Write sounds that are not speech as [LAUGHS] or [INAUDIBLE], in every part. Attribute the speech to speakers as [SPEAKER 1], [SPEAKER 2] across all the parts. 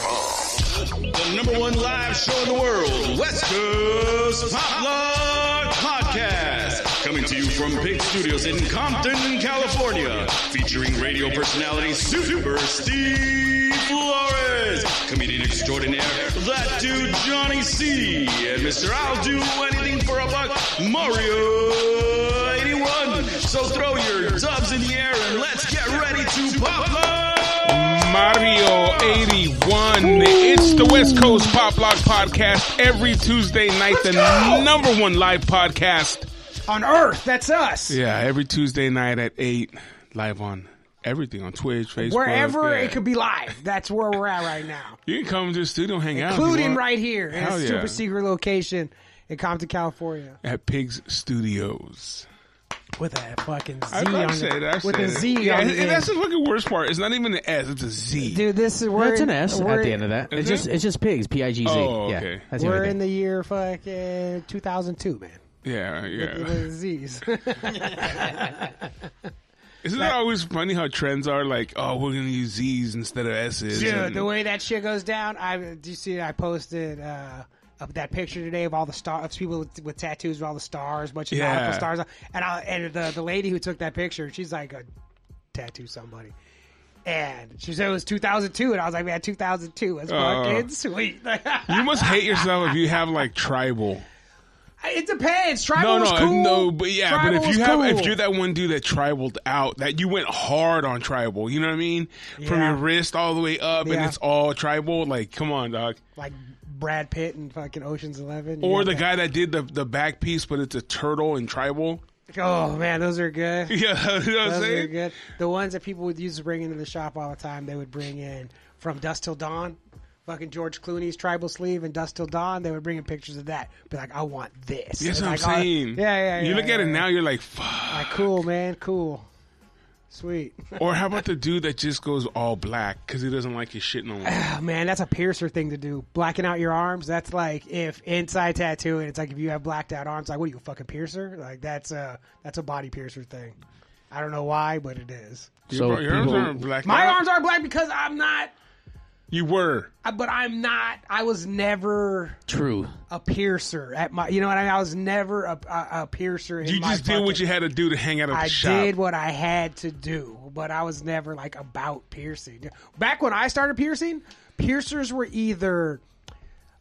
[SPEAKER 1] The number one live show in the world, West Coast Pop Love Podcast. Coming to you from Big Studios in Compton, California. Featuring radio personality Super Steve Flores, comedian extraordinaire, that dude Johnny C, and Mr. I'll Do Anything for a Buck, Mario 81. So throw your dubs in the air and let's get ready to pop love!
[SPEAKER 2] Mario 81. It's the West Coast Pop Lock Podcast every Tuesday night, the number one live podcast.
[SPEAKER 3] on Earth. That's us.
[SPEAKER 2] Yeah, every Tuesday night at 8, live on everything on Twitch, Facebook.
[SPEAKER 3] Wherever
[SPEAKER 2] yeah.
[SPEAKER 3] it could be live, that's where we're at right
[SPEAKER 2] [LAUGHS]
[SPEAKER 3] now,
[SPEAKER 2] You can come to the studio, hang out. if you
[SPEAKER 3] including
[SPEAKER 2] want,
[SPEAKER 3] right here in
[SPEAKER 2] Hell
[SPEAKER 3] a
[SPEAKER 2] yeah.
[SPEAKER 3] super secret location in Compton, California,
[SPEAKER 2] At Pigs Studios.
[SPEAKER 3] with a fucking Z
[SPEAKER 2] I, I
[SPEAKER 3] on
[SPEAKER 2] said
[SPEAKER 3] it,
[SPEAKER 2] it, I said
[SPEAKER 3] with a
[SPEAKER 2] it.
[SPEAKER 3] Z
[SPEAKER 2] Yeah,
[SPEAKER 3] on
[SPEAKER 2] and,
[SPEAKER 3] it.
[SPEAKER 2] and that's the fucking worst part. It's not even an S, it's a Z.
[SPEAKER 3] Dude, this is we're
[SPEAKER 4] That's an S at the end of that.
[SPEAKER 2] Is
[SPEAKER 4] It's just
[SPEAKER 2] it?
[SPEAKER 4] it's just pigs. P I G Z.
[SPEAKER 2] Oh,
[SPEAKER 4] yeah,
[SPEAKER 2] okay.
[SPEAKER 4] That's the
[SPEAKER 3] We're
[SPEAKER 4] only
[SPEAKER 3] in
[SPEAKER 4] thing.
[SPEAKER 3] the year fucking 2002, man.
[SPEAKER 2] Yeah, yeah.
[SPEAKER 3] With Z's.
[SPEAKER 2] [LAUGHS] Isn't it always funny how trends are like, oh, we're going to use Z's instead of S's?
[SPEAKER 3] Dude,
[SPEAKER 2] and-
[SPEAKER 3] the way that shit goes down, I do you see? I posted uh, of that picture today of all the stars, of people with, with tattoos with all the stars, bunch of
[SPEAKER 2] Yeah.
[SPEAKER 3] nautical stars, and I, and the the lady who took that picture, she's like a tattoo somebody. And she said it was 2002, and I was like, man, 2002 is
[SPEAKER 2] Oh.
[SPEAKER 3] fucking sweet. [LAUGHS] Like,
[SPEAKER 2] You must hate yourself if you have like tribal.
[SPEAKER 3] it depends. Tribal
[SPEAKER 2] No,
[SPEAKER 3] was
[SPEAKER 2] no,
[SPEAKER 3] cool.
[SPEAKER 2] no, but yeah,
[SPEAKER 3] Tribal
[SPEAKER 2] but if
[SPEAKER 3] was
[SPEAKER 2] you have, if
[SPEAKER 3] cool.
[SPEAKER 2] you're that one dude that tribaled out, that you went hard on tribal, you know what I mean? From
[SPEAKER 3] Yeah.
[SPEAKER 2] your wrist all the way up, and
[SPEAKER 3] Yeah.
[SPEAKER 2] it's all tribal. Like, come on, dog.
[SPEAKER 3] like Brad Pitt and fucking Ocean's Eleven, you
[SPEAKER 2] Or
[SPEAKER 3] know,
[SPEAKER 2] the
[SPEAKER 3] that-
[SPEAKER 2] guy that did the the back piece, but it's a turtle and tribal. [LAUGHS]
[SPEAKER 3] Oh man, those are good.
[SPEAKER 2] Yeah, you know what I'm
[SPEAKER 3] Those are
[SPEAKER 2] saying?
[SPEAKER 3] good. The ones that people would use to bring into the shop all the time, they would bring in from Dust Till Dawn, fucking George Clooney's tribal sleeve and Dust Till Dawn. They would bring in pictures of that. Be like, I want this.
[SPEAKER 2] That's
[SPEAKER 3] And
[SPEAKER 2] what I'm
[SPEAKER 3] like, oh,
[SPEAKER 2] saying.
[SPEAKER 3] yeah, yeah, yeah.
[SPEAKER 2] You look at
[SPEAKER 3] yeah,
[SPEAKER 2] it
[SPEAKER 3] yeah.
[SPEAKER 2] now, you're like, fuck.
[SPEAKER 3] Like, cool, man, cool, sweet.
[SPEAKER 2] Or how about the dude that just goes all black because he doesn't like his shit no
[SPEAKER 4] [SIGHS]
[SPEAKER 2] more?
[SPEAKER 3] Oh, man, that's a piercer thing to do. Blacking out your arms. That's like if inside tattoo, and it's like if you have blacked out arms, like what are you a fucking piercer? Like that's a that's a body piercer thing. I don't know why, but it is.
[SPEAKER 4] So
[SPEAKER 2] your, your arms
[SPEAKER 4] people-
[SPEAKER 2] aren't black.
[SPEAKER 3] My
[SPEAKER 2] out.
[SPEAKER 3] arms are black because I'm not
[SPEAKER 2] You were.
[SPEAKER 3] I- but I'm not. I was never
[SPEAKER 4] true.
[SPEAKER 3] a piercer at my. You know what I mean? I was never a, a, a piercer. In
[SPEAKER 2] You
[SPEAKER 3] my
[SPEAKER 2] just did what
[SPEAKER 3] fucking-
[SPEAKER 2] you had to do to hang out at the
[SPEAKER 3] I
[SPEAKER 2] shop.
[SPEAKER 3] did what I had to do, but I was never like about piercing. Back when I started piercing, piercers were either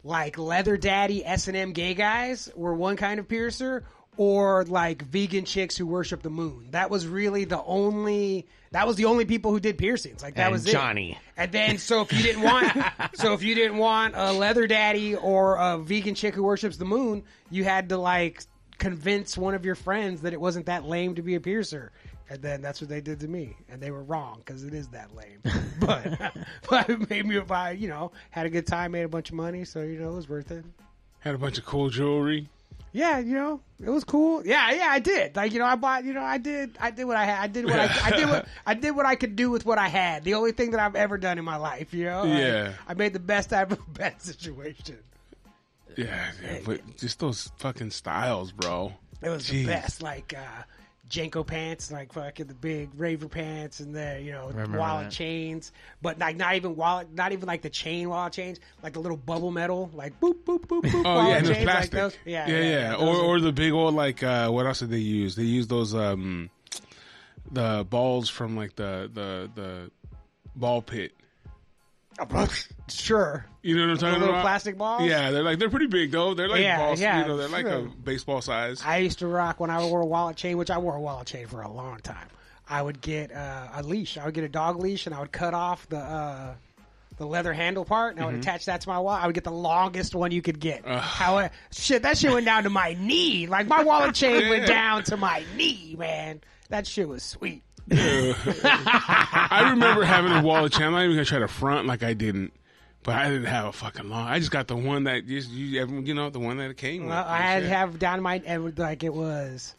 [SPEAKER 3] like leather daddy S and M gay guys were one kind of piercer, or like vegan chicks who worship the moon. That was really the only. That was the only people who did piercings. Like that
[SPEAKER 4] And
[SPEAKER 3] was it.
[SPEAKER 4] Johnny.
[SPEAKER 3] And then, so if you didn't want, so if you didn't want a leather daddy or a vegan chick who worships the moon, you had to like convince one of your friends that it wasn't that lame to be a piercer. And then that's what they did to me, and they were wrong because it is that lame. But [LAUGHS] but it made me if I you know had a good time, made a bunch of money, so you know it was worth it.
[SPEAKER 2] Had a bunch of cool jewelry.
[SPEAKER 3] Yeah, you know, it was cool. Yeah, yeah, I did. Like, you know, I bought, you know, I did, I did what I had. I did what I, I did
[SPEAKER 2] [LAUGHS]
[SPEAKER 3] what I did what I could do with what I had. The only thing that I've ever done in my life, you know. Like,
[SPEAKER 2] Yeah.
[SPEAKER 3] I made the best out of a [LAUGHS] bad situation.
[SPEAKER 2] Yeah, yeah, but just those fucking styles, bro.
[SPEAKER 3] It was
[SPEAKER 2] Jeez.
[SPEAKER 3] the best, like uh Jenko pants, like fucking the big raver pants, and the you know wallet
[SPEAKER 4] that.
[SPEAKER 3] chains, but like not even wallet, not even like the chain wallet chains, like the little bubble metal, like boop boop boop boop.
[SPEAKER 2] [LAUGHS] Oh
[SPEAKER 3] wallet
[SPEAKER 2] yeah, and the
[SPEAKER 3] chains, like
[SPEAKER 2] plastic.
[SPEAKER 3] those.
[SPEAKER 2] yeah,
[SPEAKER 3] yeah,
[SPEAKER 2] yeah,
[SPEAKER 3] those
[SPEAKER 2] Or
[SPEAKER 3] are-
[SPEAKER 2] or the big old like uh, what else did they use? They used those um, the balls from like the the the ball pit.
[SPEAKER 3] sure.
[SPEAKER 2] You know what I'm talking
[SPEAKER 3] little
[SPEAKER 2] about?
[SPEAKER 3] plastic balls?
[SPEAKER 2] Yeah, they're like they're pretty big though. They're like
[SPEAKER 3] Yeah,
[SPEAKER 2] balls.
[SPEAKER 3] yeah,
[SPEAKER 2] you know, they're like a
[SPEAKER 3] sure. [LAUGHS]
[SPEAKER 2] baseball size.
[SPEAKER 3] I used to rock when I wore a wallet chain, which I wore a wallet chain for a long time. I would get uh, a leash. I would get a dog leash, and I would cut off the uh, the leather handle part, and I would attach that to my wallet. I would get the longest one you could get. How I- shit that shit went down to my knee. Like my wallet chain went
[SPEAKER 2] Yeah.
[SPEAKER 3] down to my knee, man. That shit was sweet.
[SPEAKER 2] I remember having a wallet chain. I'm not even gonna try to front like I didn't, but I didn't have a fucking long. I just got the one that just you, everyone- you know the one that it came.
[SPEAKER 3] Well,
[SPEAKER 2] with.
[SPEAKER 3] I had to
[SPEAKER 2] Shit.
[SPEAKER 3] have down my and with, like it was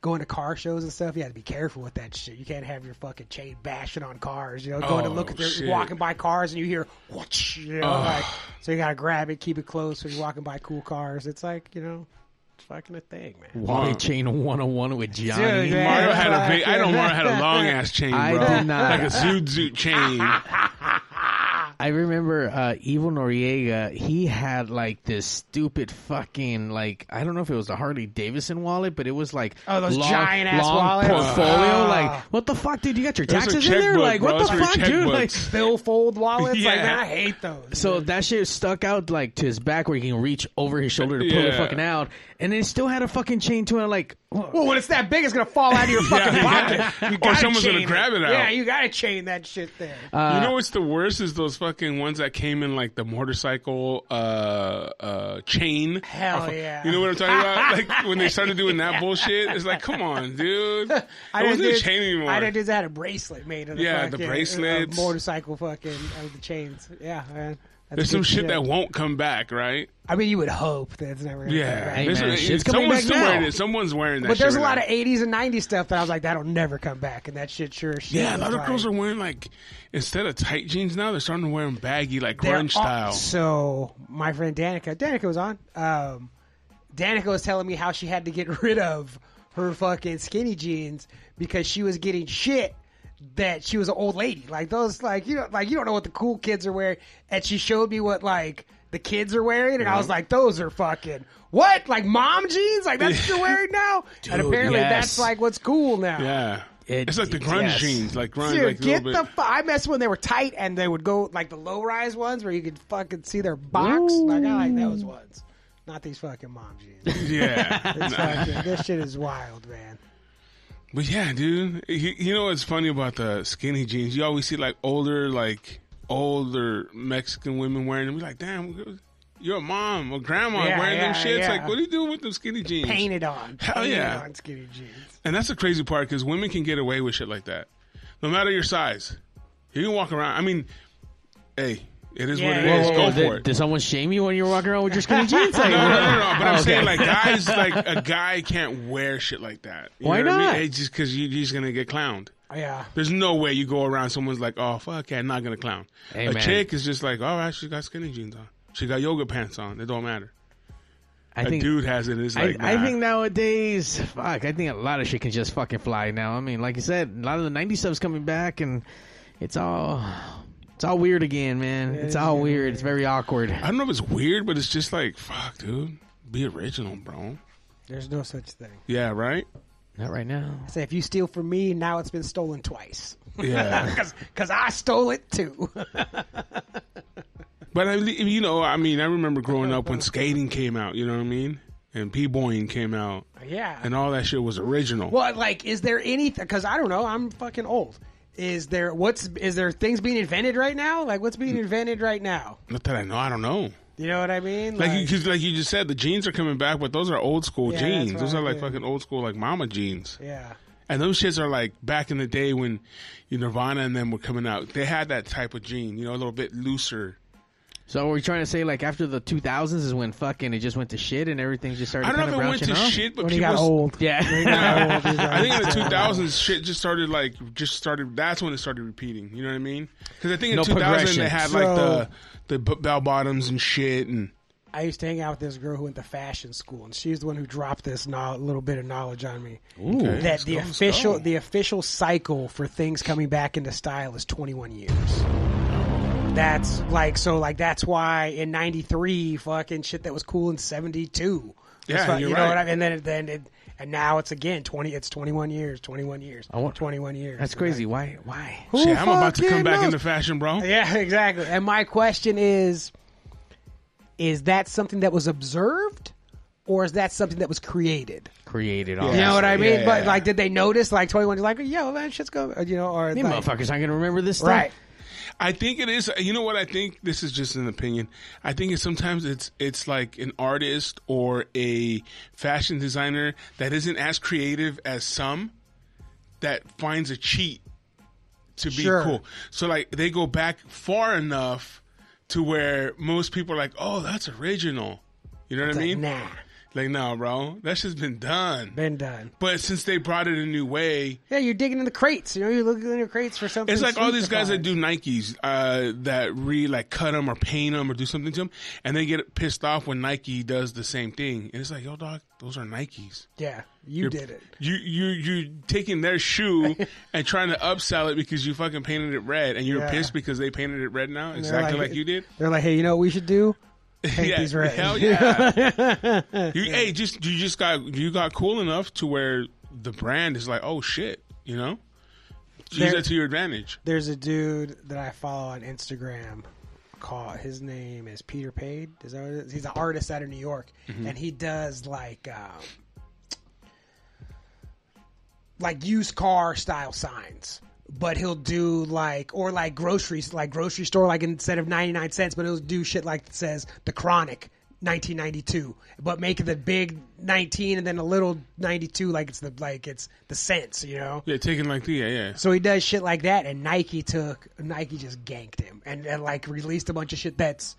[SPEAKER 3] going to car shows and stuff. You had to be careful with that shit. You can't have your fucking chain bashing on cars. You know, going to
[SPEAKER 2] Oh,
[SPEAKER 3] look at their
[SPEAKER 2] shit.
[SPEAKER 3] walking by cars and you hear whoosh, you know, like so you gotta grab it, keep it close when you're walking by cool cars. It's like you know, fucking a thing, man.
[SPEAKER 4] Wally Chain 101 with Johnny.
[SPEAKER 3] Dude, man.
[SPEAKER 2] Mario had a big. I know Mario had
[SPEAKER 4] [LAUGHS]
[SPEAKER 2] a long ass chain, bro.
[SPEAKER 4] I did not.
[SPEAKER 2] Like a zoot zoot
[SPEAKER 4] [LAUGHS]
[SPEAKER 2] chain.
[SPEAKER 4] I remember uh, Evil Noriega. He had like this stupid fucking like I don't know if it was a Harley Davidson wallet, but it was like
[SPEAKER 3] Oh, those
[SPEAKER 4] long,
[SPEAKER 3] giant-ass
[SPEAKER 4] long
[SPEAKER 3] wallets.
[SPEAKER 4] portfolio.
[SPEAKER 3] Ah.
[SPEAKER 4] Like what the fuck, dude? You got your
[SPEAKER 2] Those are
[SPEAKER 4] taxes in there?
[SPEAKER 2] checkbook,
[SPEAKER 4] Like
[SPEAKER 2] bro.
[SPEAKER 4] what
[SPEAKER 2] Those
[SPEAKER 4] the
[SPEAKER 2] are
[SPEAKER 4] fuck, dude? Like
[SPEAKER 2] checkbooks.
[SPEAKER 3] Billfold wallets, like
[SPEAKER 2] Yeah.
[SPEAKER 3] man, I hate those.
[SPEAKER 4] so that shit stuck out like to his back where he can reach over his shoulder to pull it
[SPEAKER 2] Yeah.
[SPEAKER 4] fucking out, and it still had a fucking chain to it. Like
[SPEAKER 3] Well, when it's that big, it's gonna fall out of
[SPEAKER 2] [LAUGHS]
[SPEAKER 3] your fucking pocket. You
[SPEAKER 2] Or
[SPEAKER 3] gotta
[SPEAKER 2] someone's gonna
[SPEAKER 3] chain
[SPEAKER 2] grab it out. Uh,
[SPEAKER 3] Yeah, you gotta chain that shit there.
[SPEAKER 4] uh,
[SPEAKER 2] you know what's the worst is those fucking ones that came in like the motorcycle uh, uh, chain.
[SPEAKER 3] Hell yeah.
[SPEAKER 2] uh, You know what I'm talking about? Like when they started doing
[SPEAKER 4] [LAUGHS]
[SPEAKER 2] that bullshit, it's like, come on, dude. It
[SPEAKER 3] didn't
[SPEAKER 2] wasn't
[SPEAKER 3] do
[SPEAKER 2] a
[SPEAKER 3] it-
[SPEAKER 2] chain anymore.
[SPEAKER 3] I didn't do that. I had a bracelet made of the
[SPEAKER 2] Yeah, the
[SPEAKER 3] fucking,
[SPEAKER 2] bracelets.
[SPEAKER 3] uh, motorcycle fucking of the chains. Yeah, man. That's
[SPEAKER 2] There's some
[SPEAKER 3] good
[SPEAKER 2] shit that won't come back, right?
[SPEAKER 3] I mean, you would hope that it's never. gonna come
[SPEAKER 2] Yeah,
[SPEAKER 3] back.
[SPEAKER 4] Hey,
[SPEAKER 2] There's-
[SPEAKER 4] man, shit's coming
[SPEAKER 2] someone's
[SPEAKER 4] back
[SPEAKER 2] still
[SPEAKER 4] now.
[SPEAKER 2] wearing it. Someone's wearing that.
[SPEAKER 3] But there's
[SPEAKER 2] shit
[SPEAKER 3] a lot
[SPEAKER 2] right now.
[SPEAKER 3] of 80s and 90s stuff that I was like, that'll never come back, and that shit sure. as shit
[SPEAKER 2] Yeah, a lot
[SPEAKER 3] was
[SPEAKER 2] of girls
[SPEAKER 3] like-
[SPEAKER 2] are wearing like instead of tight jeans now, they're starting to wear 'em baggy, like
[SPEAKER 3] They're
[SPEAKER 2] grunge
[SPEAKER 3] all-
[SPEAKER 2] style.
[SPEAKER 3] So my friend Danica, Danica was on. Um, Danica was telling me how she had to get [LAUGHS] rid of her fucking skinny jeans because she was getting shit that she was an old lady. Like those, like you know, like you don't know what the cool kids are wearing. And she showed me what like the kids are wearing, and I was like, those are fucking what? Like mom jeans? Like that's
[SPEAKER 2] [LAUGHS]
[SPEAKER 3] what you're wearing now? and
[SPEAKER 4] Dude,
[SPEAKER 3] apparently
[SPEAKER 4] yes.
[SPEAKER 3] that's like what's cool now.
[SPEAKER 2] Yeah,
[SPEAKER 4] It-
[SPEAKER 2] it's like the grunge
[SPEAKER 4] yes.
[SPEAKER 2] jeans, like grunge,
[SPEAKER 3] Dude,
[SPEAKER 2] like a
[SPEAKER 3] get
[SPEAKER 2] little
[SPEAKER 3] the
[SPEAKER 2] bit.
[SPEAKER 3] fu- I mess when they were tight and they would go like the low rise ones where you could fucking see their box. Like I like those ones, not these fucking mom
[SPEAKER 2] [LAUGHS]
[SPEAKER 3] jeans. [LAUGHS]
[SPEAKER 2] yeah,
[SPEAKER 3] This, fucking, this shit is wild, man.
[SPEAKER 2] But yeah, dude, you, you know what's funny about the skinny jeans? You always see like older, like older Mexican women wearing them. You're like, damn, you're a mom or grandma
[SPEAKER 3] Yeah,
[SPEAKER 2] wearing
[SPEAKER 3] yeah,
[SPEAKER 2] them shits.
[SPEAKER 3] yeah.
[SPEAKER 2] Like, what do you do with them skinny jeans?
[SPEAKER 3] Painted on,
[SPEAKER 2] Hell
[SPEAKER 3] painted
[SPEAKER 2] yeah.
[SPEAKER 3] on skinny jeans.
[SPEAKER 2] And that's the crazy part because women can get away with shit like that, no matter your size. You can walk around. I mean, hey, it is what
[SPEAKER 3] Yeah, yeah,
[SPEAKER 2] it is. Go
[SPEAKER 4] Whoa, whoa, whoa,
[SPEAKER 2] for
[SPEAKER 4] did,
[SPEAKER 2] it.
[SPEAKER 4] did someone shame you when you were walking around with
[SPEAKER 2] [LAUGHS]
[SPEAKER 4] your skinny jeans? Like,
[SPEAKER 2] No, no, no, no. But I'm
[SPEAKER 4] [LAUGHS] Okay.
[SPEAKER 2] saying, like, guys, like, a guy can't wear shit like that. You
[SPEAKER 4] Why
[SPEAKER 2] know What I
[SPEAKER 4] not?
[SPEAKER 2] mean? It's just because you, you're just gonna get clowned.
[SPEAKER 3] Yeah,
[SPEAKER 2] There's no way you go around someone's like, oh fuck, yeah, not gonna clown.
[SPEAKER 4] Hey,
[SPEAKER 2] a
[SPEAKER 4] man.
[SPEAKER 2] chick is just like, all right, she got skinny jeans on, she got yoga pants on. It don't matter.
[SPEAKER 4] I
[SPEAKER 2] A
[SPEAKER 4] think
[SPEAKER 2] dude has it. It's
[SPEAKER 4] I,
[SPEAKER 2] like,
[SPEAKER 4] I
[SPEAKER 2] nah.
[SPEAKER 4] think nowadays, fuck, I think a lot of shit can just fucking fly now. I mean, like you said, a lot of the 90s stuff's coming back and it's all it's all weird again, man. it's all weird. It's very awkward.
[SPEAKER 2] I don't know if it's weird, but it's just like, fuck, dude, be original, bro.
[SPEAKER 3] there's no such thing.
[SPEAKER 2] Yeah, right.
[SPEAKER 4] Not right now.
[SPEAKER 3] Say if you steal from me, now it's been stolen twice. [LAUGHS]
[SPEAKER 2] Yeah,
[SPEAKER 3] Because I stole it too. [LAUGHS]
[SPEAKER 2] but I, you know, I mean, I remember growing up when skating came out. You know what I mean? And p-boying came out,
[SPEAKER 3] yeah.
[SPEAKER 2] and all that shit was original.
[SPEAKER 3] Well, like, is there anything? Because I don't know. I'm fucking old. Is there what's is there things being invented right now? Like what's
[SPEAKER 2] Mm.
[SPEAKER 3] being invented right now?
[SPEAKER 2] Not that I know. I don't know.
[SPEAKER 3] You know what I mean?
[SPEAKER 2] Like, you, cause like you just said, the jeans are coming back, but those are old school
[SPEAKER 3] Yeah, that's
[SPEAKER 2] jeans.
[SPEAKER 3] what
[SPEAKER 2] Those
[SPEAKER 3] I
[SPEAKER 2] are like
[SPEAKER 3] do.
[SPEAKER 2] fucking old school, like mama jeans.
[SPEAKER 3] yeah,
[SPEAKER 2] And those shits are like back in the day when Nirvana and them were coming out. They had that type of gene, you know, a little bit looser.
[SPEAKER 4] So we're trying to say like after the 2000s is when fucking it just went to shit and everything just started
[SPEAKER 2] I don't
[SPEAKER 4] kind
[SPEAKER 2] know
[SPEAKER 4] of
[SPEAKER 2] if it went
[SPEAKER 4] branching
[SPEAKER 2] to
[SPEAKER 4] off.
[SPEAKER 2] shit, but
[SPEAKER 3] when he
[SPEAKER 2] people.
[SPEAKER 3] got old.
[SPEAKER 4] [LAUGHS] Yeah. [LAUGHS]
[SPEAKER 2] I think in the 2000s, shit just started like just started. That's when it started repeating. You know what I mean? Because I think in
[SPEAKER 4] No
[SPEAKER 2] 2000 they
[SPEAKER 4] progression.
[SPEAKER 2] had
[SPEAKER 3] So-
[SPEAKER 2] like the the b- bell bottoms and shit, and
[SPEAKER 3] I used to hang out with this girl who went to fashion school, and she's the one who dropped this no- little bit of knowledge on me.
[SPEAKER 2] Okay,
[SPEAKER 3] that
[SPEAKER 2] let's
[SPEAKER 3] the
[SPEAKER 2] go, let's
[SPEAKER 3] official
[SPEAKER 2] go.
[SPEAKER 3] the official cycle for things coming back into style is 21 years. That's like so like that's why in 93 fucking shit that was cool in 72. was
[SPEAKER 2] Yeah,
[SPEAKER 3] fu-
[SPEAKER 2] you're
[SPEAKER 3] you know
[SPEAKER 2] right.
[SPEAKER 3] what I mean? And then it, then it, and now it's again 20 it's 21 years, 21 years,
[SPEAKER 4] I want-
[SPEAKER 3] 21 years.
[SPEAKER 4] That's crazy. Why? Why?
[SPEAKER 3] Who
[SPEAKER 2] shit, I'm about to
[SPEAKER 3] fucking
[SPEAKER 2] come back
[SPEAKER 3] knows?
[SPEAKER 2] into fashion, bro.
[SPEAKER 3] Yeah, [LAUGHS] exactly. And my question is is that something that was observed or is that something that was created?
[SPEAKER 4] Created
[SPEAKER 2] Yeah.
[SPEAKER 4] all.
[SPEAKER 3] You know what I mean?
[SPEAKER 2] Yeah,
[SPEAKER 3] But
[SPEAKER 2] yeah.
[SPEAKER 3] like, did they notice? Like twenty one, like, yo, man, shit's going, you know, or
[SPEAKER 4] These
[SPEAKER 3] like,
[SPEAKER 4] motherfuckers aren't gonna remember this stuff.
[SPEAKER 3] right?
[SPEAKER 2] I think it is. You know what? I think this is just an opinion. I think it's sometimes it's it's like an artist or a fashion designer that isn't as creative as some that finds a cheat to be
[SPEAKER 3] Sure.
[SPEAKER 2] cool. So like they go back far enough to where most people are like, "Oh, that's original." You know what I
[SPEAKER 3] Like,
[SPEAKER 2] mean?
[SPEAKER 3] nah,
[SPEAKER 2] Like, no, bro, that shit's been done.
[SPEAKER 3] Been done.
[SPEAKER 2] But since they brought it a new way,
[SPEAKER 3] Yeah, you're digging in the crates. You know, you're looking in the crates for something.
[SPEAKER 2] it's like all
[SPEAKER 3] sweet
[SPEAKER 2] these
[SPEAKER 3] to
[SPEAKER 2] guys that
[SPEAKER 3] find.
[SPEAKER 2] do Nikes uh, that re like cut them or paint them or do something to them, and they get pissed off when Nike does the same thing. And it's like, yo, dog, those are Nikes.
[SPEAKER 3] Yeah, you
[SPEAKER 2] You're-
[SPEAKER 3] did it.
[SPEAKER 2] You you you taking their
[SPEAKER 3] [LAUGHS]
[SPEAKER 2] shoe and trying to upsell it because you fucking painted it red, and you're
[SPEAKER 3] Yeah.
[SPEAKER 2] pissed because they painted it red now,
[SPEAKER 3] They're
[SPEAKER 2] exactly like, you did.
[SPEAKER 3] They're like, hey, you know what we should do? Paint
[SPEAKER 2] [LAUGHS] yeah,
[SPEAKER 3] these red.
[SPEAKER 2] hell yeah.
[SPEAKER 3] [LAUGHS]
[SPEAKER 2] you, Hey, just you just got you got cool enough to where the brand is like, oh shit, you know, use
[SPEAKER 3] There-
[SPEAKER 2] that to your advantage.
[SPEAKER 3] There's a dude that I follow on Instagram. Call his name is Peter Pade. Is that what it is? He's an artist out of New York, and he does like um, like used car style signs. But he'll do like or like groceries, like grocery store, like instead of ninety nine cents, but he'll do shit like that says the Chronic. 1992, but make it the big 19 and then a little 92, like it's the like it's the cents, you know.
[SPEAKER 2] Yeah, taking like the yeah, yeah.
[SPEAKER 3] So he does shit like that, and Nike took Nike just ganked him and, and like released a bunch of shit that's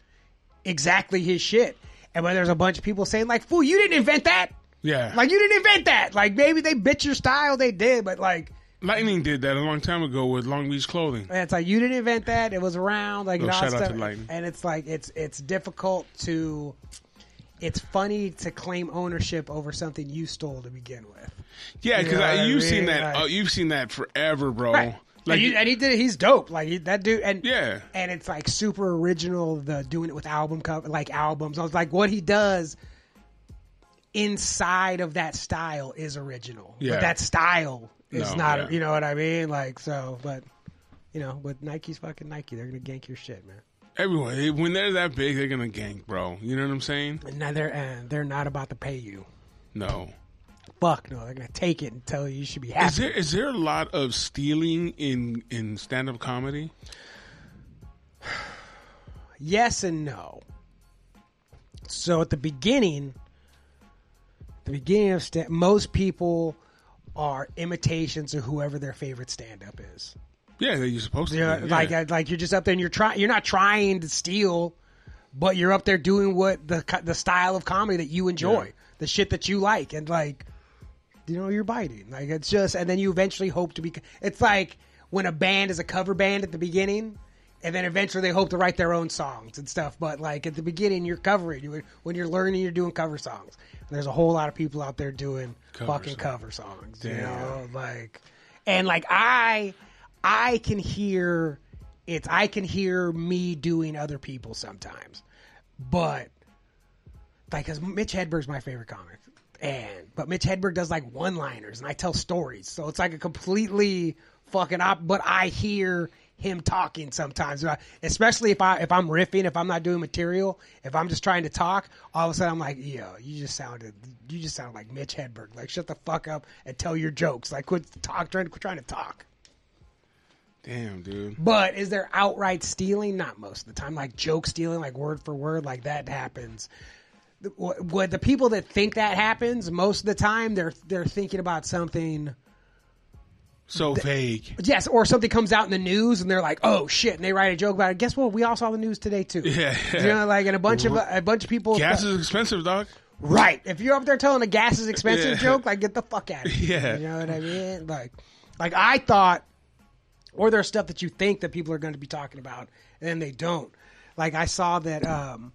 [SPEAKER 3] exactly his shit. And when there's a bunch of people saying like, "Fool, you didn't invent that,"
[SPEAKER 2] Yeah,
[SPEAKER 3] like you didn't invent that. Like maybe they bit your style, they did, but like
[SPEAKER 2] Lightning did that a long time ago with Long Beach clothing.
[SPEAKER 3] it's like you didn't invent that. It was around, like and
[SPEAKER 2] Oh,
[SPEAKER 3] all
[SPEAKER 2] shout out
[SPEAKER 3] stuff.
[SPEAKER 2] to Lightning.
[SPEAKER 3] And it's like it's it's difficult to. It's funny to claim ownership over something you stole to begin with.
[SPEAKER 2] Yeah, because
[SPEAKER 3] know what I
[SPEAKER 2] you've
[SPEAKER 3] mean?
[SPEAKER 2] seen that.
[SPEAKER 3] Like-
[SPEAKER 2] oh, you've seen that forever, bro.
[SPEAKER 3] and, you, and he did it. He's dope. Like he, that dude. And
[SPEAKER 2] Yeah.
[SPEAKER 3] and it's like super original. The doing it with album cover, like albums. I was like, what he does inside of that style is original.
[SPEAKER 2] Yeah.
[SPEAKER 3] But that style is
[SPEAKER 2] No,
[SPEAKER 3] not.
[SPEAKER 2] yeah.
[SPEAKER 3] You know what I mean? Like so, but you know, with Nike's fucking Nike, they're gonna gank your shit, man.
[SPEAKER 2] everyone they- when they're that big, they're gonna gank, bro. You know what I'm saying?
[SPEAKER 3] And now they're uh, they're not about to pay you.
[SPEAKER 2] No.
[SPEAKER 3] Fuck no, they're gonna take it and tell you you should be happy.
[SPEAKER 2] Is there is there a lot of stealing in in stand up comedy?
[SPEAKER 3] yes and no. So at the beginning, the beginning of stand, most people are imitations of whoever their favorite stand up is.
[SPEAKER 2] Yeah, that you're supposed to.
[SPEAKER 3] You know,
[SPEAKER 2] be, yeah.
[SPEAKER 3] Like uh, like you're just up there and you're trying you're not trying to steal, but you're up there doing what the co- the style of comedy that you enjoy,
[SPEAKER 2] Yeah.
[SPEAKER 3] the shit that you like and like you know you're biting. Like it's just and then you eventually hope to be it's like when a band is a cover band at the beginning and then eventually they hope to write their own songs and stuff, but like at the beginning you're covering. You when you're learning you're doing cover songs. And there's a whole lot of people out there doing
[SPEAKER 2] Cover
[SPEAKER 3] fucking
[SPEAKER 2] songs.
[SPEAKER 3] cover songs. You know, like and like I I can hear it's I can hear me doing other people sometimes. But like cuz Mitch Hedberg's my favorite comic. And but Mitch Hedberg does like one-liners and I tell stories. So it's like a completely fucking op but I hear him talking sometimes, Uh, especially if I if I'm riffing, if I'm not doing material, if I'm just trying to talk, all of a sudden I'm like, yo, you just sounded, you just sound like Mitch Hedberg. Like, shut the fuck up and tell your jokes. Like, quit talk, trying, quit trying to talk.
[SPEAKER 2] damn, dude.
[SPEAKER 3] But is there outright stealing? Not most of the time. Like joke stealing, like word for word, like that happens. The- What, what the people that think that happens most of the time, they're they're thinking about something.
[SPEAKER 2] So vague.
[SPEAKER 3] Yes, or something comes out in the news and they're like, "Oh shit!" and they write a joke about it. Guess what? We all saw the news today too.
[SPEAKER 2] [LAUGHS] Yeah. Mm-hmm.
[SPEAKER 3] you know, like and a bunch of a bunch of people.
[SPEAKER 2] Gas is expensive, dog.
[SPEAKER 3] Right. If you're up there telling a gas is expensive
[SPEAKER 2] Yeah.
[SPEAKER 3] joke, like get the fuck out of here.
[SPEAKER 2] Yeah.
[SPEAKER 3] You know what I mean? Like like I thought or there's stuff that you think that people are going to be talking about and then they don't. Like I saw that um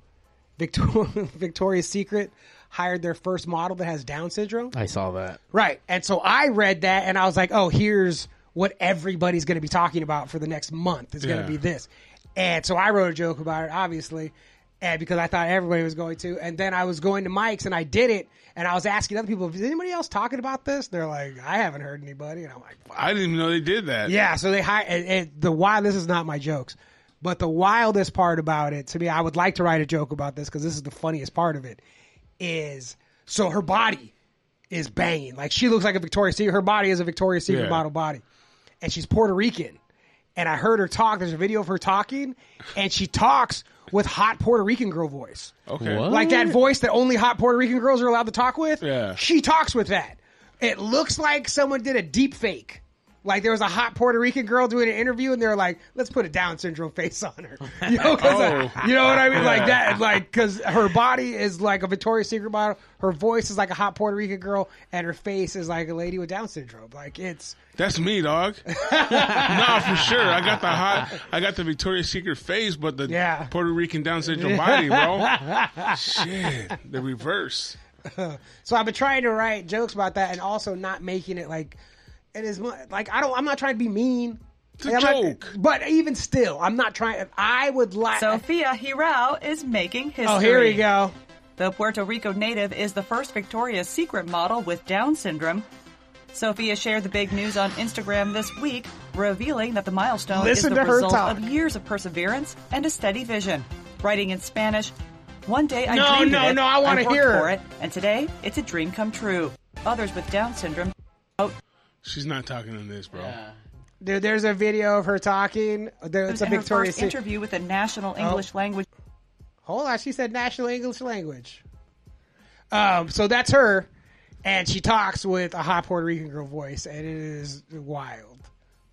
[SPEAKER 3] Victor- [LAUGHS] Victoria's Secret hired their first model that has down syndrome.
[SPEAKER 4] I saw that.
[SPEAKER 3] Right. And so I read that and I was like, "Oh, here's what everybody's going to be talking about for the next month. It's going
[SPEAKER 2] Yeah.
[SPEAKER 3] to be this." And so I wrote a joke about it, obviously, and because I thought everybody was going to. And then I was going to Mike's and I did it, and I was asking other people, "Is anybody else talking about this?" They're like, "I haven't heard anybody," and I'm like,
[SPEAKER 2] I didn't even know they did that.
[SPEAKER 3] yeah, so they hire and, and the wild. This is not my jokes, but the wildest part about it to me, I would like to write a joke about this because this is the funniest part of it. Is so her body is banging like she looks like a Victoria's Secret. Her body is a Victoria's Secret
[SPEAKER 2] Yeah.
[SPEAKER 3] model body, and she's Puerto Rican. And I heard her talk. There's a video of her talking, and she talks with hot Puerto Rican girl voice
[SPEAKER 2] Okay.
[SPEAKER 4] What?
[SPEAKER 3] like that voice that only hot Puerto Rican girls are allowed to talk with.
[SPEAKER 2] Yeah.
[SPEAKER 3] She talks with that. It looks like someone did a deep fake Like there was a hot Puerto Rican girl doing an interview, and they're like, "Let's put a Down syndrome face on
[SPEAKER 2] [LAUGHS]
[SPEAKER 3] her." You know, 'cause, uh,
[SPEAKER 2] Oh.
[SPEAKER 3] you know what I mean? Like that, like because her body is like a Victoria's Secret model, her voice is like a hot Puerto Rican girl, and her face is like a lady with Down syndrome. Like it's
[SPEAKER 2] That's me,
[SPEAKER 3] [LAUGHS]
[SPEAKER 2] dog. nah, for sure. I got the hot. I got the Victoria's Secret face, but the
[SPEAKER 3] Yeah.
[SPEAKER 2] Puerto Rican Down syndrome
[SPEAKER 3] [LAUGHS]
[SPEAKER 2] body, bro. Shit, the reverse.
[SPEAKER 3] So I've been trying to write jokes about that and also not making it like it is mu- like I don't I'm not trying to be mean. It's
[SPEAKER 2] a joke.
[SPEAKER 3] but even still, I'm not trying. I would like.
[SPEAKER 5] Sofia Hirao is making history.
[SPEAKER 3] oh, here we go.
[SPEAKER 5] The Puerto Rico native is the first Victoria's Secret model with Down syndrome. Sophia shared the big news on Instagram this week, revealing that the milestone
[SPEAKER 3] Listen
[SPEAKER 5] is the
[SPEAKER 3] to her
[SPEAKER 5] result
[SPEAKER 3] talk.
[SPEAKER 5] of years of perseverance and a steady vision. Writing in Spanish, one day I
[SPEAKER 3] No,
[SPEAKER 5] dreamed
[SPEAKER 3] no,
[SPEAKER 5] of it,
[SPEAKER 3] no, I wanna
[SPEAKER 5] worked
[SPEAKER 3] hear her.
[SPEAKER 5] for it, and today it's a dream come true. Others with Down syndrome
[SPEAKER 2] She's not talking in this, bro.
[SPEAKER 3] Dude, there's a video of her talking. There, it's a
[SPEAKER 5] in her
[SPEAKER 3] Victoria's Oh.
[SPEAKER 5] first
[SPEAKER 3] Secret.
[SPEAKER 5] interview with a national English language
[SPEAKER 3] Hold on, she said national English language. Um, so that's her, and she talks with a hot Puerto Rican girl voice, and it is wild.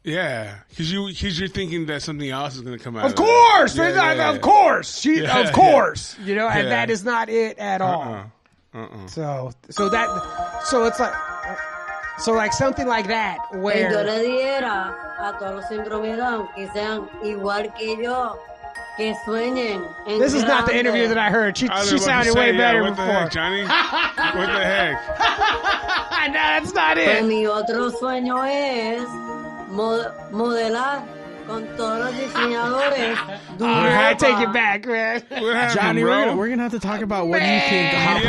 [SPEAKER 2] Yeah, because you because you're thinking that something else is gonna come out.
[SPEAKER 3] Of course,
[SPEAKER 2] that. Yeah, yeah,
[SPEAKER 3] of
[SPEAKER 2] yeah.
[SPEAKER 3] course, she,
[SPEAKER 2] Yeah,
[SPEAKER 3] of course, Uh-uh. you know, and
[SPEAKER 2] Yeah.
[SPEAKER 3] that is not it at all.
[SPEAKER 2] Uh-uh.
[SPEAKER 3] So so that so it's like so like something like that
[SPEAKER 6] que yo
[SPEAKER 3] where
[SPEAKER 6] le diera a todos los síndromes de Down que sean igual que yo, que sueñen. En
[SPEAKER 3] this is not the
[SPEAKER 6] grande.
[SPEAKER 3] interview that I heard. She
[SPEAKER 2] I was
[SPEAKER 3] she
[SPEAKER 2] about to
[SPEAKER 3] sounded
[SPEAKER 2] say,
[SPEAKER 3] way
[SPEAKER 2] yeah,
[SPEAKER 3] better
[SPEAKER 2] what The
[SPEAKER 3] before. [LAUGHS]
[SPEAKER 2] heck, Johnny, what the heck?
[SPEAKER 3] Ah, no, that's not
[SPEAKER 6] Pues
[SPEAKER 3] it.
[SPEAKER 6] mi otro sueño es mo- modelar con todos
[SPEAKER 3] [LAUGHS]
[SPEAKER 6] los diseñadores. de
[SPEAKER 3] All right, I
[SPEAKER 6] Europa.
[SPEAKER 3] take it back, man.
[SPEAKER 2] What happened,
[SPEAKER 4] Johnny,
[SPEAKER 2] bro?
[SPEAKER 4] we're gonna, we're gonna have to talk about what you think
[SPEAKER 3] [LAUGHS]
[SPEAKER 4] hot
[SPEAKER 3] Man.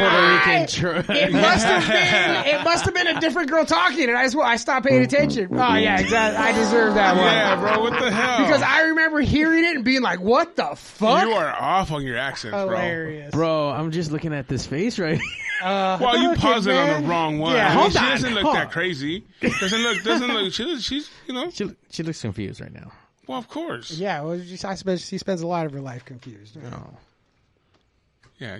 [SPEAKER 4] Puerto Rican.
[SPEAKER 3] It
[SPEAKER 4] [LAUGHS] Tr-
[SPEAKER 3] must have been. It must have been a different girl talking, and I just I stopped paying attention. Oh yeah, exactly. I deserve that one
[SPEAKER 2] yeah, bro. What the hell?
[SPEAKER 3] because I remember hearing it and being like, "What the fuck?"
[SPEAKER 2] you are off on your accents, bro.
[SPEAKER 3] Hilarious.
[SPEAKER 4] Bro, I'm just looking at this face right.
[SPEAKER 2] Well, you
[SPEAKER 3] Look
[SPEAKER 2] paused
[SPEAKER 3] at
[SPEAKER 2] it on
[SPEAKER 3] man.
[SPEAKER 2] the wrong one.
[SPEAKER 3] Yeah,
[SPEAKER 2] I mean,
[SPEAKER 4] hold
[SPEAKER 2] she
[SPEAKER 4] on,
[SPEAKER 2] doesn't look
[SPEAKER 4] hold on.
[SPEAKER 2] that crazy. Doesn't look. Doesn't look. She, she's you know.
[SPEAKER 4] [LAUGHS] she she looks confused right now.
[SPEAKER 2] Well, of course. Yeah,
[SPEAKER 3] Yeah, well, she, I spend, she spends a lot of her life confused.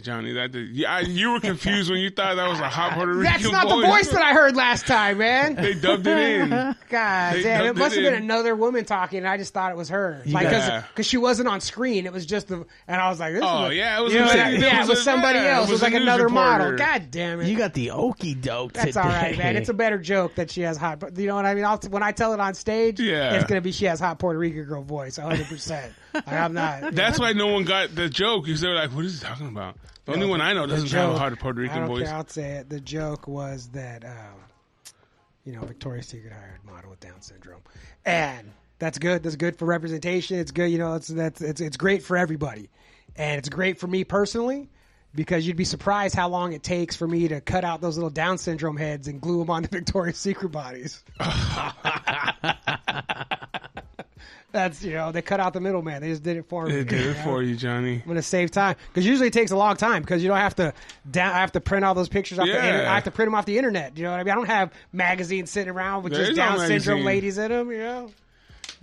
[SPEAKER 2] Johnny. That did, yeah, I, you were confused when you thought that was a hot Puerto Rican.
[SPEAKER 3] That's not the voice that I heard last time, man.
[SPEAKER 2] They dubbed it in.
[SPEAKER 3] [LAUGHS] God
[SPEAKER 2] They
[SPEAKER 3] damn! It
[SPEAKER 2] dubbed
[SPEAKER 3] must have
[SPEAKER 2] it
[SPEAKER 3] been
[SPEAKER 2] in.
[SPEAKER 3] another woman talking, and I just thought it was her, like because
[SPEAKER 2] Yeah.
[SPEAKER 3] she wasn't on screen. It was just the, and I was like, this
[SPEAKER 2] Oh,
[SPEAKER 3] is a-
[SPEAKER 2] yeah, it was
[SPEAKER 3] you
[SPEAKER 2] a
[SPEAKER 3] know,
[SPEAKER 2] lady.
[SPEAKER 3] yeah,
[SPEAKER 2] It
[SPEAKER 3] it
[SPEAKER 2] was
[SPEAKER 3] was
[SPEAKER 2] a-
[SPEAKER 3] somebody
[SPEAKER 2] yeah, it
[SPEAKER 3] else. It was,
[SPEAKER 2] was a
[SPEAKER 3] like
[SPEAKER 2] news
[SPEAKER 3] another model.
[SPEAKER 2] reporter.
[SPEAKER 3] God damn it!
[SPEAKER 4] You got the okey doke.
[SPEAKER 3] That's all right, man. It's a better joke that she has hot. But you know what I mean? I'll, when I tell it on stage,
[SPEAKER 2] Yeah.
[SPEAKER 3] it's gonna be she has hot Puerto Rican girl voice, hundred percent. Like I'm not.
[SPEAKER 2] That's why no one got the joke because they were like, "What is he talking about?" The only one I know doesn't have a
[SPEAKER 3] Oh, joke-
[SPEAKER 2] hard Puerto
[SPEAKER 3] I
[SPEAKER 2] Rican
[SPEAKER 3] don't
[SPEAKER 2] voice.
[SPEAKER 3] Care, I'll say it. The joke was that um, you know Victoria's Secret hired model with Down syndrome, and that's good. That's good for representation. It's good. You know, it's that's it's it's great for everybody, and it's great for me personally. Because you'd be surprised how long it takes for me to cut out those little Down syndrome heads and glue them onto [LAUGHS] Victoria's Secret
[SPEAKER 2] [LAUGHS]
[SPEAKER 3] bodies. That's you know they cut out the middleman. They just did it for me.
[SPEAKER 2] They did
[SPEAKER 3] you
[SPEAKER 2] it
[SPEAKER 3] know?
[SPEAKER 2] for you, Johnny. [LAUGHS]
[SPEAKER 3] I'm gonna save time because usually it takes a long time because you don't have to down. I have to print all those pictures. Off the
[SPEAKER 2] Yeah.
[SPEAKER 3] inter- I have to print them off the internet. You know what I mean? I don't have magazines sitting around with
[SPEAKER 2] There
[SPEAKER 3] just
[SPEAKER 2] is no
[SPEAKER 3] Down syndrome
[SPEAKER 2] magazine.
[SPEAKER 3] ladies in them. You know,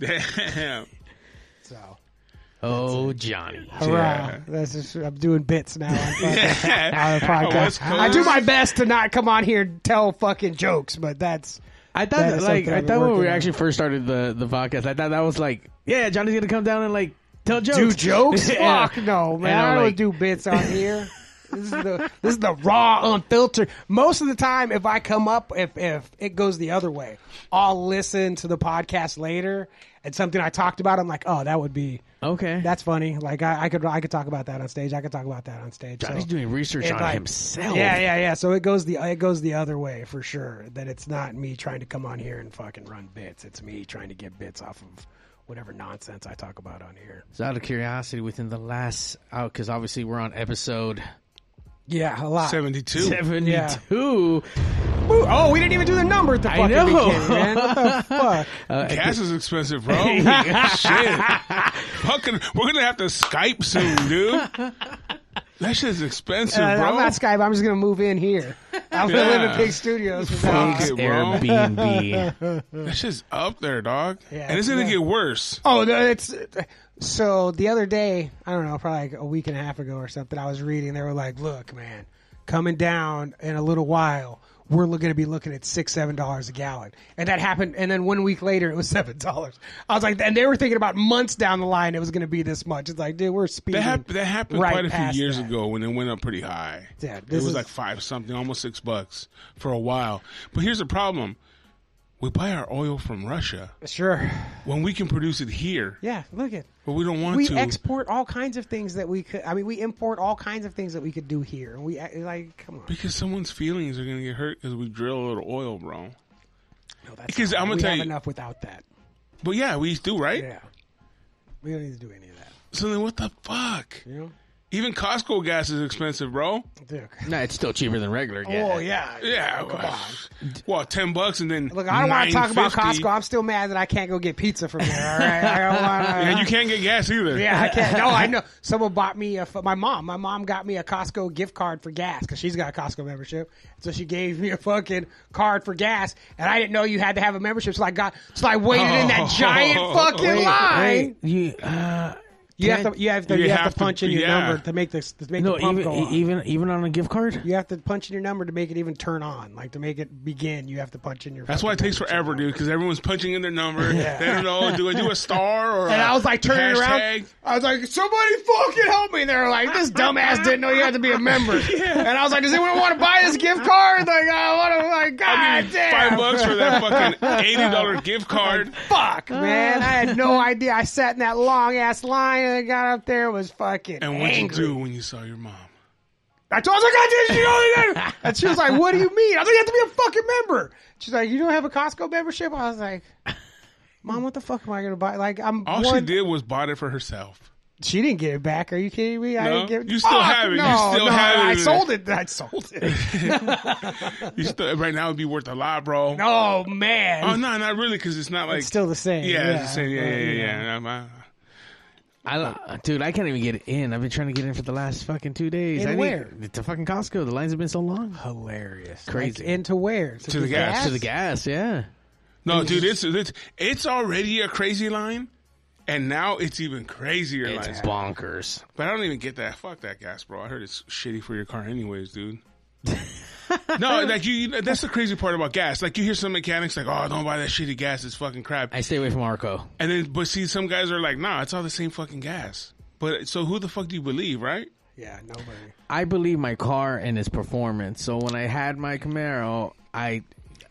[SPEAKER 2] Damn.
[SPEAKER 3] so
[SPEAKER 4] [LAUGHS] oh Johnny.
[SPEAKER 3] hurrah! That's just, I'm doing bits
[SPEAKER 2] [LAUGHS]
[SPEAKER 3] now on, fucking, on the
[SPEAKER 2] West
[SPEAKER 3] podcast.
[SPEAKER 2] Coast.
[SPEAKER 3] I do my best to not come on here and tell fucking jokes, but that's
[SPEAKER 4] I thought
[SPEAKER 3] That
[SPEAKER 4] that,
[SPEAKER 3] is
[SPEAKER 4] like
[SPEAKER 3] something
[SPEAKER 4] I
[SPEAKER 3] I've
[SPEAKER 4] thought
[SPEAKER 3] been
[SPEAKER 4] when we
[SPEAKER 3] working on.
[SPEAKER 4] actually first started the the podcast, I thought that was like, yeah, Johnny's gonna come down and like tell jokes. [LAUGHS]
[SPEAKER 3] do jokes.
[SPEAKER 4] Yeah.
[SPEAKER 3] Fuck no, man!
[SPEAKER 4] And
[SPEAKER 3] I
[SPEAKER 4] I'm
[SPEAKER 3] don't
[SPEAKER 4] like-
[SPEAKER 3] do bits
[SPEAKER 4] [LAUGHS]
[SPEAKER 3] on here. This is, the, this is the raw, unfiltered. Most of the time, if I come up, if if it goes the other way, I'll listen to the podcast later and something I talked about. I'm like, oh, that would be
[SPEAKER 4] Okay.
[SPEAKER 3] that's funny. Like I, I could I could talk about that on stage. I could talk about that on stage.
[SPEAKER 4] Johnny's
[SPEAKER 3] So,
[SPEAKER 4] doing research
[SPEAKER 3] it,
[SPEAKER 4] on
[SPEAKER 3] like-
[SPEAKER 4] himself.
[SPEAKER 3] Yeah, yeah, yeah. So it goes the it goes the other way for sure. That it's not me trying to come on here and fucking run bits. It's me trying to get bits off of whatever nonsense I talk about on here.
[SPEAKER 4] So out of curiosity, within the last out because obviously we're on episode
[SPEAKER 3] Yeah, a lot.
[SPEAKER 2] Seventy-two.
[SPEAKER 4] seventy two.
[SPEAKER 3] Oh, we didn't even do the number at the fucking
[SPEAKER 4] know.
[SPEAKER 3] beginning, man. What [LAUGHS] the fuck?
[SPEAKER 2] Gas is expensive, bro. Shit. Fucking, we're gonna have to Skype soon, dude. That shit's expensive,
[SPEAKER 3] Uh,
[SPEAKER 2] bro.
[SPEAKER 3] I'm not Skype. I'm just gonna move in [LAUGHS] here. I'm gonna
[SPEAKER 2] Yeah.
[SPEAKER 3] live in Pig Studios. Uh, from now on.
[SPEAKER 2] Fuck it, bro.
[SPEAKER 4] [LAUGHS] Airbnb.
[SPEAKER 2] That shit's up there, dog.
[SPEAKER 3] Yeah,
[SPEAKER 2] and it's gonna
[SPEAKER 3] yeah.
[SPEAKER 2] get worse.
[SPEAKER 3] Oh, no, it's so. The other day, I don't know, probably like a week and a half ago or something. I was reading. They were like, "Look, man, coming down in a little while, we're going to be looking at six, seven dollars a gallon. And that happened. And then one week later, it was [LAUGHS] seven dollars. I was like, and they were thinking about months down the line it was going to be this much. It's like, dude, we're speeding.
[SPEAKER 2] That, hap- that happened
[SPEAKER 3] Oh, right
[SPEAKER 2] quite a
[SPEAKER 3] past
[SPEAKER 2] few years
[SPEAKER 3] that.
[SPEAKER 2] ago when it went up pretty high.
[SPEAKER 3] Yeah,
[SPEAKER 2] it
[SPEAKER 3] this
[SPEAKER 2] was
[SPEAKER 3] is-
[SPEAKER 2] like five something, almost six bucks for a while. But here's the problem: we buy our oil from Russia
[SPEAKER 3] Sure.
[SPEAKER 2] when we can produce it here,
[SPEAKER 3] Yeah. Look at.
[SPEAKER 2] but we don't want
[SPEAKER 3] we
[SPEAKER 2] to.
[SPEAKER 3] export all kinds of things that we could. I mean, we import all kinds of things that we could do here. And we act- like, come on.
[SPEAKER 2] because someone's feelings are gonna get hurt because we drill a little oil, bro.
[SPEAKER 3] No, that's
[SPEAKER 2] Because
[SPEAKER 3] not-
[SPEAKER 2] I'm gonna
[SPEAKER 3] we
[SPEAKER 2] tell
[SPEAKER 3] have
[SPEAKER 2] you-
[SPEAKER 3] enough without that.
[SPEAKER 2] But yeah, we do right.
[SPEAKER 3] Yeah. We don't need to do any of that.
[SPEAKER 2] So then, what the fuck?
[SPEAKER 3] You know.
[SPEAKER 2] Even Costco gas is expensive, bro.
[SPEAKER 3] Dude.
[SPEAKER 4] No, it's still cheaper than regular gas.
[SPEAKER 3] Oh yeah.
[SPEAKER 2] Yeah,
[SPEAKER 3] Come
[SPEAKER 2] well,
[SPEAKER 3] on.
[SPEAKER 2] Well, ten bucks and then
[SPEAKER 3] Look, I don't want to talk about
[SPEAKER 2] $9.50.
[SPEAKER 3] Costco. I'm still mad that I can't go get pizza from there. All right, I don't
[SPEAKER 2] [LAUGHS]
[SPEAKER 3] wanna,
[SPEAKER 2] And you can't get gas either.
[SPEAKER 3] [LAUGHS] Yeah, I can't. No, I know. Someone bought me a. fu- My mom. My mom got me a Costco gift card for gas because she's got a Costco membership. So she gave me a fucking card for gas, and I didn't know you had to have a membership. So I got. So I waited in that giant
[SPEAKER 2] Oh.
[SPEAKER 3] fucking
[SPEAKER 2] Wait,
[SPEAKER 3] line.
[SPEAKER 4] Wait, you, uh,
[SPEAKER 3] You
[SPEAKER 4] can
[SPEAKER 3] have
[SPEAKER 4] I-
[SPEAKER 3] to. You have to. You,
[SPEAKER 2] You
[SPEAKER 3] have,
[SPEAKER 2] have
[SPEAKER 3] to
[SPEAKER 2] to-
[SPEAKER 3] punch in your
[SPEAKER 2] yeah.
[SPEAKER 3] number to make this. To make
[SPEAKER 4] no,
[SPEAKER 3] the pump go
[SPEAKER 4] even e-,
[SPEAKER 3] on.
[SPEAKER 4] even even on a gift card.
[SPEAKER 3] e, you have to punch in your number to make it even turn on, like to make it begin. You have to punch in your.
[SPEAKER 2] That's why it
[SPEAKER 3] fucking
[SPEAKER 2] takes
[SPEAKER 3] membership
[SPEAKER 2] forever,
[SPEAKER 3] number.
[SPEAKER 2] dude, because everyone's punching in their number. They don't know, do I do a star or
[SPEAKER 3] And
[SPEAKER 2] a
[SPEAKER 3] I was like turning
[SPEAKER 2] hashtag?
[SPEAKER 3] around. I was like, somebody fucking help me. And they were like, this dumbass didn't know you had to be a member. [LAUGHS] And I was like, does anyone want to buy this gift card? Like, "Oh, I want to, like, God
[SPEAKER 2] I mean,
[SPEAKER 3] damn.
[SPEAKER 2] five bucks for that
[SPEAKER 3] [LAUGHS]
[SPEAKER 2] fucking eighty dollar gift card.
[SPEAKER 3] Fuck, man. I had no idea. I sat in that long ass line and I got up there. It was fucking.
[SPEAKER 2] And what'd you
[SPEAKER 3] angry.
[SPEAKER 2] do when you saw your mom?
[SPEAKER 3] I told her, I got this shit
[SPEAKER 2] [LAUGHS]
[SPEAKER 3] over there. And she was like, what do you mean? I was like, you have to be a fucking member. She's like, you don't have a Costco membership? I was like, Mom, what the fuck am I gonna buy? Like, I'm
[SPEAKER 2] All
[SPEAKER 3] one,
[SPEAKER 2] she did was bought it for herself.
[SPEAKER 3] She didn't get it back. Are you kidding me? I
[SPEAKER 2] No?
[SPEAKER 3] didn't get
[SPEAKER 2] You still
[SPEAKER 3] Fuck,
[SPEAKER 2] have it. You
[SPEAKER 3] No,
[SPEAKER 2] still
[SPEAKER 3] no,
[SPEAKER 2] have
[SPEAKER 3] I
[SPEAKER 2] it.
[SPEAKER 3] sold it. I sold it.
[SPEAKER 2] [LAUGHS] You still, right now, it'd be worth a lot, bro.
[SPEAKER 3] Oh man.
[SPEAKER 2] Oh no, not really, because it's not like
[SPEAKER 3] It's still the same.
[SPEAKER 2] yeah, it's the same. Yeah, yeah, yeah. yeah. Um, I-
[SPEAKER 4] I, uh, dude, I can't even get in. I've been trying to get in for the last fucking two days.
[SPEAKER 3] In
[SPEAKER 4] I
[SPEAKER 3] where?
[SPEAKER 4] Need, to fucking Costco. The lines have been so long.
[SPEAKER 3] Hilarious.
[SPEAKER 4] Crazy.
[SPEAKER 3] Like, into where?
[SPEAKER 2] To the gas.
[SPEAKER 4] To the gas, yeah.
[SPEAKER 2] No, dude, it's, it's it's already a crazy line, and now it's even crazier
[SPEAKER 4] It's
[SPEAKER 2] lines.
[SPEAKER 4] bonkers.
[SPEAKER 2] But I don't even get that. Fuck that gas, bro. I heard it's shitty for your car, anyways, dude. no, like you, you. That's the crazy part about gas. Like you hear some mechanics like, "Oh, don't buy that shitty gas. It's fucking crap."
[SPEAKER 4] I stay away from Arco.
[SPEAKER 2] And then, but see, some guys are like, "Nah, it's all the same fucking gas." But so, who the fuck do you believe, right?
[SPEAKER 3] Yeah, nobody.
[SPEAKER 4] I believe my car and its performance. So when I had my Camaro, I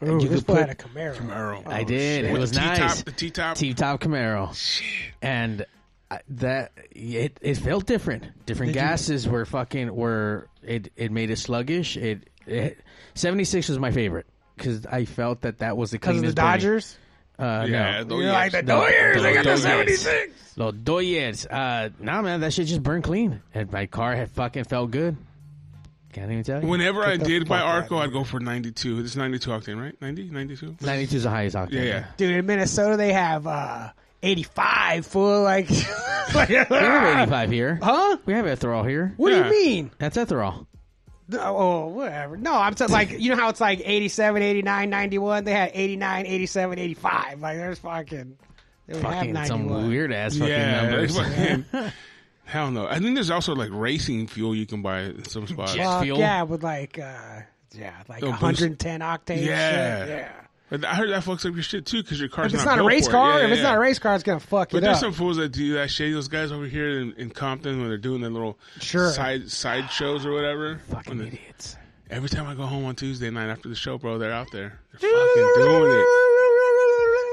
[SPEAKER 3] Ooh,
[SPEAKER 4] you
[SPEAKER 3] this Oh,
[SPEAKER 4] could
[SPEAKER 3] boy had
[SPEAKER 4] put
[SPEAKER 3] a Camaro.
[SPEAKER 2] Earl.
[SPEAKER 4] I did. It
[SPEAKER 2] With
[SPEAKER 4] was
[SPEAKER 2] the T-top,
[SPEAKER 4] nice.
[SPEAKER 2] the T-top.
[SPEAKER 4] T-top Camaro. And I- that it it felt different. Different gases were fucking were it it made it sluggish. It, it 76 was my favorite cuz I felt that that was the
[SPEAKER 3] Because of
[SPEAKER 4] cleanest
[SPEAKER 3] the
[SPEAKER 4] burning.
[SPEAKER 3] Dodgers.
[SPEAKER 4] Uh,
[SPEAKER 2] Yeah,
[SPEAKER 4] no.
[SPEAKER 2] those-
[SPEAKER 3] You're like the
[SPEAKER 4] No,
[SPEAKER 3] Doyers. I got the
[SPEAKER 4] Doyers.
[SPEAKER 3] seventy six.
[SPEAKER 4] Los Doyers. Uh, nah, man, that shit just burned clean. And my car had fucking felt good. Can't even tell you.
[SPEAKER 2] Whenever I
[SPEAKER 3] the
[SPEAKER 2] did buy
[SPEAKER 3] fuck out of
[SPEAKER 2] Arco, I'd go for 92. This 92 octane, right? 90, 92?
[SPEAKER 4] 92 is the highest octane.
[SPEAKER 2] Yeah, yeah.
[SPEAKER 3] Dude, in Minnesota they have uh eighty five full like, [LAUGHS] like
[SPEAKER 4] We have
[SPEAKER 3] [LAUGHS] Huh?
[SPEAKER 4] 85 here. We have Etherol here.
[SPEAKER 3] What
[SPEAKER 2] Yeah.
[SPEAKER 3] do you mean?
[SPEAKER 4] That's Etherol.
[SPEAKER 3] No, Oh, whatever. No, I'm saying like, you know how it's like 87, 89, 91? They had 89, 87, 85. Like, there's fucking. They would have
[SPEAKER 4] Fucking
[SPEAKER 3] 91.
[SPEAKER 4] some weird ass fucking
[SPEAKER 2] yeah, [LAUGHS]
[SPEAKER 4] numbers.
[SPEAKER 2] it's fucking- Hell no. I think there's also like racing fuel you can buy in some spots.
[SPEAKER 4] Yeah.
[SPEAKER 3] Fuck
[SPEAKER 4] fuel.
[SPEAKER 3] yeah, with like, uh, yeah, like
[SPEAKER 2] They'll boost-
[SPEAKER 3] 110 octane.
[SPEAKER 2] Yeah.
[SPEAKER 3] Shit. Yeah.
[SPEAKER 2] But I heard that fucks up your shit too because your car's
[SPEAKER 3] If it's
[SPEAKER 2] not,
[SPEAKER 3] not, a
[SPEAKER 2] built
[SPEAKER 3] race
[SPEAKER 2] for it.
[SPEAKER 3] car,
[SPEAKER 2] Yeah,
[SPEAKER 3] if it's
[SPEAKER 2] yeah.
[SPEAKER 3] not a race car, it's going to fuck
[SPEAKER 2] But
[SPEAKER 3] it
[SPEAKER 2] there's
[SPEAKER 3] up.
[SPEAKER 2] some fools that do that shit. Those guys over here in, in Compton when they're doing their little
[SPEAKER 3] Sure.
[SPEAKER 2] side side shows or whatever.
[SPEAKER 4] fucking
[SPEAKER 2] When they-
[SPEAKER 4] idiots.
[SPEAKER 2] Every time I go home on Tuesday night after the show, bro, they're out there. They're
[SPEAKER 3] [LAUGHS]
[SPEAKER 2] fucking doing it.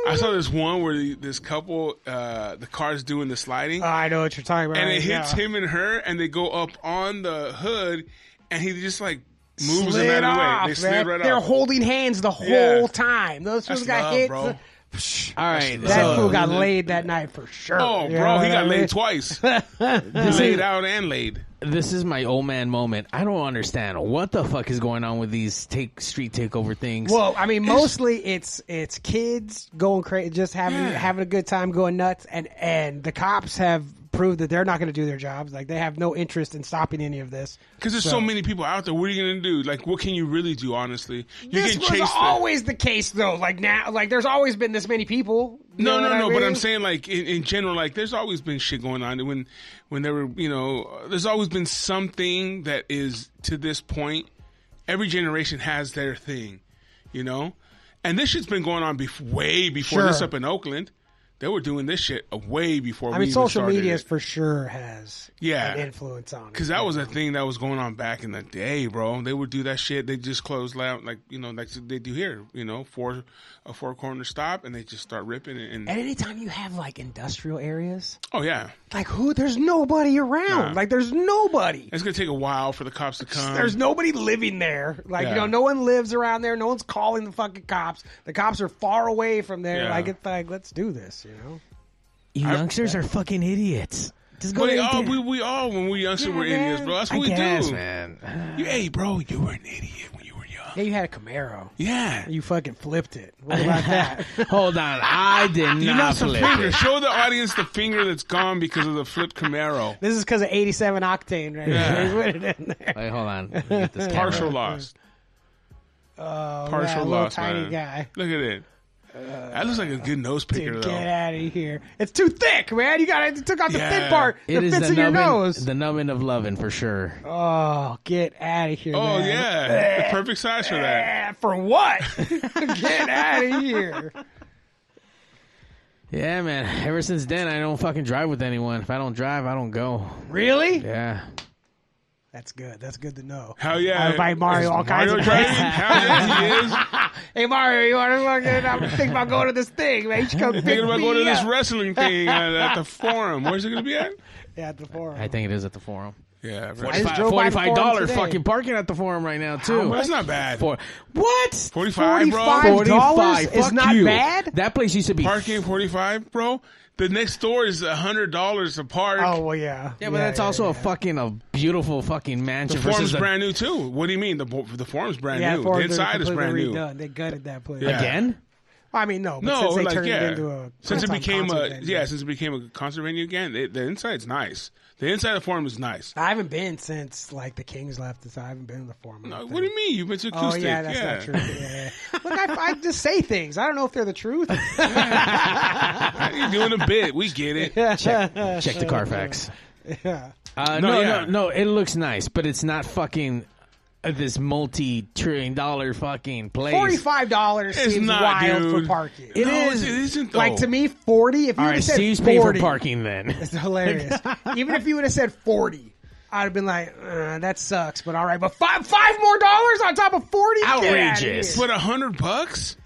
[SPEAKER 2] I saw this one where the, this couple, uh, the car's doing the sliding.
[SPEAKER 3] Oh, I know what you're talking about.
[SPEAKER 2] and
[SPEAKER 3] right
[SPEAKER 2] it hits
[SPEAKER 3] now.
[SPEAKER 2] him and her, and they go up on the hood, and he just like moves them
[SPEAKER 3] Slid
[SPEAKER 2] out of the
[SPEAKER 3] off,
[SPEAKER 2] way. They slid
[SPEAKER 3] man.
[SPEAKER 2] right
[SPEAKER 3] They're
[SPEAKER 2] off.
[SPEAKER 3] holding hands the whole
[SPEAKER 2] Yeah.
[SPEAKER 3] time. Those fools
[SPEAKER 2] That's
[SPEAKER 3] got
[SPEAKER 2] love,
[SPEAKER 3] hit.
[SPEAKER 2] bro.
[SPEAKER 4] All right.
[SPEAKER 3] That
[SPEAKER 4] so,
[SPEAKER 3] fool got laid that night for sure.
[SPEAKER 2] oh,
[SPEAKER 3] You
[SPEAKER 2] bro,
[SPEAKER 3] know
[SPEAKER 2] he
[SPEAKER 3] what
[SPEAKER 2] got
[SPEAKER 3] I mean? [LAUGHS]
[SPEAKER 2] laid twice.
[SPEAKER 4] this,
[SPEAKER 2] laid
[SPEAKER 4] is,
[SPEAKER 2] out and laid.
[SPEAKER 4] this is my old man moment. I don't understand what the fuck is going on with these take street takeover things.
[SPEAKER 3] Well, I mean, mostly it's it's kids going crazy, just having
[SPEAKER 2] Yeah.
[SPEAKER 3] having a good time, going nuts, and and the cops have proved that they're not going to do their jobs. Like they have no interest in stopping any of this.
[SPEAKER 2] Because there's so, many people out there. What are you gonna do? Like, what can you really do? Honestly, you
[SPEAKER 3] this
[SPEAKER 2] can
[SPEAKER 3] was
[SPEAKER 2] chase them.
[SPEAKER 3] always the case, though. Like now, like there's always been this many people. You
[SPEAKER 2] No,
[SPEAKER 3] know
[SPEAKER 2] no,
[SPEAKER 3] what I
[SPEAKER 2] no. But
[SPEAKER 3] mean?
[SPEAKER 2] I'm saying, like in, in general, like there's always been shit going on. When, when there were, you know, there's always been something that is to this point every generation has their thing, you know. And this shit's been going on bef- way before
[SPEAKER 3] Sure.
[SPEAKER 2] this up in Oakland. They were doing this shit uh, way before.
[SPEAKER 3] I
[SPEAKER 2] we
[SPEAKER 3] mean,
[SPEAKER 2] even
[SPEAKER 3] social
[SPEAKER 2] started
[SPEAKER 3] media
[SPEAKER 2] it.
[SPEAKER 3] for sure has
[SPEAKER 2] Yeah.
[SPEAKER 3] an influence on it.
[SPEAKER 2] Because that was a thing that was going on back in the day, bro. They would do that shit. They just close loud, like you know, like they do here. You know, four a four corner stop, and they just start ripping it. And
[SPEAKER 3] And anytime you have like industrial areas,
[SPEAKER 2] oh yeah,
[SPEAKER 3] like who? There's nobody around.
[SPEAKER 2] Nah.
[SPEAKER 3] Like there's nobody.
[SPEAKER 2] it's gonna take a while for the cops to come.
[SPEAKER 3] There's nobody living there. Like
[SPEAKER 2] um, Yeah.
[SPEAKER 3] you know, no one lives around there. No one's calling the fucking cops. The cops are far away from there.
[SPEAKER 2] Yeah.
[SPEAKER 3] Like it's like let's do this. You know.
[SPEAKER 4] You youngsters are fucking idiots. Just go
[SPEAKER 2] we
[SPEAKER 4] to
[SPEAKER 3] oh,
[SPEAKER 2] all
[SPEAKER 4] India.
[SPEAKER 2] we, we all when we youngsters
[SPEAKER 3] Yeah,
[SPEAKER 2] were
[SPEAKER 3] man.
[SPEAKER 2] idiots, bro. That's
[SPEAKER 4] I
[SPEAKER 2] what we
[SPEAKER 4] guess,
[SPEAKER 2] do.
[SPEAKER 4] man.
[SPEAKER 3] [LAUGHS]
[SPEAKER 4] [LAUGHS]
[SPEAKER 2] You, hey, bro, you were an idiot when you were young.
[SPEAKER 3] Yeah, you had a Camaro.
[SPEAKER 2] Yeah.
[SPEAKER 3] You fucking flipped it. What about [LAUGHS] that?
[SPEAKER 4] Hold on,
[SPEAKER 3] [LAUGHS]
[SPEAKER 4] I did not,
[SPEAKER 2] You lost a
[SPEAKER 4] flip
[SPEAKER 2] finger.
[SPEAKER 4] it.
[SPEAKER 2] Show the audience the finger that's gone because of the
[SPEAKER 3] [LAUGHS]
[SPEAKER 2] flipped Camaro.
[SPEAKER 3] This is because of 87 octane, right?
[SPEAKER 2] Yeah.
[SPEAKER 3] They put it in
[SPEAKER 2] [LAUGHS]
[SPEAKER 3] there.
[SPEAKER 4] Wait, hold on. Let me
[SPEAKER 3] [LAUGHS]
[SPEAKER 4] get this
[SPEAKER 2] Partial
[SPEAKER 4] camera.
[SPEAKER 2] loss.
[SPEAKER 3] Oh,
[SPEAKER 2] Partial
[SPEAKER 3] yeah, little
[SPEAKER 2] loss,
[SPEAKER 3] tiny
[SPEAKER 2] man.
[SPEAKER 3] guy.
[SPEAKER 2] Look at it. that looks like a good nose picker,
[SPEAKER 3] Dude,
[SPEAKER 2] though.
[SPEAKER 3] get out of here! It's too thick, man. You got to took out the
[SPEAKER 2] Yeah.
[SPEAKER 3] thin part
[SPEAKER 4] It
[SPEAKER 3] that
[SPEAKER 4] is
[SPEAKER 3] fits
[SPEAKER 4] the
[SPEAKER 3] in your
[SPEAKER 4] numbing,
[SPEAKER 3] nose.
[SPEAKER 4] the numbing of loving for sure.
[SPEAKER 3] oh, get out of here!
[SPEAKER 2] Oh
[SPEAKER 3] man.
[SPEAKER 2] yeah, the perfect size for that.
[SPEAKER 3] Eh, For
[SPEAKER 2] [LAUGHS]
[SPEAKER 3] what? get out of here!
[SPEAKER 4] Yeah, man. Ever since then, I don't fucking drive with anyone. If I don't drive, I don't go.
[SPEAKER 3] Really?
[SPEAKER 4] Yeah.
[SPEAKER 3] That's good. That's good to know.
[SPEAKER 2] Hell yeah!
[SPEAKER 3] I invite Mario
[SPEAKER 2] Is
[SPEAKER 3] all kinds
[SPEAKER 2] Mario
[SPEAKER 3] of
[SPEAKER 2] driving?
[SPEAKER 3] places.
[SPEAKER 2] Hell yeah, he is.
[SPEAKER 3] Hey Mario, you want to fucking? I'm thinking about going to this thing, man. You should come pick
[SPEAKER 2] Thinking about
[SPEAKER 3] me
[SPEAKER 2] going
[SPEAKER 3] [LAUGHS]
[SPEAKER 2] to this
[SPEAKER 3] up.
[SPEAKER 2] wrestling thing at, at the forum. Where's it gonna be at?
[SPEAKER 3] yeah, at the forum.
[SPEAKER 4] I think it is at the forum.
[SPEAKER 2] Yeah,
[SPEAKER 3] I just
[SPEAKER 2] right.
[SPEAKER 3] drove by the
[SPEAKER 4] Forty-five
[SPEAKER 3] forum
[SPEAKER 4] dollar
[SPEAKER 3] today.
[SPEAKER 4] fucking parking at the forum right now too.
[SPEAKER 2] that's not bad.
[SPEAKER 4] For what?
[SPEAKER 2] Forty-five, bro.
[SPEAKER 3] $45? $45
[SPEAKER 4] Fuck
[SPEAKER 3] is not
[SPEAKER 4] you.
[SPEAKER 3] bad?
[SPEAKER 4] That place used to be.
[SPEAKER 2] Parking forty-five, bro. The next door is hundred dollars to park.
[SPEAKER 3] Oh well, yeah.
[SPEAKER 4] Yeah, but that's
[SPEAKER 3] yeah,
[SPEAKER 4] also
[SPEAKER 3] yeah.
[SPEAKER 4] a fucking a beautiful fucking
[SPEAKER 2] the
[SPEAKER 4] mansion versus
[SPEAKER 2] forum's
[SPEAKER 4] the-
[SPEAKER 2] brand new too. What do you mean? The bo- the forum's brand
[SPEAKER 3] yeah,
[SPEAKER 2] new. The
[SPEAKER 3] forums are
[SPEAKER 2] inside is
[SPEAKER 3] completely
[SPEAKER 2] brand new.
[SPEAKER 3] redone. They gutted that place.
[SPEAKER 2] Yeah.
[SPEAKER 4] again.
[SPEAKER 3] I mean, no, but
[SPEAKER 2] No,
[SPEAKER 3] since they
[SPEAKER 2] like
[SPEAKER 3] turned
[SPEAKER 2] yeah,
[SPEAKER 3] it into a
[SPEAKER 2] since it
[SPEAKER 3] full-time
[SPEAKER 2] became
[SPEAKER 3] concert
[SPEAKER 2] a
[SPEAKER 3] venue.
[SPEAKER 2] yeah, since it became a concert venue again, it, the inside's nice. The inside of the forum is nice.
[SPEAKER 3] I haven't been since like the Kings left. so I haven't been in the forum. I
[SPEAKER 2] Uh,
[SPEAKER 3] don't
[SPEAKER 2] What do
[SPEAKER 3] think.
[SPEAKER 2] you mean? You've been to
[SPEAKER 3] Oh
[SPEAKER 2] acoustic.
[SPEAKER 3] yeah, that's not true.
[SPEAKER 2] [LAUGHS]
[SPEAKER 3] Yeah, yeah. Look, I, I just say things. I don't know if they're the truth.
[SPEAKER 2] You're doing a bit. We
[SPEAKER 3] [LAUGHS]
[SPEAKER 2] get it.
[SPEAKER 4] Check, check the Carfax.
[SPEAKER 3] yeah.
[SPEAKER 4] Uh,
[SPEAKER 2] No,
[SPEAKER 4] no,
[SPEAKER 2] yeah.
[SPEAKER 4] no, no. It looks nice, but it's not fucking uh, this multi-trillion dollar fucking place.
[SPEAKER 3] Forty-five dollars
[SPEAKER 2] It's
[SPEAKER 3] seems
[SPEAKER 2] not,
[SPEAKER 3] wild
[SPEAKER 2] dude.
[SPEAKER 3] for parking.
[SPEAKER 4] It
[SPEAKER 2] no,
[SPEAKER 4] is.
[SPEAKER 2] It isn't though.
[SPEAKER 3] like to me, forty. If you
[SPEAKER 4] Oh. All
[SPEAKER 3] would
[SPEAKER 4] right,
[SPEAKER 3] have said
[SPEAKER 4] Steve's
[SPEAKER 3] forty,
[SPEAKER 4] paying for parking then.
[SPEAKER 3] it's
[SPEAKER 4] [LAUGHS]
[SPEAKER 3] hilarious. Even if you would have said forty, I'd have been like, uh, that sucks. But all right, but five five more dollars on top of forty, Get outta
[SPEAKER 4] Outrageous.
[SPEAKER 3] here.
[SPEAKER 2] But a hundred bucks?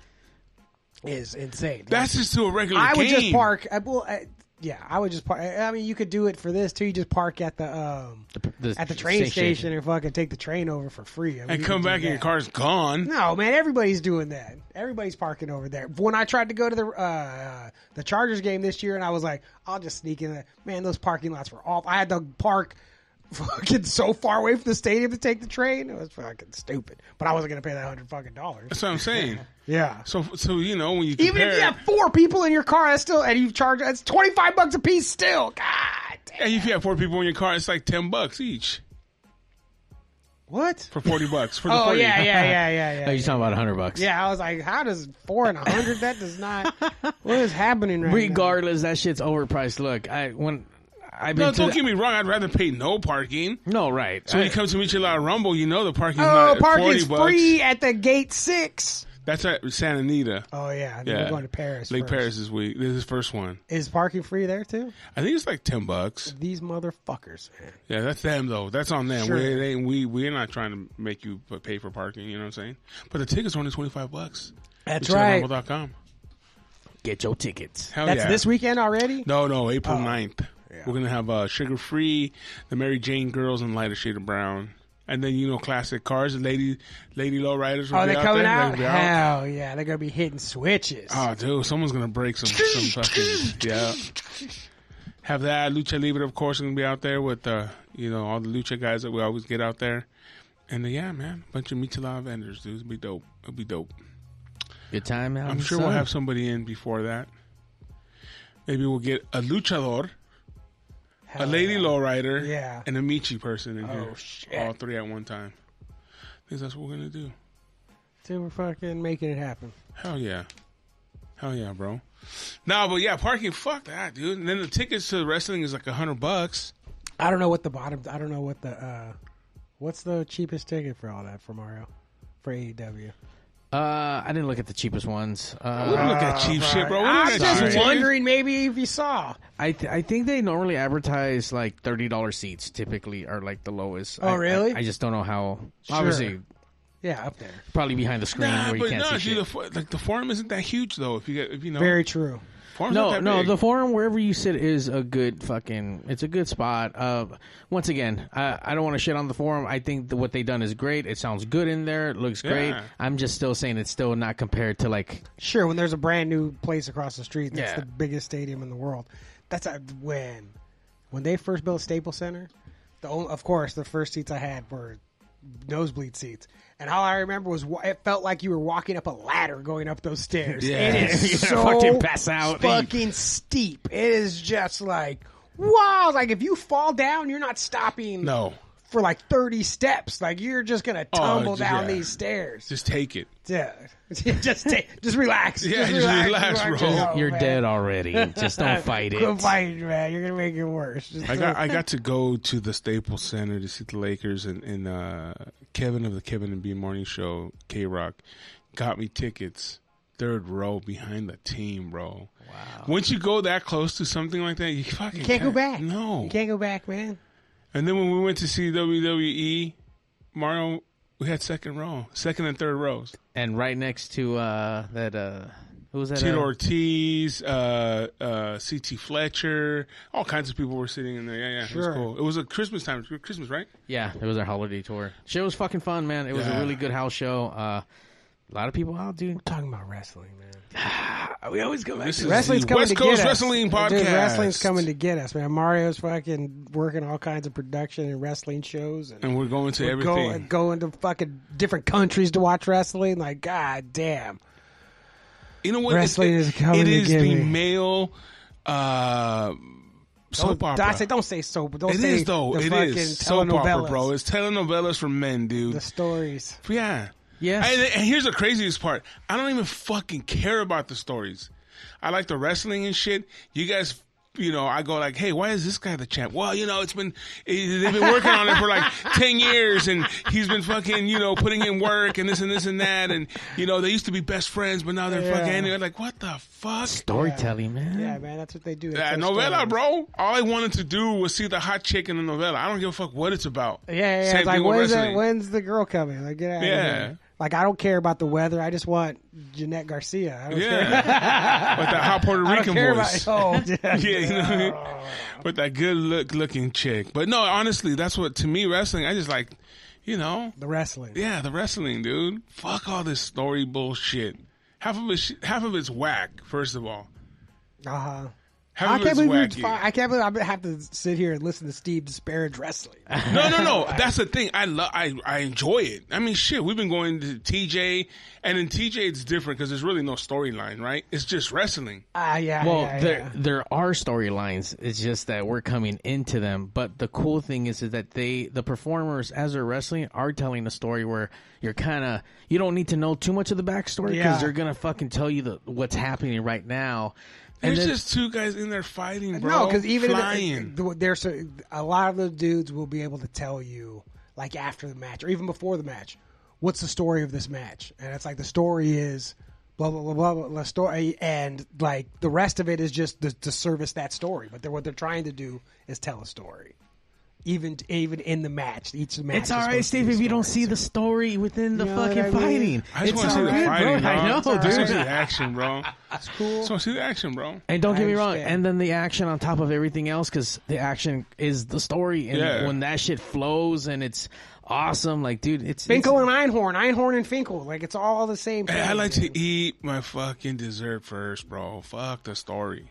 [SPEAKER 3] is insane.
[SPEAKER 2] That's just to a regular.
[SPEAKER 3] I would just
[SPEAKER 2] game.
[SPEAKER 3] park. I, well, I, yeah, I would just park. I I mean, you could do it for this too. You just park at the um
[SPEAKER 4] [LAUGHS]
[SPEAKER 3] at the train station, and fucking take the train over for free. I mean,
[SPEAKER 2] and
[SPEAKER 3] you
[SPEAKER 2] come
[SPEAKER 3] could do
[SPEAKER 2] back and your
[SPEAKER 3] that.
[SPEAKER 2] car's gone.
[SPEAKER 3] No, man, everybody's doing that. Everybody's parking over there. When I tried to go to the uh, the Chargers game this year, and I was like, I'll just sneak in. there. Man, those parking lots were off. I had to park [LAUGHS] fucking so far away from the stadium to take the train. It was fucking stupid. But I wasn't gonna pay that hundred fucking dollars.
[SPEAKER 2] That's what I'm saying.
[SPEAKER 3] Yeah.
[SPEAKER 2] So, so you know when you compare,
[SPEAKER 3] Even if you have four people in your car, that's still and you charge that's twenty five bucks a piece still. God damn.
[SPEAKER 2] and if you have four people in your car, it's like ten bucks each
[SPEAKER 3] What?
[SPEAKER 2] for forty bucks for
[SPEAKER 3] [LAUGHS]
[SPEAKER 2] the
[SPEAKER 3] Oh
[SPEAKER 2] 40. [LAUGHS]
[SPEAKER 3] yeah, yeah, yeah, yeah,
[SPEAKER 4] Oh,
[SPEAKER 3] yeah.
[SPEAKER 4] you're talking about hundred bucks.
[SPEAKER 3] Yeah, I was like, how does four and a hundred? That does not. What is happening right
[SPEAKER 4] Regardless, that shit's overpriced. Look, I when I've been
[SPEAKER 2] No,
[SPEAKER 4] to
[SPEAKER 2] don't
[SPEAKER 4] the-
[SPEAKER 2] get me wrong. I'd rather pay no parking.
[SPEAKER 4] no right.
[SPEAKER 2] So when you come to Michelada Rumble, you know the parking's
[SPEAKER 3] now? Oh,
[SPEAKER 2] not forty
[SPEAKER 3] parking's
[SPEAKER 2] bucks.
[SPEAKER 3] free at the gate six.
[SPEAKER 2] That's at Santa Anita.
[SPEAKER 3] Oh yeah, yeah.
[SPEAKER 2] yeah,
[SPEAKER 3] we're going to Paris.
[SPEAKER 2] Lake
[SPEAKER 3] first.
[SPEAKER 2] Paris this week. This is his first one.
[SPEAKER 3] Is parking free there too?
[SPEAKER 2] I think it's like ten bucks.
[SPEAKER 3] These motherfuckers, man.
[SPEAKER 2] Yeah, that's them though. That's on them.
[SPEAKER 3] Sure.
[SPEAKER 2] We, it ain't- we we're not trying to make you p- pay for parking. You know what I'm saying? But the tickets are only twenty five bucks.
[SPEAKER 3] That's
[SPEAKER 2] Rumble.com.
[SPEAKER 4] Get your tickets.
[SPEAKER 2] Hell
[SPEAKER 3] That's
[SPEAKER 2] yeah.
[SPEAKER 3] this weekend already.
[SPEAKER 2] No, no, April
[SPEAKER 3] Oh.
[SPEAKER 2] 9th. We're gonna have uh, Sugar Free, the Mary Jane Girls, and Lighter Shade of Brown, and then you know classic cars, the lady, lady lowriders. will
[SPEAKER 3] Oh,
[SPEAKER 2] be
[SPEAKER 3] they're coming
[SPEAKER 2] there.
[SPEAKER 3] out.
[SPEAKER 2] They'll be out.
[SPEAKER 3] Hell yeah, they're gonna be hitting switches.
[SPEAKER 2] Oh, dude, someone's gonna break some, some fucking yeah. Have that Lucha Libre, of course, gonna be out there with uh, you know all the Lucha guys that we always get out there, and uh, yeah, man, bunch of Michelada vendors, dude, it'll be dope. It'll be dope.
[SPEAKER 4] Good time out. in
[SPEAKER 2] I'm
[SPEAKER 4] the
[SPEAKER 2] sure we'll
[SPEAKER 4] sun.
[SPEAKER 2] have somebody in before that. Maybe we'll get a luchador, a
[SPEAKER 3] Hell
[SPEAKER 2] lady
[SPEAKER 3] yeah.
[SPEAKER 2] lowrider,
[SPEAKER 3] Yeah. Oh,
[SPEAKER 2] and a Michi person in here.
[SPEAKER 3] shit.
[SPEAKER 2] All three at one time. I think that's what we're gonna do.
[SPEAKER 3] Dude, we're fucking making it happen.
[SPEAKER 2] Hell yeah. Hell yeah, bro. No, but yeah, parking, fuck that, dude. And then the tickets to wrestling is like a hundred bucks.
[SPEAKER 3] I don't know what the bottom. I don't know what the uh, What's the cheapest ticket for all that for Mario? For E AEW.
[SPEAKER 4] Uh, I didn't look at the cheapest ones.
[SPEAKER 2] We don't
[SPEAKER 4] Uh,
[SPEAKER 2] look at cheap shit, bro. We don't
[SPEAKER 3] I'm
[SPEAKER 2] look at
[SPEAKER 3] just
[SPEAKER 2] cheap tickets.
[SPEAKER 3] wondering maybe if you saw.
[SPEAKER 4] I th- I think they normally advertise like thirty dollars seats. Typically, are like the lowest.
[SPEAKER 3] Oh,
[SPEAKER 4] I- I-
[SPEAKER 3] really?
[SPEAKER 4] I, just don't know how. Obviously,
[SPEAKER 3] Yeah, up there.
[SPEAKER 4] probably behind the screen
[SPEAKER 2] Nah,
[SPEAKER 4] where you
[SPEAKER 2] but
[SPEAKER 4] can't
[SPEAKER 2] no,
[SPEAKER 4] see
[SPEAKER 2] see, the
[SPEAKER 4] shit.
[SPEAKER 2] fo- like the forum isn't that huge though. If you get, if you know,
[SPEAKER 3] Very true.
[SPEAKER 2] forum's not
[SPEAKER 4] No,
[SPEAKER 2] that
[SPEAKER 4] no,
[SPEAKER 2] big.
[SPEAKER 4] the forum wherever you sit is a good fucking. It's a good spot. Uh, once again, I, I don't want to shit on the forum. I think that what they done is great. It sounds good in there. It looks great.
[SPEAKER 2] Yeah.
[SPEAKER 4] I'm just still saying it's still not compared to like
[SPEAKER 3] Sure, when there's a brand new place across the street that's
[SPEAKER 4] Yeah.
[SPEAKER 3] the biggest stadium in the world. That's uh, when when they first built Staples Center. The only, of course the first seats I had were nosebleed seats, and all I remember was wa- it felt like you were walking up a ladder going up those stairs. It
[SPEAKER 4] [LAUGHS]
[SPEAKER 3] is
[SPEAKER 4] You're
[SPEAKER 3] so
[SPEAKER 4] gonna fucking pass out.
[SPEAKER 3] fucking steep. It is just like wow. Like if you fall down, you're not stopping.
[SPEAKER 2] no,
[SPEAKER 3] For like thirty steps, like you're just gonna
[SPEAKER 2] Oh,
[SPEAKER 3] tumble
[SPEAKER 2] just-
[SPEAKER 3] down
[SPEAKER 2] yeah.
[SPEAKER 3] these stairs.
[SPEAKER 2] just take it.
[SPEAKER 3] Yeah, [LAUGHS] just take, just relax.
[SPEAKER 2] Yeah, just relax,
[SPEAKER 3] Relax,
[SPEAKER 2] bro.
[SPEAKER 3] Go,
[SPEAKER 4] you're
[SPEAKER 3] man.
[SPEAKER 4] dead already.
[SPEAKER 3] [LAUGHS]
[SPEAKER 4] Just don't fight it.
[SPEAKER 3] Go fight, man. You're gonna make it worse. Just
[SPEAKER 2] I got I got to go to the Staples Center to see the Lakers and, and uh, Kevin of the Kevin and Bean Morning Show, K Rock, got me tickets. Third row behind the team, bro. Wow. Once you go that close to something like that, you fucking
[SPEAKER 3] you can't go back.
[SPEAKER 2] No.
[SPEAKER 3] you can't go back, man.
[SPEAKER 2] And then when we went to see WWE, Mario, we had second row, second and third rows.
[SPEAKER 4] and right next to uh that uh who was that?
[SPEAKER 2] Tito
[SPEAKER 4] uh,
[SPEAKER 2] Ortiz, uh, uh, CT Fletcher, all kinds of people were sitting in there. Yeah, yeah, it
[SPEAKER 3] Sure.
[SPEAKER 2] was cool. It was a Christmas time, Christmas, right?
[SPEAKER 4] Yeah, it was our holiday tour. Shit was fucking fun, man. It was
[SPEAKER 2] Yeah.
[SPEAKER 4] a really good house show. Uh, a lot of people out, dude.
[SPEAKER 3] Talking about wrestling, man.
[SPEAKER 4] We always go back.
[SPEAKER 2] This is
[SPEAKER 3] Wrestling's
[SPEAKER 2] the
[SPEAKER 3] coming
[SPEAKER 2] West
[SPEAKER 3] to
[SPEAKER 2] Coast
[SPEAKER 3] get
[SPEAKER 2] Wrestling
[SPEAKER 3] us.
[SPEAKER 2] Podcast.
[SPEAKER 3] Dude, wrestling's coming to get us, man. Mario's fucking working all kinds of production and wrestling shows, and,
[SPEAKER 2] and we're going to
[SPEAKER 3] go-
[SPEAKER 2] everything.
[SPEAKER 3] going to fucking different countries to watch wrestling. Like, god damn.
[SPEAKER 2] you know what?
[SPEAKER 3] Wrestling
[SPEAKER 2] It's
[SPEAKER 3] is coming
[SPEAKER 2] It
[SPEAKER 3] to
[SPEAKER 2] is
[SPEAKER 3] get
[SPEAKER 2] the
[SPEAKER 3] me.
[SPEAKER 2] male uh, soap
[SPEAKER 3] Don't,
[SPEAKER 2] opera.
[SPEAKER 3] I say, don't say soap. Don't
[SPEAKER 2] It
[SPEAKER 3] say
[SPEAKER 2] is though.
[SPEAKER 3] The
[SPEAKER 2] It
[SPEAKER 3] fucking
[SPEAKER 2] is soap opera,
[SPEAKER 3] telenovelas,
[SPEAKER 2] bro. It's telenovelas for men, dude.
[SPEAKER 3] The stories.
[SPEAKER 2] yeah.
[SPEAKER 4] Yes.
[SPEAKER 2] And, and here's the craziest part. I don't even fucking care about the stories. I like the wrestling and shit. You guys, you know, I go like, hey, why is this guy the champ? Well, you know, it's been, it, they've been working on it
[SPEAKER 3] [LAUGHS]
[SPEAKER 2] for like 10 years and he's been fucking, you know, putting in work and this and this and that. And, you know, they used to be best friends, but now they're
[SPEAKER 3] Yeah.
[SPEAKER 2] fucking, anyway. like, what the fuck?
[SPEAKER 4] Storytelling, man.
[SPEAKER 3] Yeah, man, that's what they do. They
[SPEAKER 2] That
[SPEAKER 3] tell
[SPEAKER 2] novella,
[SPEAKER 3] stories.
[SPEAKER 2] bro. All I wanted to do was see the hot chick in the novella. I don't give a fuck what it's about.
[SPEAKER 3] Yeah, yeah, yeah.
[SPEAKER 2] Same
[SPEAKER 3] It's like
[SPEAKER 2] thing with
[SPEAKER 3] when's the,
[SPEAKER 2] wrestling.
[SPEAKER 3] when's the girl coming? Like get out
[SPEAKER 2] Yeah.
[SPEAKER 3] of here. Like I don't care about the weather. I just want Jeanette Garcia. I don't care.
[SPEAKER 2] Yeah. With that hot Puerto
[SPEAKER 3] [LAUGHS] I don't
[SPEAKER 2] Rican
[SPEAKER 3] care
[SPEAKER 2] voice.
[SPEAKER 3] about
[SPEAKER 2] [LAUGHS]
[SPEAKER 3] oh, yeah.
[SPEAKER 2] yeah, you know what I mean? With that good look looking chick. But no, honestly, that's what to me wrestling. I just like, you know,
[SPEAKER 3] the wrestling.
[SPEAKER 2] yeah, the wrestling, dude. Fuck all this story bullshit. Half of it's half of it's whack. First of all,
[SPEAKER 3] Uh huh.
[SPEAKER 2] half
[SPEAKER 3] I
[SPEAKER 2] of
[SPEAKER 3] can't
[SPEAKER 2] it's
[SPEAKER 3] believe
[SPEAKER 2] wacky.
[SPEAKER 3] we. I can't believe I have to sit here and listen to Steve disparage wrestling.
[SPEAKER 2] No, no, no. That's the thing. I love. I I enjoy it. I mean, shit. We've been going to TJ, and in TJ it's different because there's really no storyline, right? It's just wrestling.
[SPEAKER 3] Ah, yeah.
[SPEAKER 4] Well,
[SPEAKER 3] yeah,
[SPEAKER 4] there
[SPEAKER 3] yeah.
[SPEAKER 4] there are storylines. It's just that we're coming into them. But the cool thing is, is that they the performers as they're wrestling are telling a story where you're kind of you don't need to know too much of the backstory because
[SPEAKER 3] Yeah.
[SPEAKER 4] they're gonna fucking tell you the, what's happening right now. And
[SPEAKER 2] There's
[SPEAKER 4] then-
[SPEAKER 2] just two guys in there fighting, bro.
[SPEAKER 3] no, because even
[SPEAKER 2] flying.
[SPEAKER 3] if it- there's a, a lot of the dudes will be able to tell you like after the match or even before the match, what's the story of this match? And it's like the story is blah blah blah blah blah, blah story, and like the rest of it is just to, to service that story. But they're, what they're trying to do is tell a story, even even in the match. Each match.
[SPEAKER 4] It's
[SPEAKER 3] is
[SPEAKER 4] all right,
[SPEAKER 3] supposed to be
[SPEAKER 4] Steve,
[SPEAKER 3] a
[SPEAKER 4] if you don't
[SPEAKER 3] story. [LAUGHS]
[SPEAKER 4] see the story within the
[SPEAKER 3] You know what
[SPEAKER 4] fucking
[SPEAKER 3] I mean?
[SPEAKER 4] fighting.
[SPEAKER 2] I just
[SPEAKER 4] It's
[SPEAKER 2] want to see
[SPEAKER 4] all
[SPEAKER 2] the
[SPEAKER 4] right,
[SPEAKER 2] fighting,
[SPEAKER 4] bro. I know,
[SPEAKER 2] It's all right. I just
[SPEAKER 4] dude.
[SPEAKER 2] want to see the action, bro. It's cool. I just want to see the action, bro.
[SPEAKER 4] And don't
[SPEAKER 3] I
[SPEAKER 4] get me wrong.
[SPEAKER 3] understand.
[SPEAKER 4] And then the action on top of everything else, because the action is the story. And
[SPEAKER 2] Yeah.
[SPEAKER 4] when that shit flows and it's awesome, like, dude, it's
[SPEAKER 3] Finkel and Einhorn, Einhorn and Finkel, like it's all the same.
[SPEAKER 2] Hey, I
[SPEAKER 3] thing,
[SPEAKER 2] like
[SPEAKER 3] dude.
[SPEAKER 2] to eat my fucking dessert first, bro. Fuck the story.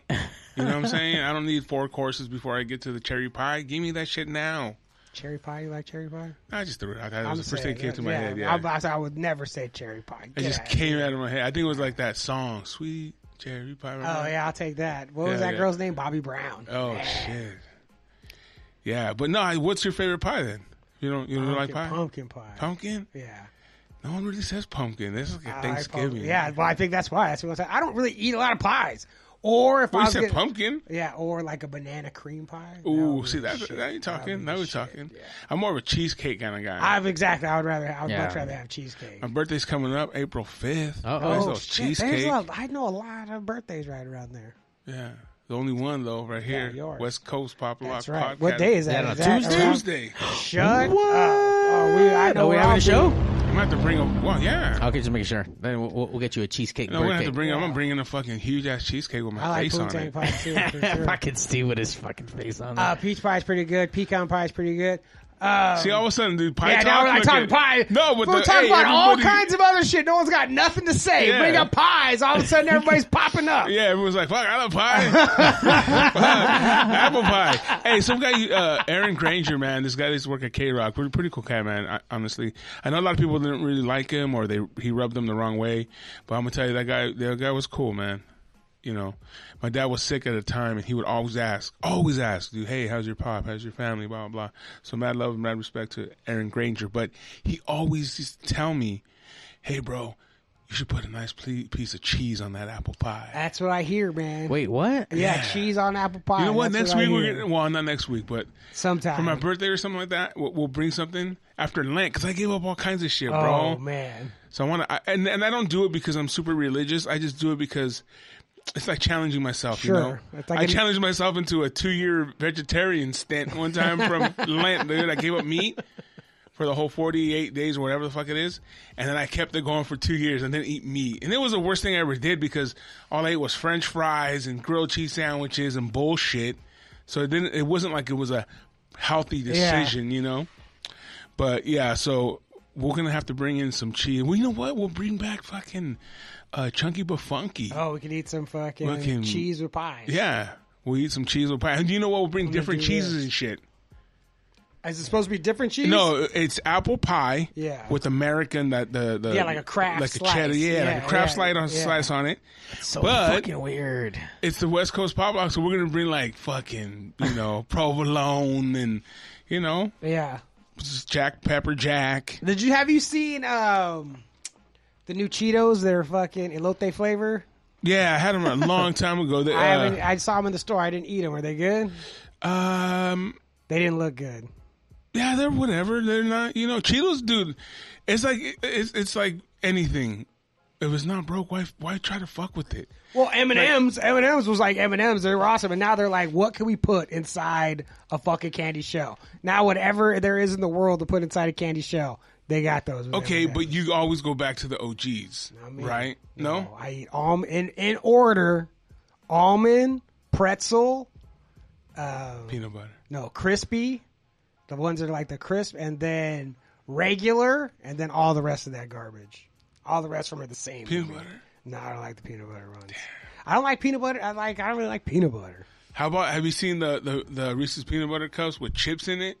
[SPEAKER 2] You know what I'm saying? I don't need four courses before I get to the cherry pie. Give me that shit now.
[SPEAKER 3] cherry pie. You like cherry pie?
[SPEAKER 2] I just threw it out. That was the first
[SPEAKER 3] saying,
[SPEAKER 2] thing that came to my
[SPEAKER 3] yeah,
[SPEAKER 2] head. Yeah.
[SPEAKER 3] I, I would never say cherry pie.
[SPEAKER 2] It
[SPEAKER 3] Get
[SPEAKER 2] just
[SPEAKER 3] out of here.
[SPEAKER 2] came out of my head. I think it was like that song, "Sweet Cherry Pie."
[SPEAKER 3] Oh yeah, I'll take that. What was
[SPEAKER 2] Yeah,
[SPEAKER 3] that
[SPEAKER 2] yeah.
[SPEAKER 3] girl's name? Bobby Brown.
[SPEAKER 2] Oh shit. Yeah, but no. I- What's your favorite pie then? You don't. You don't like
[SPEAKER 3] Pumpkin-
[SPEAKER 2] pie?
[SPEAKER 3] Pumpkin pie.
[SPEAKER 2] Pumpkin?
[SPEAKER 3] yeah.
[SPEAKER 2] No one really says pumpkin. This is like
[SPEAKER 3] I like
[SPEAKER 2] Thanksgiving.
[SPEAKER 3] pumpkin. yeah, well, I think that's why. That's what I'm saying. I don't really eat a lot of pies. Or if I
[SPEAKER 2] Well, you
[SPEAKER 3] was
[SPEAKER 2] said
[SPEAKER 3] getting-
[SPEAKER 2] pumpkin.
[SPEAKER 3] yeah, or like a banana cream pie. That
[SPEAKER 2] Ooh,
[SPEAKER 3] would be
[SPEAKER 2] see that?
[SPEAKER 3] shit.
[SPEAKER 2] Now you're talking.
[SPEAKER 3] That
[SPEAKER 2] Now
[SPEAKER 3] would
[SPEAKER 2] we're
[SPEAKER 3] be shit.
[SPEAKER 2] talking. I'm more of a cheesecake kind of guy.
[SPEAKER 3] I've exactly. I would rather. I would
[SPEAKER 4] Yeah.
[SPEAKER 3] much rather have cheesecake.
[SPEAKER 2] My birthday's coming up April 5th.
[SPEAKER 4] Uh-oh.
[SPEAKER 2] There's
[SPEAKER 4] Oh,
[SPEAKER 2] no
[SPEAKER 3] Shit, there's
[SPEAKER 2] cheesecake.
[SPEAKER 3] a- I know a lot of birthdays right around there.
[SPEAKER 2] Yeah. The only one, though, right here.
[SPEAKER 3] yours.
[SPEAKER 2] West Coast Pop Rock
[SPEAKER 3] That's right.
[SPEAKER 2] Podcast.
[SPEAKER 3] What day is
[SPEAKER 4] Yeah,
[SPEAKER 3] that?
[SPEAKER 4] no,
[SPEAKER 3] Is that
[SPEAKER 2] Tuesday?
[SPEAKER 3] around-
[SPEAKER 2] Tuesday. [GASPS]
[SPEAKER 3] Shut
[SPEAKER 4] What?
[SPEAKER 3] up. Oh, we, I know
[SPEAKER 4] Are we
[SPEAKER 3] where I'll
[SPEAKER 4] having a
[SPEAKER 3] be.
[SPEAKER 4] show?
[SPEAKER 2] I'm going to have to bring a. Well, yeah.
[SPEAKER 4] Okay, just making sure. Then we'll, we'll, we'll get you a cheesecake.
[SPEAKER 2] no, I'm going to have
[SPEAKER 4] birthday.
[SPEAKER 2] to
[SPEAKER 4] [LAUGHS]
[SPEAKER 2] bring I'm bringing a fucking huge ass cheesecake with my
[SPEAKER 3] I like
[SPEAKER 2] face on
[SPEAKER 3] Poontang
[SPEAKER 2] it.
[SPEAKER 3] pie too.
[SPEAKER 2] [LAUGHS]
[SPEAKER 3] For sure.
[SPEAKER 4] Fucking Steve with his fucking face on.
[SPEAKER 3] uh,
[SPEAKER 4] There.
[SPEAKER 3] peach pie is pretty good. Pecan pie is pretty good. Uh,
[SPEAKER 2] See, all of a sudden, dude, pie
[SPEAKER 3] yeah,
[SPEAKER 2] talk.
[SPEAKER 3] now we're like
[SPEAKER 2] look
[SPEAKER 3] talking
[SPEAKER 2] at-
[SPEAKER 3] pie.
[SPEAKER 2] No, but
[SPEAKER 3] we're
[SPEAKER 2] the,
[SPEAKER 3] talking
[SPEAKER 2] hey,
[SPEAKER 3] about all
[SPEAKER 2] everybody-
[SPEAKER 3] kinds of other shit. No one's got nothing to say.
[SPEAKER 2] Yeah.
[SPEAKER 3] Bring up pies. All of a
[SPEAKER 2] [LAUGHS]
[SPEAKER 3] sudden, everybody's popping up.
[SPEAKER 2] Yeah, everyone's like, "Fuck, I love pie, Fuck, apple pie." Hey, some guy, uh, Aaron Granger, man, this guy that used to work at K Rock, pretty, pretty cool guy, man. I, honestly, I know a lot of people didn't really like him, or they he rubbed them the wrong way. But I'm gonna tell you, that guy, that guy was cool, man. You know, my dad was sick at the time, and he would always ask, always ask, dude, hey, how's your pop? How's your family? Blah blah blah. So mad love and mad respect to Aaron Granger, but he always used to tell me, hey, bro. You should put a nice ple- piece of cheese on that apple pie.
[SPEAKER 3] That's what I hear, man.
[SPEAKER 4] Wait, what?
[SPEAKER 3] Yeah,
[SPEAKER 2] Yeah.
[SPEAKER 3] cheese on apple pie.
[SPEAKER 2] You know what?
[SPEAKER 3] That's
[SPEAKER 2] next
[SPEAKER 3] I
[SPEAKER 2] week we're
[SPEAKER 3] hear.
[SPEAKER 2] gonna, well, not next week, but
[SPEAKER 3] sometime
[SPEAKER 2] for my birthday or something like that, we'll, we'll bring something after Lent because I gave up all kinds of shit,
[SPEAKER 3] Oh
[SPEAKER 2] bro.
[SPEAKER 3] man,
[SPEAKER 2] So I want to, and and I don't do it because I'm super religious. I just do it because it's like challenging myself.
[SPEAKER 3] Sure.
[SPEAKER 2] You know,
[SPEAKER 3] It's like
[SPEAKER 2] I
[SPEAKER 3] an-
[SPEAKER 2] challenged myself into a two year vegetarian stint one time
[SPEAKER 3] [LAUGHS]
[SPEAKER 2] from Lent, dude. I gave up meat. For the whole forty-eight days or whatever the fuck it is, and then I kept it going for two years and didn't eat meat, and it was the worst thing I ever did because all I ate was French fries and grilled cheese sandwiches and bullshit. So it didn't. It wasn't like it was a healthy decision, you know. But yeah, so we're gonna have to bring in some cheese. Well, you know what? We'll bring back fucking uh, chunky but funky.
[SPEAKER 3] oh, we could eat some fucking
[SPEAKER 2] Fucking-
[SPEAKER 3] cheese with pie.
[SPEAKER 2] Yeah, we'll eat some cheese with pie. And you know what? We'll bring different
[SPEAKER 3] do
[SPEAKER 2] cheeses
[SPEAKER 3] that.
[SPEAKER 2] and shit.
[SPEAKER 3] Is it supposed to be different cheese?
[SPEAKER 2] No, it's apple pie.
[SPEAKER 3] Yeah.
[SPEAKER 2] with American that the, the
[SPEAKER 3] Yeah, like a Kraft
[SPEAKER 2] like a
[SPEAKER 3] slice.
[SPEAKER 2] cheddar, yeah, like
[SPEAKER 3] Yeah,
[SPEAKER 2] a craft
[SPEAKER 3] yeah,
[SPEAKER 2] slice on
[SPEAKER 3] yeah.
[SPEAKER 2] slice on it.
[SPEAKER 4] So
[SPEAKER 2] But-
[SPEAKER 4] fucking weird.
[SPEAKER 2] It's the West Coast pop rock, so we're gonna bring like fucking you know [LAUGHS] provolone and you know
[SPEAKER 3] Yeah.
[SPEAKER 2] Jack Pepper Jack.
[SPEAKER 3] Did you have you seen um the new Cheetos? They're fucking elote flavor.
[SPEAKER 2] Yeah, I had them a
[SPEAKER 3] [LAUGHS]
[SPEAKER 2] long time ago. They,
[SPEAKER 3] I
[SPEAKER 2] uh,
[SPEAKER 3] haven't. I saw them in the store. I didn't eat them. Are they good?
[SPEAKER 2] um,
[SPEAKER 3] They didn't look good.
[SPEAKER 2] Yeah, they're whatever. They're not, you know, Cheetos, dude. It's like it's it's like anything. If it's not broke, why why try to fuck with it?
[SPEAKER 3] Well, M and M's, M and M's was like M and M's. They were awesome, and now they're like, what can we put inside a fucking candy shell? Now, whatever there is in the world to put inside a candy shell, they got those. with
[SPEAKER 2] Okay,
[SPEAKER 3] M&Ms.
[SPEAKER 2] but you always go back to the OGs,
[SPEAKER 3] I mean,
[SPEAKER 2] right? No,
[SPEAKER 3] I eat almond in, in order: almond, pretzel,
[SPEAKER 2] peanut butter.
[SPEAKER 3] no crispy, the ones that are like the crisp, and then regular, and then all the rest of that garbage. All the rest of them are the same.
[SPEAKER 2] Peanut butter.
[SPEAKER 3] No, I don't like the peanut butter ones. I don't like peanut butter. I like. I don't really like peanut butter.
[SPEAKER 2] How about have you seen the the, the Reese's peanut butter cups with chips in it?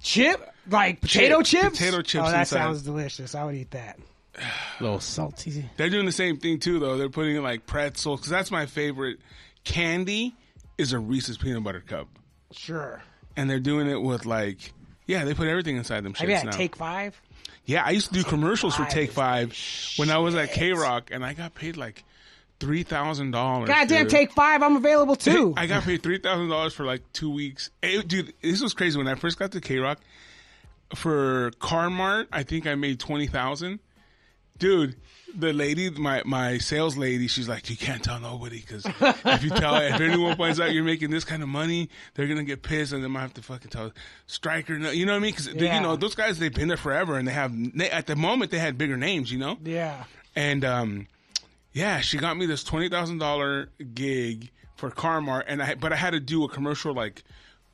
[SPEAKER 3] Chip like potato
[SPEAKER 2] Chip.
[SPEAKER 3] chips.
[SPEAKER 2] Potato chips
[SPEAKER 3] Oh, that
[SPEAKER 2] inside.
[SPEAKER 3] sounds delicious. I would eat that.
[SPEAKER 4] A little salty.
[SPEAKER 2] They're doing the same thing too, though. They're putting like pretzel because that's my favorite candy is a Reese's peanut butter cup,
[SPEAKER 3] Sure.
[SPEAKER 2] and they're doing it with like. Yeah, they put everything inside them shits
[SPEAKER 3] Maybe
[SPEAKER 2] now.
[SPEAKER 3] at Take Five.
[SPEAKER 2] Yeah, I used to do commercials for
[SPEAKER 3] Five
[SPEAKER 2] Take
[SPEAKER 3] is
[SPEAKER 2] Five when I was at K Rock, and I got paid like three thousand dollars.
[SPEAKER 3] Goddamn, Take Five. I'm available too.
[SPEAKER 2] I got paid three thousand dollars for like two weeks. Hey, dude, this was crazy. When I first got to K Rock for Carmart, I think I made twenty thousand. Dude, the lady, my my sales lady, she's like, you can't tell
[SPEAKER 3] [LAUGHS]
[SPEAKER 2] nobody because if you tell, if anyone finds out you're making this kind of money, they're gonna get pissed and they might have to fucking tell Striker. You know what I mean? Because
[SPEAKER 3] Yeah.
[SPEAKER 2] you know those guys, they've been there forever and they have they, at the moment they had bigger names. You know?
[SPEAKER 3] yeah.
[SPEAKER 2] And um, yeah, she got me this twenty thousand dollar gig for Carmart, and I but I had to do a commercial like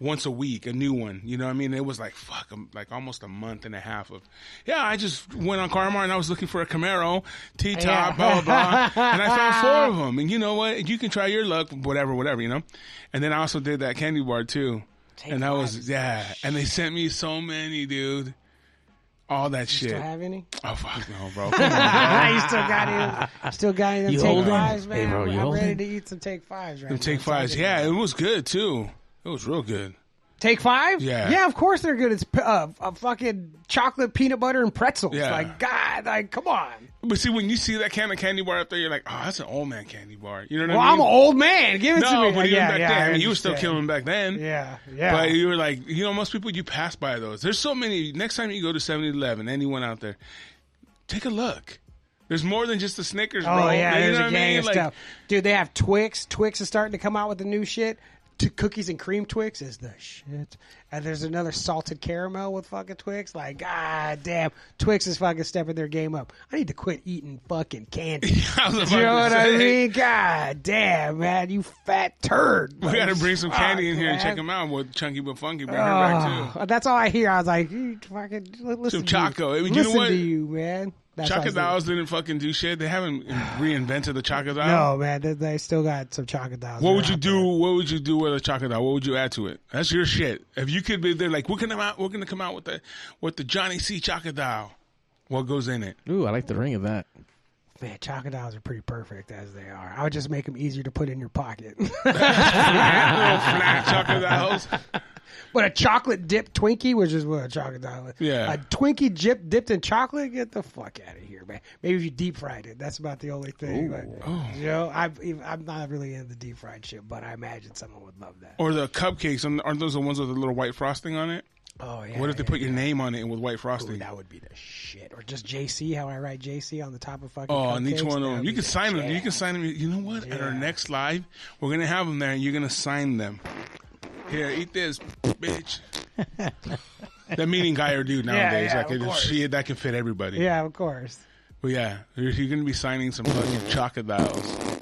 [SPEAKER 2] once a week, a new one. You know what I mean? It was like fuck, um, like almost a month and a half of. Yeah, I just went on Carmart and I was looking for a Camaro T top,
[SPEAKER 3] Yeah.
[SPEAKER 2] blah blah blah, and I
[SPEAKER 3] [LAUGHS]
[SPEAKER 2] found four of them. And you know what? You can try your luck, whatever, whatever, you know. And then I also did that candy bar too. and that was yeah, and they sent me so many, dude. All that shit.
[SPEAKER 3] Do I have any? Ah,
[SPEAKER 2] oh fuck no,
[SPEAKER 3] [LAUGHS]
[SPEAKER 2] bro. Come on.
[SPEAKER 3] you still got it. Still got it.
[SPEAKER 4] You
[SPEAKER 3] Take
[SPEAKER 4] holding?
[SPEAKER 3] fives, man.
[SPEAKER 4] Hey, bro,
[SPEAKER 3] I'm-
[SPEAKER 4] you
[SPEAKER 3] I'm, ready
[SPEAKER 4] holding?
[SPEAKER 3] to eat some take fives right now.
[SPEAKER 2] Take
[SPEAKER 3] So I
[SPEAKER 2] fives.
[SPEAKER 3] just-
[SPEAKER 2] Yeah, it was good too. It was real good.
[SPEAKER 3] Take Five?
[SPEAKER 2] Yeah.
[SPEAKER 3] Yeah, of course they're good. It's p- uh, a fucking chocolate, peanut butter, and pretzels.
[SPEAKER 2] Yeah.
[SPEAKER 3] Like, God, like, come on.
[SPEAKER 2] But see, when you see that can of candy bar out there, you're like, oh, that's an old man candy bar. You know what
[SPEAKER 3] Well,
[SPEAKER 2] I
[SPEAKER 3] I'm
[SPEAKER 2] mean?
[SPEAKER 3] an old man. Give it to me.
[SPEAKER 2] No, but
[SPEAKER 3] Like,
[SPEAKER 2] even
[SPEAKER 3] yeah,
[SPEAKER 2] back
[SPEAKER 3] yeah,
[SPEAKER 2] then,
[SPEAKER 3] I
[SPEAKER 2] I mean, you were still
[SPEAKER 3] understand.
[SPEAKER 2] killing back then.
[SPEAKER 3] Yeah, yeah.
[SPEAKER 2] But you were like, you know, most people you pass by those. There's so many. Next time you go to 7 Eleven, anyone out there, take a look. There's more than just the Snickers,
[SPEAKER 3] Oh
[SPEAKER 2] bro.
[SPEAKER 3] yeah,
[SPEAKER 2] you
[SPEAKER 3] there's
[SPEAKER 2] know
[SPEAKER 3] a
[SPEAKER 2] what
[SPEAKER 3] gang
[SPEAKER 2] I mean?
[SPEAKER 3] of
[SPEAKER 2] Like,
[SPEAKER 3] stuff, dude. They have Twix. Twix is starting to come out with the new shit. T- cookies and cream Twix is the shit. And there's another salted caramel with fucking Twix. Like, god damn, Twix is fucking stepping their game up. I need to quit eating fucking
[SPEAKER 2] [LAUGHS]
[SPEAKER 3] candy.
[SPEAKER 2] [LAUGHS] I was about
[SPEAKER 3] you know
[SPEAKER 2] to
[SPEAKER 3] what [LAUGHS] I
[SPEAKER 2] say.
[SPEAKER 3] mean? God damn, man, you fat turd.
[SPEAKER 2] [LAUGHS] We got to bring some candy in here and check
[SPEAKER 3] out.
[SPEAKER 2] them out. With Chunky but Funky, bring her back too.
[SPEAKER 3] Oh, that's all I hear. I was like, you fucking li- listen
[SPEAKER 2] Some
[SPEAKER 3] to you.
[SPEAKER 2] Choco. I mean, you know
[SPEAKER 3] listen
[SPEAKER 2] what?
[SPEAKER 3] to you, man. That's all I
[SPEAKER 2] Chaka
[SPEAKER 3] said.
[SPEAKER 2] Dolls didn't fucking do shit.
[SPEAKER 3] [SIGHS]
[SPEAKER 2] They haven't reinvented the Chaka Doll.
[SPEAKER 3] No, Oh, man, they, they still got some Choco Dolls.
[SPEAKER 2] Oh. What
[SPEAKER 3] that
[SPEAKER 2] would
[SPEAKER 3] are
[SPEAKER 2] you
[SPEAKER 3] out
[SPEAKER 2] do? What would you do with a chocolate dog? What would you add to it? That's your shit. If you could be there, like we're gonna out, we're gonna come out with the with the Johnny C chocolate dog. What goes in it?
[SPEAKER 4] Ooh, I like the ring of that.
[SPEAKER 3] there. Man, Choco Dolls are pretty perfect as they are. I would just make them easier to put in your pocket. [LAUGHS]
[SPEAKER 2] Little flat chocolate dolls.
[SPEAKER 3] but a chocolate dipped Twinkie, which is what a Choco Doll is.
[SPEAKER 2] Yeah.
[SPEAKER 3] A Twinkie dip, dipped in chocolate? Get the fuck out of here, man. Maybe if you deep fried it. That's about the only thing. But,
[SPEAKER 2] Oh.
[SPEAKER 3] You know, I've, I'm not really into deep fried shit, but I imagine someone would love that.
[SPEAKER 2] Or the cupcakes. Aren't aren't those the ones with the little white frosting on it?
[SPEAKER 3] Oh, yeah.
[SPEAKER 2] What if they
[SPEAKER 3] yeah,
[SPEAKER 2] put your name on it and with white frosting?
[SPEAKER 3] That would be the shit. Or just JC, how I write JC on the top of fucking.
[SPEAKER 2] Oh, on each
[SPEAKER 3] cupcakes,
[SPEAKER 2] one
[SPEAKER 3] that would
[SPEAKER 2] of them.
[SPEAKER 3] be
[SPEAKER 2] You can
[SPEAKER 3] the
[SPEAKER 2] sign them.
[SPEAKER 3] shit.
[SPEAKER 2] You can sign them. You know what? At our next live, we're gonna have them there, and you're gonna sign them. Here, eat this,
[SPEAKER 3] [LAUGHS]
[SPEAKER 2] bitch. that meaning guy or dude nowadays,
[SPEAKER 3] yeah,
[SPEAKER 2] like
[SPEAKER 3] of
[SPEAKER 2] it is
[SPEAKER 3] course.
[SPEAKER 2] shit that can fit everybody.
[SPEAKER 3] Yeah, of course.
[SPEAKER 2] But yeah, you're, you're gonna be signing some fucking chocodiles.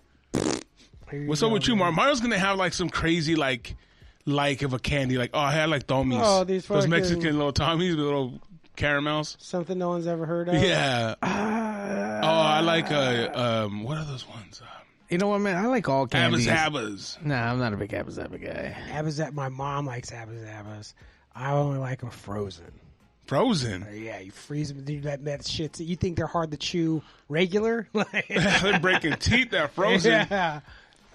[SPEAKER 3] Here you
[SPEAKER 2] What's
[SPEAKER 3] go,
[SPEAKER 2] up with you,
[SPEAKER 3] man.
[SPEAKER 2] Mario? Mario's gonna have like some crazy like like of a candy, like oh I had like Tommies,
[SPEAKER 3] Oh, these
[SPEAKER 2] those
[SPEAKER 3] fucking-
[SPEAKER 2] Mexican little Tommies, with little caramels.
[SPEAKER 3] Something no one's ever heard of.
[SPEAKER 2] Yeah. oh, I like uh um what are those ones? Um,
[SPEAKER 4] You know what, man? I like all
[SPEAKER 2] Abba's
[SPEAKER 4] candies.
[SPEAKER 2] Abba's.
[SPEAKER 4] Nah, I'm not a big Abba Zabba guy.
[SPEAKER 3] Abba's that my mom likes Abba's Abba's. I only like them frozen.
[SPEAKER 2] Frozen. [LAUGHS]
[SPEAKER 3] Yeah, you freeze them. You let that shit. You think they're hard to chew regular? [LAUGHS] Like,
[SPEAKER 2] They're breaking
[SPEAKER 3] [LAUGHS]
[SPEAKER 2] teeth. They're frozen.
[SPEAKER 3] yeah.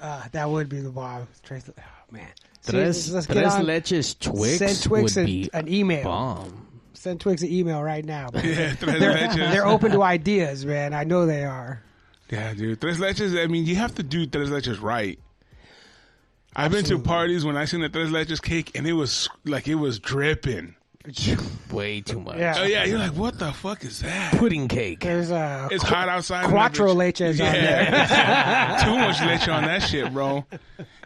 [SPEAKER 3] Uh, that would be the bomb. Trace- Oh, man. See,
[SPEAKER 4] Tres,
[SPEAKER 3] let's get
[SPEAKER 4] tres
[SPEAKER 3] on-
[SPEAKER 4] leches Twix,
[SPEAKER 3] Send Twix
[SPEAKER 4] would
[SPEAKER 3] an-
[SPEAKER 4] be
[SPEAKER 3] an email.
[SPEAKER 4] bomb.
[SPEAKER 3] Send Twix an email right now.
[SPEAKER 2] [LAUGHS] Yeah, tres
[SPEAKER 3] they're,
[SPEAKER 2] leches.
[SPEAKER 3] they're open to ideas, man. I know they are.
[SPEAKER 2] Yeah, dude. Tres leches. I mean, you have to do tres leches right. I've been to parties when I seen the tres leches cake and it was like it was dripping.
[SPEAKER 4] Way too much.
[SPEAKER 3] Yeah.
[SPEAKER 2] Oh yeah, you're like, what the fuck is that?
[SPEAKER 4] Pudding cake.
[SPEAKER 3] There's uh, a
[SPEAKER 2] It's hot outside. and
[SPEAKER 3] quattro
[SPEAKER 2] that bitch-
[SPEAKER 3] leches on
[SPEAKER 2] Yeah, [LAUGHS] too much leche on that shit, bro.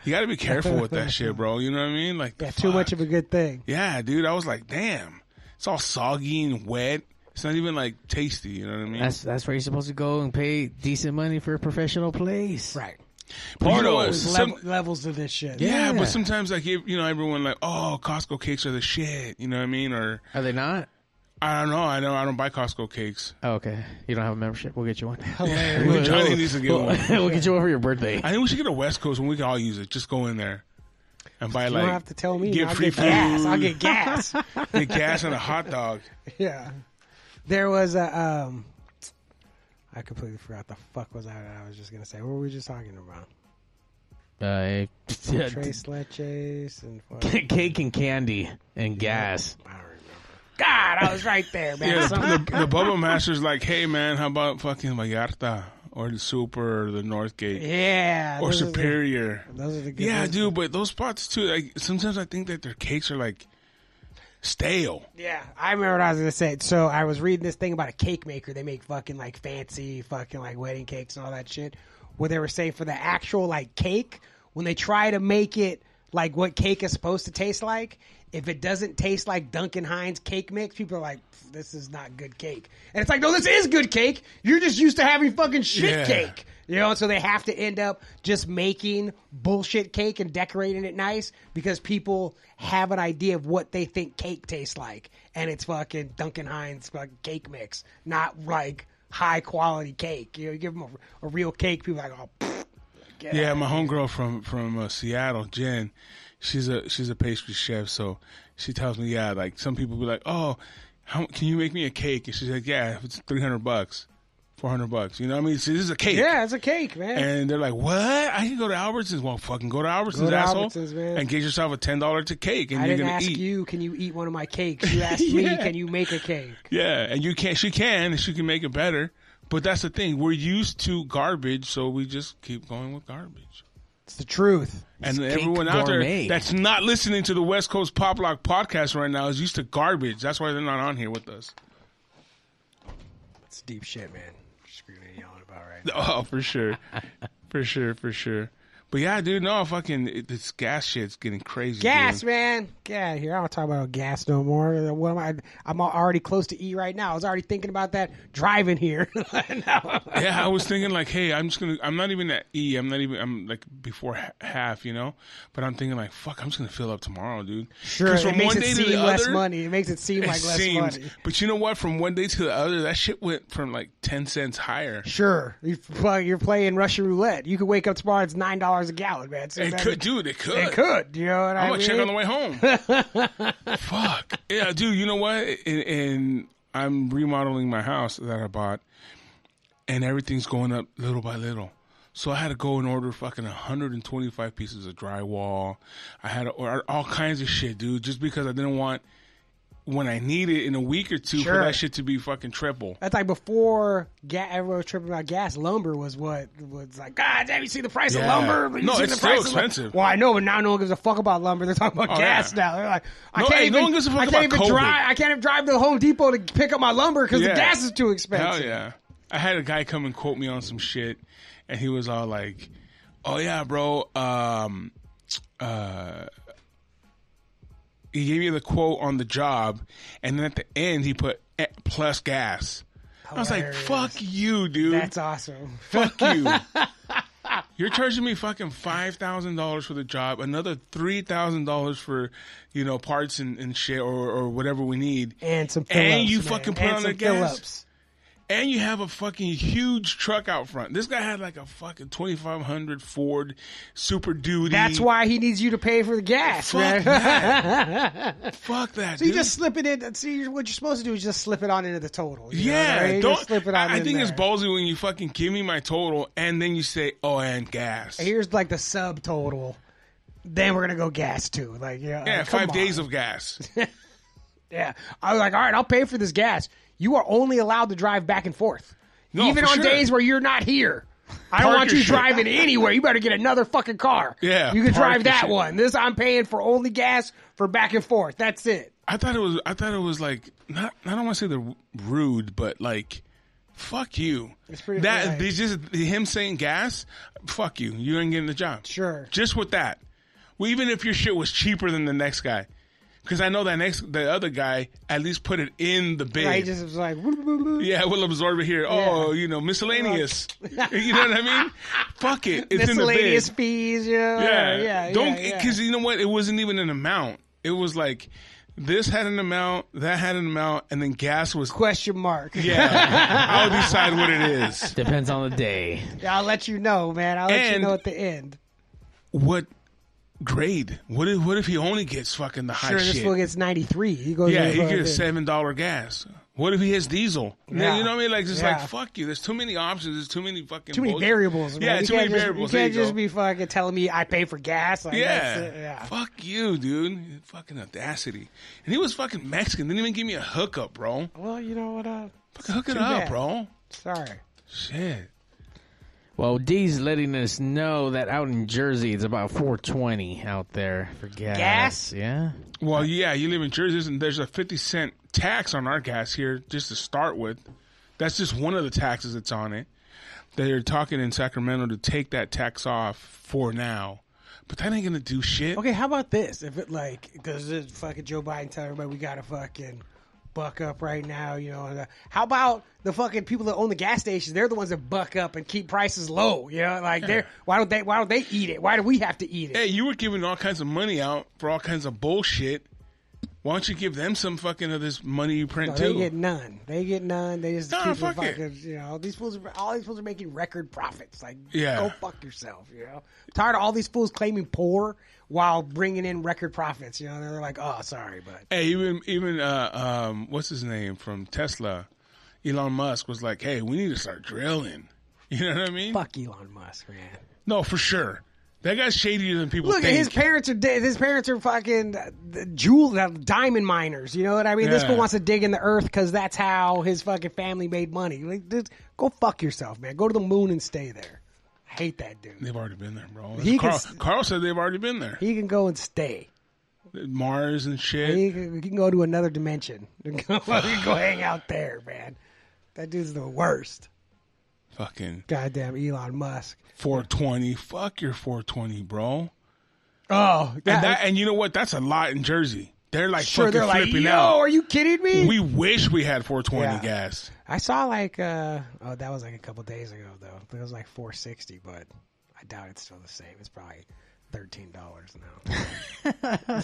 [SPEAKER 2] You got to be careful with that shit, bro. You know what I mean? Like, the
[SPEAKER 3] yeah, too much
[SPEAKER 2] fuck?
[SPEAKER 3] of a good thing.
[SPEAKER 2] Yeah, dude. I was like, damn, it's all soggy and wet. It's not even like tasty. You know what I mean?
[SPEAKER 4] That's that's where you're supposed to go and pay decent money for a professional place.
[SPEAKER 3] Right.
[SPEAKER 2] But you know what?
[SPEAKER 3] There's
[SPEAKER 2] Some-
[SPEAKER 3] level, levels of this shit.
[SPEAKER 2] yeah,
[SPEAKER 4] Yeah.
[SPEAKER 2] but sometimes like you you know everyone like, oh, Costco cakes are the shit. You know what I mean? Or
[SPEAKER 4] Are they not?
[SPEAKER 2] I don't know. I don't. I don't buy Costco cakes.
[SPEAKER 4] Oh, okay. You don't have a membership. [LAUGHS] We'll get you one.
[SPEAKER 3] Hilarious.
[SPEAKER 2] Johnny needs to get
[SPEAKER 4] we'll,
[SPEAKER 2] one.
[SPEAKER 4] [LAUGHS] we'll get you one for your birthday. Uh,
[SPEAKER 2] I think we should get a West Coast and we can all use it. Just go in there and buy
[SPEAKER 3] You
[SPEAKER 2] like
[SPEAKER 3] don't have to tell me.
[SPEAKER 2] Get
[SPEAKER 3] I'll
[SPEAKER 2] free
[SPEAKER 3] get gas.
[SPEAKER 2] food.
[SPEAKER 3] I'll get gas.
[SPEAKER 2] get gas and a
[SPEAKER 3] [LAUGHS]
[SPEAKER 2] hot dog.
[SPEAKER 3] yeah. There was a um I completely forgot the fuck was I I was just gonna say. What were we just talking about?
[SPEAKER 4] Uh, yeah,
[SPEAKER 3] Trace leches and fuck-
[SPEAKER 4] d- [LAUGHS] cake and candy and gas.
[SPEAKER 3] I don't remember. God, I was right there, man.
[SPEAKER 2] Yeah, the,
[SPEAKER 3] Some-
[SPEAKER 2] the, the Bubba Master's like, hey man, how about fucking Vallarta or the Super or the Northgate
[SPEAKER 3] yeah.
[SPEAKER 2] or
[SPEAKER 3] those are the-
[SPEAKER 2] Superior?
[SPEAKER 3] those are the good
[SPEAKER 2] yeah,
[SPEAKER 3] those-
[SPEAKER 2] dude, but those spots too. Like sometimes I think that their cakes are like stale.
[SPEAKER 3] Yeah, I remember what I was gonna say. So I was reading this thing about a cake maker. They make fucking like fancy fucking like wedding cakes and all that shit. Where they were saying for the actual like cake, when they try to make it like what cake is supposed to taste like, if it doesn't taste like Duncan Hines cake mix, people are like, "This is not good cake." And it's like, no, this is good cake. You're just used to having fucking shit
[SPEAKER 2] Yeah.
[SPEAKER 3] cake. You know, so they have to end up just making bullshit cake and decorating it nice because people have an idea of what they think cake tastes like, and it's fucking Duncan Hines fucking cake mix, not like high quality cake. You know, you give them a, a real cake, people are like, oh, [LAUGHS] pfft, get
[SPEAKER 2] Yeah,
[SPEAKER 3] out.
[SPEAKER 2] my homegirl from from uh, Seattle, Jen, she's a she's a pastry chef. So she tells me, yeah, like some people be like, oh, how, can you make me a cake? And she's like, yeah, if it's three hundred bucks. 400 bucks. You know what I mean? See, this is a cake.
[SPEAKER 3] Yeah, it's a cake, man.
[SPEAKER 2] And they're like, "What? I can go to Albertsons? Well, fucking go to Albertsons,
[SPEAKER 3] Go to
[SPEAKER 2] asshole,
[SPEAKER 3] Albertsons, man.
[SPEAKER 2] and get yourself a ten dollar to cake, and
[SPEAKER 3] I
[SPEAKER 2] you're
[SPEAKER 3] didn't
[SPEAKER 2] gonna
[SPEAKER 3] ask
[SPEAKER 2] eat."
[SPEAKER 3] you, can you eat one of my cakes? [LAUGHS] You asked me,
[SPEAKER 2] Yeah.
[SPEAKER 3] can you make a cake?
[SPEAKER 2] Yeah, and you can. She can, and she can make it better. But that's the thing. We're used to garbage, so we just keep going with garbage.
[SPEAKER 3] It's the truth.
[SPEAKER 2] And
[SPEAKER 4] cake
[SPEAKER 2] everyone out
[SPEAKER 4] gourmet.
[SPEAKER 2] there that's not listening to the West Coast Pop Lock podcast right now is used to garbage. That's why they're not on here with us. [LAUGHS]
[SPEAKER 3] It's deep shit, man. Screaming and yelling about right.
[SPEAKER 2] Oh, for sure, for sure, for sure. But yeah, dude, no, fucking it- this gas shit's getting crazy.
[SPEAKER 3] Gas,
[SPEAKER 2] dude.
[SPEAKER 3] man. Get out of here. I don't talk about gas no more. What am I? I'm already close to E right now. I was already thinking about that driving here. [LAUGHS] Now-
[SPEAKER 2] [LAUGHS] yeah, I was thinking like, hey, I'm just gonna. I'm not even at E. I'm not even. I'm like before ha- half, you know. But I'm thinking like, fuck, I'm just gonna fill up tomorrow, dude.
[SPEAKER 3] Sure,
[SPEAKER 2] 'Cause
[SPEAKER 3] it makes it seem less money. It makes it seem
[SPEAKER 2] it
[SPEAKER 3] like less
[SPEAKER 2] seems.
[SPEAKER 3] money.
[SPEAKER 2] But you know what? From one day to the other, that shit went from like ten cents higher.
[SPEAKER 3] Sure, you play, you're playing Russian roulette. You could wake up tomorrow; it's nine dollars a gallon, man. So
[SPEAKER 2] It
[SPEAKER 3] that-
[SPEAKER 2] could, dude. It could.
[SPEAKER 3] It could. You know what I
[SPEAKER 2] I'm
[SPEAKER 3] mean?
[SPEAKER 2] gonna check on the way
[SPEAKER 3] [LAUGHS]
[SPEAKER 2] home. Fuck. Yeah, dude. You know what? And, and I'm remodeling my house that I bought, and everything's going up little by little. So I had to go and order fucking 125 pieces of drywall. I had to order all kinds of shit, dude, just because I didn't want when I need it in a week or two
[SPEAKER 3] Sure.
[SPEAKER 2] for that shit to be fucking triple.
[SPEAKER 3] That's like before ga- everyone was tripping about gas. Lumber was what was like. God damn, you see the price
[SPEAKER 2] Yeah.
[SPEAKER 3] of lumber? You
[SPEAKER 2] No,
[SPEAKER 3] see
[SPEAKER 2] it's
[SPEAKER 3] the
[SPEAKER 2] still
[SPEAKER 3] price of lu-"
[SPEAKER 2] expensive.
[SPEAKER 3] Well, I know, but now no one gives a fuck about lumber. They're talking about
[SPEAKER 2] Oh,
[SPEAKER 3] gas
[SPEAKER 2] yeah.
[SPEAKER 3] now. They're like, I
[SPEAKER 2] No,
[SPEAKER 3] can't
[SPEAKER 2] hey,
[SPEAKER 3] even.
[SPEAKER 2] no one gives a fuck
[SPEAKER 3] I can't
[SPEAKER 2] about
[SPEAKER 3] even
[SPEAKER 2] COVID.
[SPEAKER 3] drive. I can't even drive to the Home Depot to pick up my lumber because the
[SPEAKER 2] Yeah.
[SPEAKER 3] gas is too expensive.
[SPEAKER 2] Hell yeah. I had a guy come and quote me on some shit and he was all like, Oh yeah, bro, um uh he gave you the quote on the job and then at the end he put eh, plus gas. I was like,
[SPEAKER 3] Hilarious.
[SPEAKER 2] fuck you, dude.
[SPEAKER 3] That's awesome. [LAUGHS]
[SPEAKER 2] fuck you. You're charging me fucking five thousand dollars for the job, another three thousand dollars for, you know, parts and, and shit or, or whatever we need.
[SPEAKER 3] And some fill
[SPEAKER 2] And you
[SPEAKER 3] man.
[SPEAKER 2] fucking put
[SPEAKER 3] and
[SPEAKER 2] on
[SPEAKER 3] some
[SPEAKER 2] the gas?
[SPEAKER 3] fill-ups.
[SPEAKER 2] and you have a fucking huge truck out front. This guy had like a fucking 2500 Ford Super Duty.
[SPEAKER 3] That's why he needs you to pay for the gas,
[SPEAKER 2] Fuck
[SPEAKER 3] man. [LAUGHS]
[SPEAKER 2] that. Fuck that.
[SPEAKER 3] So you
[SPEAKER 2] dude.
[SPEAKER 3] just slip it in. See, what you're supposed to do is just slip it on into the total. you know what I
[SPEAKER 2] yeah,
[SPEAKER 3] mean?
[SPEAKER 2] don't.
[SPEAKER 3] Just slip it on
[SPEAKER 2] I, I
[SPEAKER 3] in
[SPEAKER 2] think it's
[SPEAKER 3] there.
[SPEAKER 2] ballsy when you fucking give me my total and then you say, "Oh, and gas."
[SPEAKER 3] Here's like the subtotal. Then we're gonna go gas too. Like yeah,
[SPEAKER 2] yeah,
[SPEAKER 3] like, come
[SPEAKER 2] five
[SPEAKER 3] on.
[SPEAKER 2] days of gas.
[SPEAKER 3] [LAUGHS] yeah. I was like, all right, I'll pay for this gas. You are only allowed to drive back and forth,
[SPEAKER 2] No,
[SPEAKER 3] even
[SPEAKER 2] for
[SPEAKER 3] on
[SPEAKER 2] sure.
[SPEAKER 3] days where you're not here. I don't
[SPEAKER 2] Park
[SPEAKER 3] want
[SPEAKER 2] your
[SPEAKER 3] you
[SPEAKER 2] shit.
[SPEAKER 3] driving anywhere. You better get another fucking car.
[SPEAKER 2] Yeah,
[SPEAKER 3] you can
[SPEAKER 2] park
[SPEAKER 3] drive
[SPEAKER 2] your
[SPEAKER 3] that
[SPEAKER 2] shit.
[SPEAKER 3] one. This I'm paying for only gas for back and forth. That's it.
[SPEAKER 2] I thought it was. I thought it was like not. I don't want to say the rude, but like, fuck you.
[SPEAKER 3] It's pretty-
[SPEAKER 2] that
[SPEAKER 3] right.
[SPEAKER 2] they just him saying gas. Fuck you. You ain't getting the job.
[SPEAKER 3] Sure.
[SPEAKER 2] Just with that. Well, even if your shit was cheaper than the next guy, because I know that next the other guy at least put it in the bid.
[SPEAKER 3] I just was like, "Woo, woo, woo."
[SPEAKER 2] yeah, we'll absorb it here. Oh, you know, miscellaneous. [LAUGHS] you know what I mean? Fuck it. It's in the bid.
[SPEAKER 3] miscellaneous fees. Yeah,
[SPEAKER 2] Yeah,
[SPEAKER 3] yeah.
[SPEAKER 2] Don't
[SPEAKER 3] yeah, yeah.
[SPEAKER 2] because you know what? It wasn't even an amount. It was like this had an amount, that had an amount, and then gas was.
[SPEAKER 3] question mark.
[SPEAKER 2] Yeah, I'll decide what
[SPEAKER 3] [LAUGHS]
[SPEAKER 2] it is.
[SPEAKER 4] Depends on the day.
[SPEAKER 3] I'll let you know, man. I'll let you
[SPEAKER 2] And-
[SPEAKER 3] know at the end.
[SPEAKER 2] What grade? What if what if he only gets fucking the high
[SPEAKER 3] Sure,
[SPEAKER 2] shit?
[SPEAKER 3] this fool gets 93. He goes
[SPEAKER 2] yeah,
[SPEAKER 3] to the
[SPEAKER 2] he
[SPEAKER 3] fucking-
[SPEAKER 2] gets seven dollar gas. What if he hits diesel?
[SPEAKER 3] Yeah.
[SPEAKER 2] You know what I mean? Like, it's
[SPEAKER 3] Yeah.
[SPEAKER 2] like fuck you. There's too many options. There's too many fucking
[SPEAKER 3] Too many
[SPEAKER 2] bullshit.
[SPEAKER 3] variables. Man.
[SPEAKER 2] Yeah,
[SPEAKER 3] You
[SPEAKER 2] too
[SPEAKER 3] can't
[SPEAKER 2] many
[SPEAKER 3] just-
[SPEAKER 2] variables.
[SPEAKER 3] You
[SPEAKER 2] There
[SPEAKER 3] can't
[SPEAKER 2] you
[SPEAKER 3] just
[SPEAKER 2] go.
[SPEAKER 3] be fucking telling me I pay for gas. Like,
[SPEAKER 2] Yeah.
[SPEAKER 3] that's it, yeah.
[SPEAKER 2] Fuck you, dude. Fucking audacity. And he was fucking Mexican. Didn't even give me a hookup, bro.
[SPEAKER 3] Well, you know what? Uh,
[SPEAKER 2] Fucking hook it
[SPEAKER 3] too
[SPEAKER 2] up,
[SPEAKER 3] bad.
[SPEAKER 2] bro.
[SPEAKER 3] sorry.
[SPEAKER 2] Shit.
[SPEAKER 4] Well, D's letting us know that out in Jersey, it's about 420 out there for gas.
[SPEAKER 3] Gas?
[SPEAKER 4] Yeah.
[SPEAKER 2] Well, yeah, you live in Jersey, and there's a 50 cent tax on our gas here just to start with. That's just one of the taxes that's on it. They're talking in Sacramento to take that tax off for now, but that ain't gonna do shit.
[SPEAKER 3] Okay, how about this? If it like does it fucking Joe Biden tell everybody we gotta fucking buck up right now, you know? and, uh, How about the fucking people that own the gas stations? They're the ones that buck up and keep prices low. You know, like
[SPEAKER 2] [LAUGHS]
[SPEAKER 3] they're why don't they why don't they eat it? Why do we have to eat it?
[SPEAKER 2] Hey, you were giving all kinds of money out for all kinds of bullshit. Why don't you give them some fucking of this money you print
[SPEAKER 3] No,
[SPEAKER 2] too?
[SPEAKER 3] they get none. They get none. They just
[SPEAKER 2] No,
[SPEAKER 3] keep
[SPEAKER 2] fuck it.
[SPEAKER 3] fucking. You know, these fools. Are, all these fools are making record profits. Like,
[SPEAKER 2] Yeah.
[SPEAKER 3] go fuck yourself. You know, tired of all these fools claiming poor while bringing in record profits. You know, they're like, oh, sorry, but
[SPEAKER 2] Hey, even even uh, um, what's his name from Tesla? Elon Musk was like, "Hey, we need to start drilling." [LAUGHS] You know what I mean?
[SPEAKER 3] Fuck Elon Musk, man.
[SPEAKER 2] No, for sure. That guy's shadier than people
[SPEAKER 3] Look,
[SPEAKER 2] think.
[SPEAKER 3] his parents are dead. His parents are fucking uh, the jewel uh, diamond miners. You know what I mean? This
[SPEAKER 2] Yeah.
[SPEAKER 3] fool wants to dig in the earth because that's how his fucking family made money. Like, dude, go fuck yourself, man. Go to the moon and stay there. I hate that dude.
[SPEAKER 2] they've already been there, bro.
[SPEAKER 3] He
[SPEAKER 2] Carl,
[SPEAKER 3] can s-
[SPEAKER 2] Carl said they've already been there.
[SPEAKER 3] He can go and stay.
[SPEAKER 2] Mars and shit.
[SPEAKER 3] He can, he can go to another dimension. [LAUGHS] He can go hang out there, man. That dude's the worst.
[SPEAKER 2] Fucking
[SPEAKER 3] Goddamn Elon Musk.
[SPEAKER 2] 420. Fuck your 420, bro.
[SPEAKER 3] Oh,
[SPEAKER 2] And that, and you know what? That's a lot in Jersey. They're like
[SPEAKER 3] sure.
[SPEAKER 2] fucking
[SPEAKER 3] They're like,
[SPEAKER 2] flipping
[SPEAKER 3] yo,
[SPEAKER 2] out.
[SPEAKER 3] are you kidding me?
[SPEAKER 2] We wish we had 420
[SPEAKER 3] Yeah.
[SPEAKER 2] gas.
[SPEAKER 3] I saw like uh oh that was like a couple days ago though. It was like 460, but I doubt it's still the same. It's probably thirteen dollars now. [LAUGHS]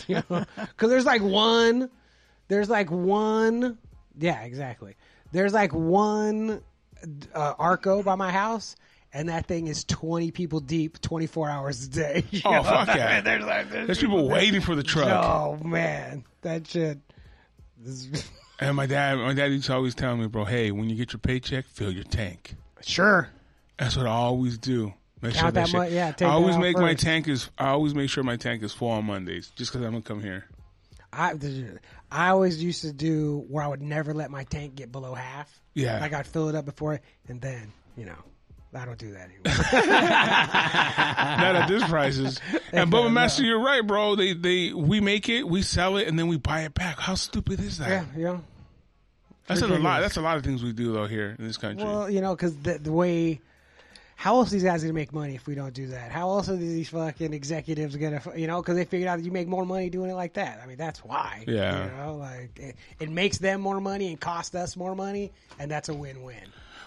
[SPEAKER 3] Because there's like one, there's like one, yeah, exactly. There's like one uh, Arco by my house, and that thing is 20 people deep, 24 hours a day. [LAUGHS]
[SPEAKER 2] Oh, fuck yeah. There's, people waiting for the truck.
[SPEAKER 3] oh man, that shit. This,
[SPEAKER 2] And my dad, my dad used to always tell me, bro, hey, when you get your paycheck, fill your tank.
[SPEAKER 3] [LAUGHS] sure.
[SPEAKER 2] That's what I always do. Make
[SPEAKER 3] Count that
[SPEAKER 2] shit-
[SPEAKER 3] mu- yeah, take
[SPEAKER 2] I
[SPEAKER 3] that
[SPEAKER 2] always
[SPEAKER 3] out
[SPEAKER 2] make my
[SPEAKER 3] first.
[SPEAKER 2] tank is. I always make sure my tank is full on Mondays, just because I'm gonna
[SPEAKER 3] [LAUGHS]
[SPEAKER 2] come here.
[SPEAKER 3] I I always used to do where I would never let my tank get below half.
[SPEAKER 2] Yeah.
[SPEAKER 3] like I'd fill it up before, it, and then you know, I don't do that anymore.
[SPEAKER 2] Not at this
[SPEAKER 3] [LAUGHS]
[SPEAKER 2] prices. And Bubba Master, you're right, bro. They they we make it, we sell it, and then we buy it back. How stupid is that?
[SPEAKER 3] yeah, [LAUGHS] yeah.
[SPEAKER 2] That's a lot.
[SPEAKER 3] ridiculous.
[SPEAKER 2] That's a lot of things we do though here in this country.
[SPEAKER 3] Well, you know, because the, the way. How else these guys gonna make money if we don't do that? How else are these fucking executives gonna, fu- you know, because they figured out that you make more money doing it like that. I mean, that's why.
[SPEAKER 2] Yeah.
[SPEAKER 3] You know, like it, it makes them more money and costs us more money, and that's a win-win.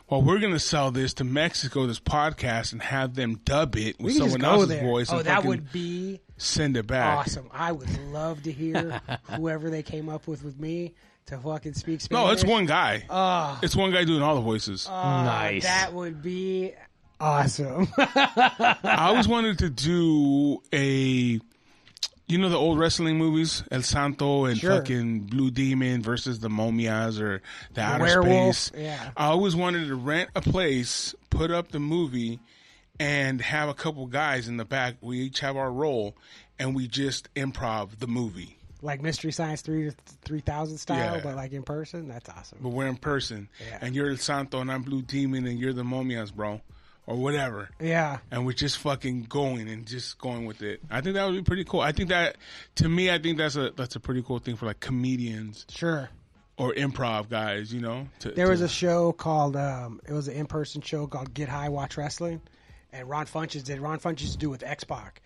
[SPEAKER 2] well, we're gonna sell this to Mexico, this podcast, and have them dub it with
[SPEAKER 3] We can just
[SPEAKER 2] someone
[SPEAKER 3] go
[SPEAKER 2] else's
[SPEAKER 3] there.
[SPEAKER 2] voice.
[SPEAKER 3] oh,
[SPEAKER 2] and
[SPEAKER 3] that
[SPEAKER 2] fucking
[SPEAKER 3] would be
[SPEAKER 2] send it back.
[SPEAKER 3] awesome. I would love to hear whoever they came up with with me to fucking speak Spanish. Ah.
[SPEAKER 2] No, it's one guy. it's one guy doing all the voices.
[SPEAKER 4] nice.
[SPEAKER 3] Uh, That would be awesome.
[SPEAKER 2] I always wanted to do a, you know, the old wrestling movies, El Santo and
[SPEAKER 3] Sure.
[SPEAKER 2] fucking Blue Demon versus the Momias or the,
[SPEAKER 3] [LAUGHS]
[SPEAKER 2] Outer
[SPEAKER 3] werewolf,
[SPEAKER 2] Space.
[SPEAKER 3] yeah.
[SPEAKER 2] I always wanted to rent a place, put up the movie, and have a couple guys in the back. We each have our role, and we just improv the movie,
[SPEAKER 3] like Mystery Science three three thousand style,
[SPEAKER 2] Yeah.
[SPEAKER 3] but like in person. That's awesome.
[SPEAKER 2] but we're in person. And you're El Santo, and I'm Blue Demon, and you're the Momias, bro, or whatever.
[SPEAKER 3] Yeah,
[SPEAKER 2] and we're just fucking going and just going with it. I think that would be pretty cool. I think that to me, I think that's a that's a pretty cool thing for like comedians
[SPEAKER 3] sure.
[SPEAKER 2] or improv guys. You know, to,
[SPEAKER 3] There
[SPEAKER 2] to-
[SPEAKER 3] was a show called um, it was an in person show called Get High Watch Wrestling, and Ron Funches did. Ron Funches used to do with X Pac.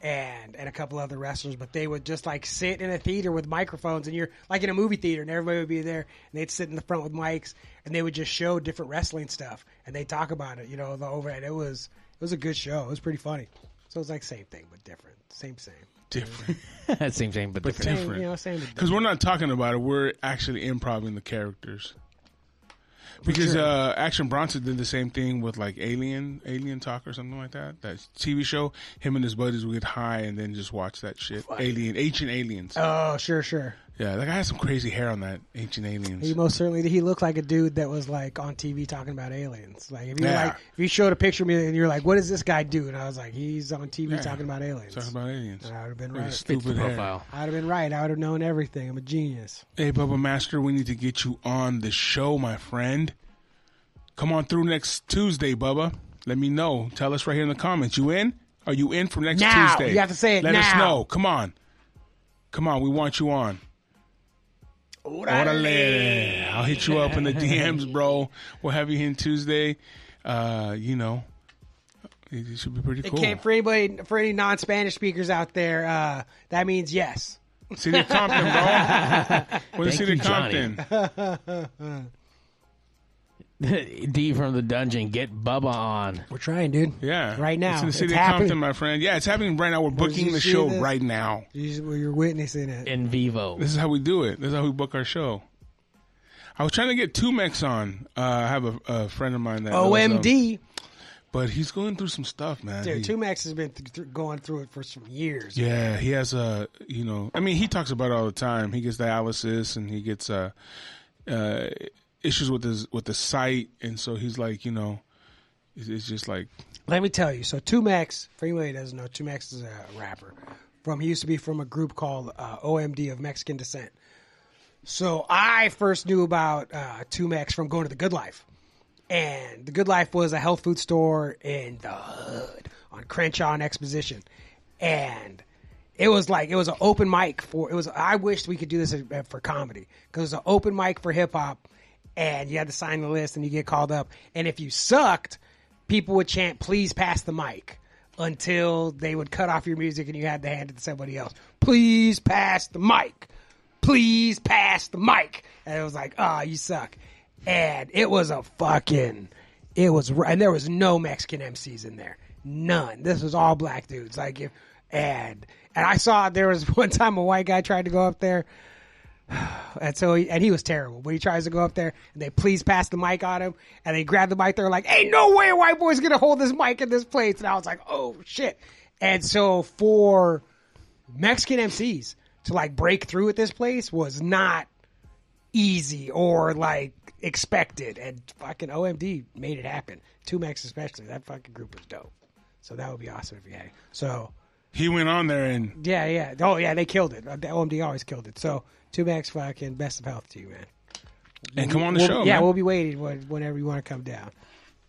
[SPEAKER 3] And, and a couple other wrestlers, but they would just like sit in a theater with microphones, and you're like in a movie theater, and everybody would be there, and they'd sit in the front with mics, and they would just show different wrestling stuff, and they talk about it, you know, the overhead. It was it was a good show. It was pretty funny. So it's like same thing but different, same same,
[SPEAKER 2] different
[SPEAKER 4] [LAUGHS] same thing, but different.
[SPEAKER 3] same
[SPEAKER 2] Different.
[SPEAKER 3] you know same. but
[SPEAKER 2] because we're not talking about it. We're actually improving the characters. Because uh, Action Bronson did the same thing with like Alien, Alien Talk or something like that. That TV show. Him and his buddies would get high and then just watch that shit. Alien, Ancient Aliens.
[SPEAKER 3] Oh, sure, sure.
[SPEAKER 2] yeah, like I had some crazy hair on that Ancient Aliens.
[SPEAKER 3] He most certainly did. He looked like a dude that was like on TV talking about aliens. Like if you
[SPEAKER 2] Yeah.
[SPEAKER 3] like if you showed a picture of me and you're like, "What does this guy do?" and I was like, "He's on TV talking about aliens."
[SPEAKER 2] Talking about aliens.
[SPEAKER 3] I would have been
[SPEAKER 2] Look at
[SPEAKER 3] right.
[SPEAKER 2] his
[SPEAKER 4] Fits the
[SPEAKER 2] stupid hair.
[SPEAKER 4] profile.
[SPEAKER 3] I'd have been right. I would have known everything. I'm a genius.
[SPEAKER 2] Hey, Bubba Master, we need to get you on the show, my friend. Come on through next Tuesday, Bubba. Let me know. Tell us right here in the comments. You in? Are you in for next
[SPEAKER 3] Now.
[SPEAKER 2] Tuesday?
[SPEAKER 3] You have to say it
[SPEAKER 2] Let us
[SPEAKER 3] now.
[SPEAKER 2] know. Come on. Come on. We want you on. Orale. I'll hit you up in the DMs, bro. We'll have you in Tuesday. Uh, you know, it it should be pretty cool.
[SPEAKER 3] Okay, for anybody for any non-Spanish speakers out there, uh, that means yes.
[SPEAKER 2] City of Compton,
[SPEAKER 3] [LAUGHS]
[SPEAKER 2] bro. We're the
[SPEAKER 4] Thank
[SPEAKER 2] City of
[SPEAKER 4] you, Johnny.
[SPEAKER 2] Compton.
[SPEAKER 4] [LAUGHS] D from the dungeon. Get Bubba on.
[SPEAKER 3] We're trying, dude.
[SPEAKER 2] Yeah,
[SPEAKER 3] Right now.
[SPEAKER 2] It's in the
[SPEAKER 3] It's
[SPEAKER 2] city of
[SPEAKER 3] happening. Oh,
[SPEAKER 2] Compton, my friend. Yeah, it's happening right now. We're booking
[SPEAKER 3] you
[SPEAKER 2] the
[SPEAKER 3] see
[SPEAKER 2] show
[SPEAKER 3] this?
[SPEAKER 2] right now.
[SPEAKER 3] You, you're witnessing it. [LAUGHS]
[SPEAKER 4] In vivo. [LAUGHS]
[SPEAKER 2] This is how we do it. This is how we book our show. I was trying to get two Mex on. Uh, I have a, a friend of mine that knows him,
[SPEAKER 3] OMD,
[SPEAKER 2] but he's going through some stuff, man. He-
[SPEAKER 3] dude. Two Max has been th- th- going through it for some years.
[SPEAKER 2] yeah, he has a you know. I mean, he talks about it all the time. He gets dialysis and he gets uh, uh, issues with his with the site, and so he's like, you know, it's, it's just like
[SPEAKER 3] Let me tell you. So, Two Max, for anybody that doesn't know, Two Max is a rapper. From he used to be from a group called uh, OMD of Mexican descent. So I first knew about uh, Two Max from going to the Good Life, and the Good Life was a health food store in the hood on Crenshaw and Exposition, and it was like it was an open mic for it was. I wished we could do this uh, for comedy because it was an open mic for hip hop, and you had to sign the list and you get called up. And if you sucked, people would chant, please pass the mic until they would cut off your music and you had to hand it to somebody else. Please pass the mic. Please pass the mic. And it was like, oh, you suck. And it was a fucking, it was, r- and there was no Mexican MCs in there. None. This was all black dudes. Like, if, and, and I saw there was [LAUGHS] one time a white guy tried to go up there [SIGHS] and so he, and he was terrible. But he tries to go up there, and they please pass the mic on him, and they grab the mic. They're like, "Ain't no way, a white boy's gonna hold this mic in this place." And I was like, "Oh shit!" And so for Mexican MCs to like break through at this place was not easy or like expected, and fucking OMD made it happen. Two Max especially, that fucking group was dope. So that would be awesome if you had. it. So
[SPEAKER 2] he went on there and
[SPEAKER 3] yeah, yeah. Oh, yeah, they killed it. The OMD always killed it. So, two max fucking best of health to you, man.
[SPEAKER 2] and come on the
[SPEAKER 3] We'll-
[SPEAKER 2] show.
[SPEAKER 3] yeah,
[SPEAKER 2] man.
[SPEAKER 3] we'll be waiting when- whenever you want to come down.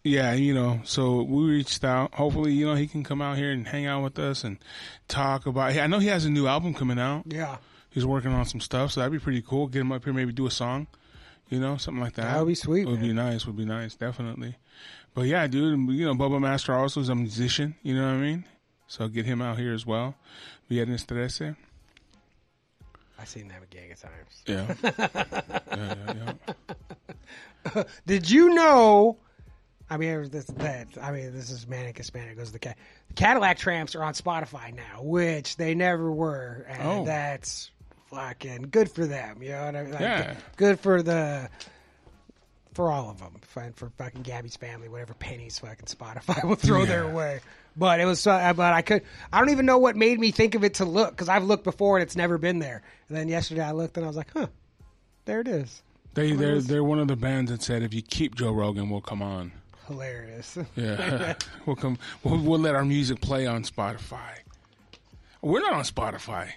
[SPEAKER 2] yeah, you know. So we reached out. Hopefully, you know, he can come out here and hang out with us and talk about. I know he has a new album coming out.
[SPEAKER 3] Yeah,
[SPEAKER 2] He's working on some stuff, so that'd be pretty cool. Get him up here, maybe do a song, you know, something like that.
[SPEAKER 3] That would be sweet,
[SPEAKER 2] Would be nice. Would be nice, definitely. But yeah, dude, and, you know, Bubba Master also is a musician. You know what I mean? So get him out here as well. Viernes 13.
[SPEAKER 3] I've seen them a gang of times.
[SPEAKER 2] Yeah. yeah, yeah, yeah.
[SPEAKER 3] Did you know? I mean, it was this that I mean, this is manic Hispanic goes to the cat. Cadillac Tramps are on Spotify now, which they never were, and
[SPEAKER 2] Oh.
[SPEAKER 3] that's fucking good for them. You know what I mean? Like,
[SPEAKER 2] Yeah.
[SPEAKER 3] Good for the. For all of them, for, for fucking Gabby's family, whatever pennies fucking Spotify [LAUGHS] will throw their
[SPEAKER 2] Yeah.
[SPEAKER 3] way. But it was, so- uh, but I could, I don't even know what made me think of it to look because I've looked before and it's never been there. And then yesterday I looked and I was like, huh, there it is,
[SPEAKER 2] They they're they're one of the bands that said if you keep Joe Rogan, we'll come on.
[SPEAKER 3] hilarious. [LAUGHS]
[SPEAKER 2] Yeah, we'll come. We'll, we'll let our music play on Spotify. We're not on Spotify.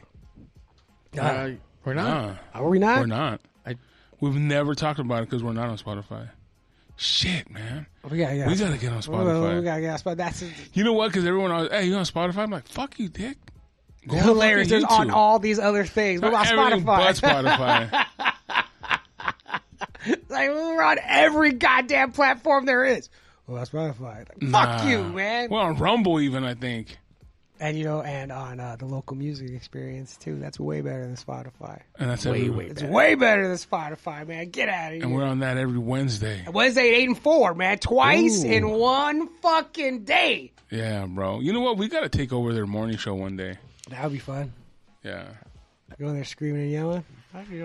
[SPEAKER 4] Uh, we're not.
[SPEAKER 2] Uh,
[SPEAKER 3] Are we not?
[SPEAKER 2] we're not.
[SPEAKER 4] I-
[SPEAKER 2] We've never talked about it because we're not on Spotify. Shit, man.
[SPEAKER 3] We gotta,
[SPEAKER 2] We gotta get on
[SPEAKER 3] we gotta- we
[SPEAKER 2] Spotify.
[SPEAKER 3] gotta get on Spotify. That's
[SPEAKER 2] You know what? Because everyone always, hey, you on Spotify? I'm like, fuck you, dick. Go on
[SPEAKER 3] hilarious.
[SPEAKER 2] fucking
[SPEAKER 3] There's on
[SPEAKER 2] YouTube.
[SPEAKER 3] all these other things. We're on [LAUGHS]
[SPEAKER 2] Everything
[SPEAKER 3] Spotify.
[SPEAKER 2] But Spotify.
[SPEAKER 3] like we're on every goddamn platform there is. We're on Spotify. Like,
[SPEAKER 2] Nah.
[SPEAKER 3] Fuck you, man.
[SPEAKER 2] We're on Rumble, even I think.
[SPEAKER 3] and you know, and on uh, the local music experience too. That's way better than Spotify.
[SPEAKER 2] And that's
[SPEAKER 4] Way,
[SPEAKER 2] everywhere.
[SPEAKER 4] way
[SPEAKER 3] It's
[SPEAKER 4] better.
[SPEAKER 3] way better than Spotify, man. Get out of
[SPEAKER 2] And we're
[SPEAKER 3] here.
[SPEAKER 2] on that every Wednesday.
[SPEAKER 3] Wednesday at eight and four, man. Twice
[SPEAKER 2] Ooh.
[SPEAKER 3] in one fucking day.
[SPEAKER 2] Yeah, bro. You know what? We gotta take over their morning show one day.
[SPEAKER 3] That would be fun.
[SPEAKER 2] Yeah.
[SPEAKER 3] Go in there screaming and yelling.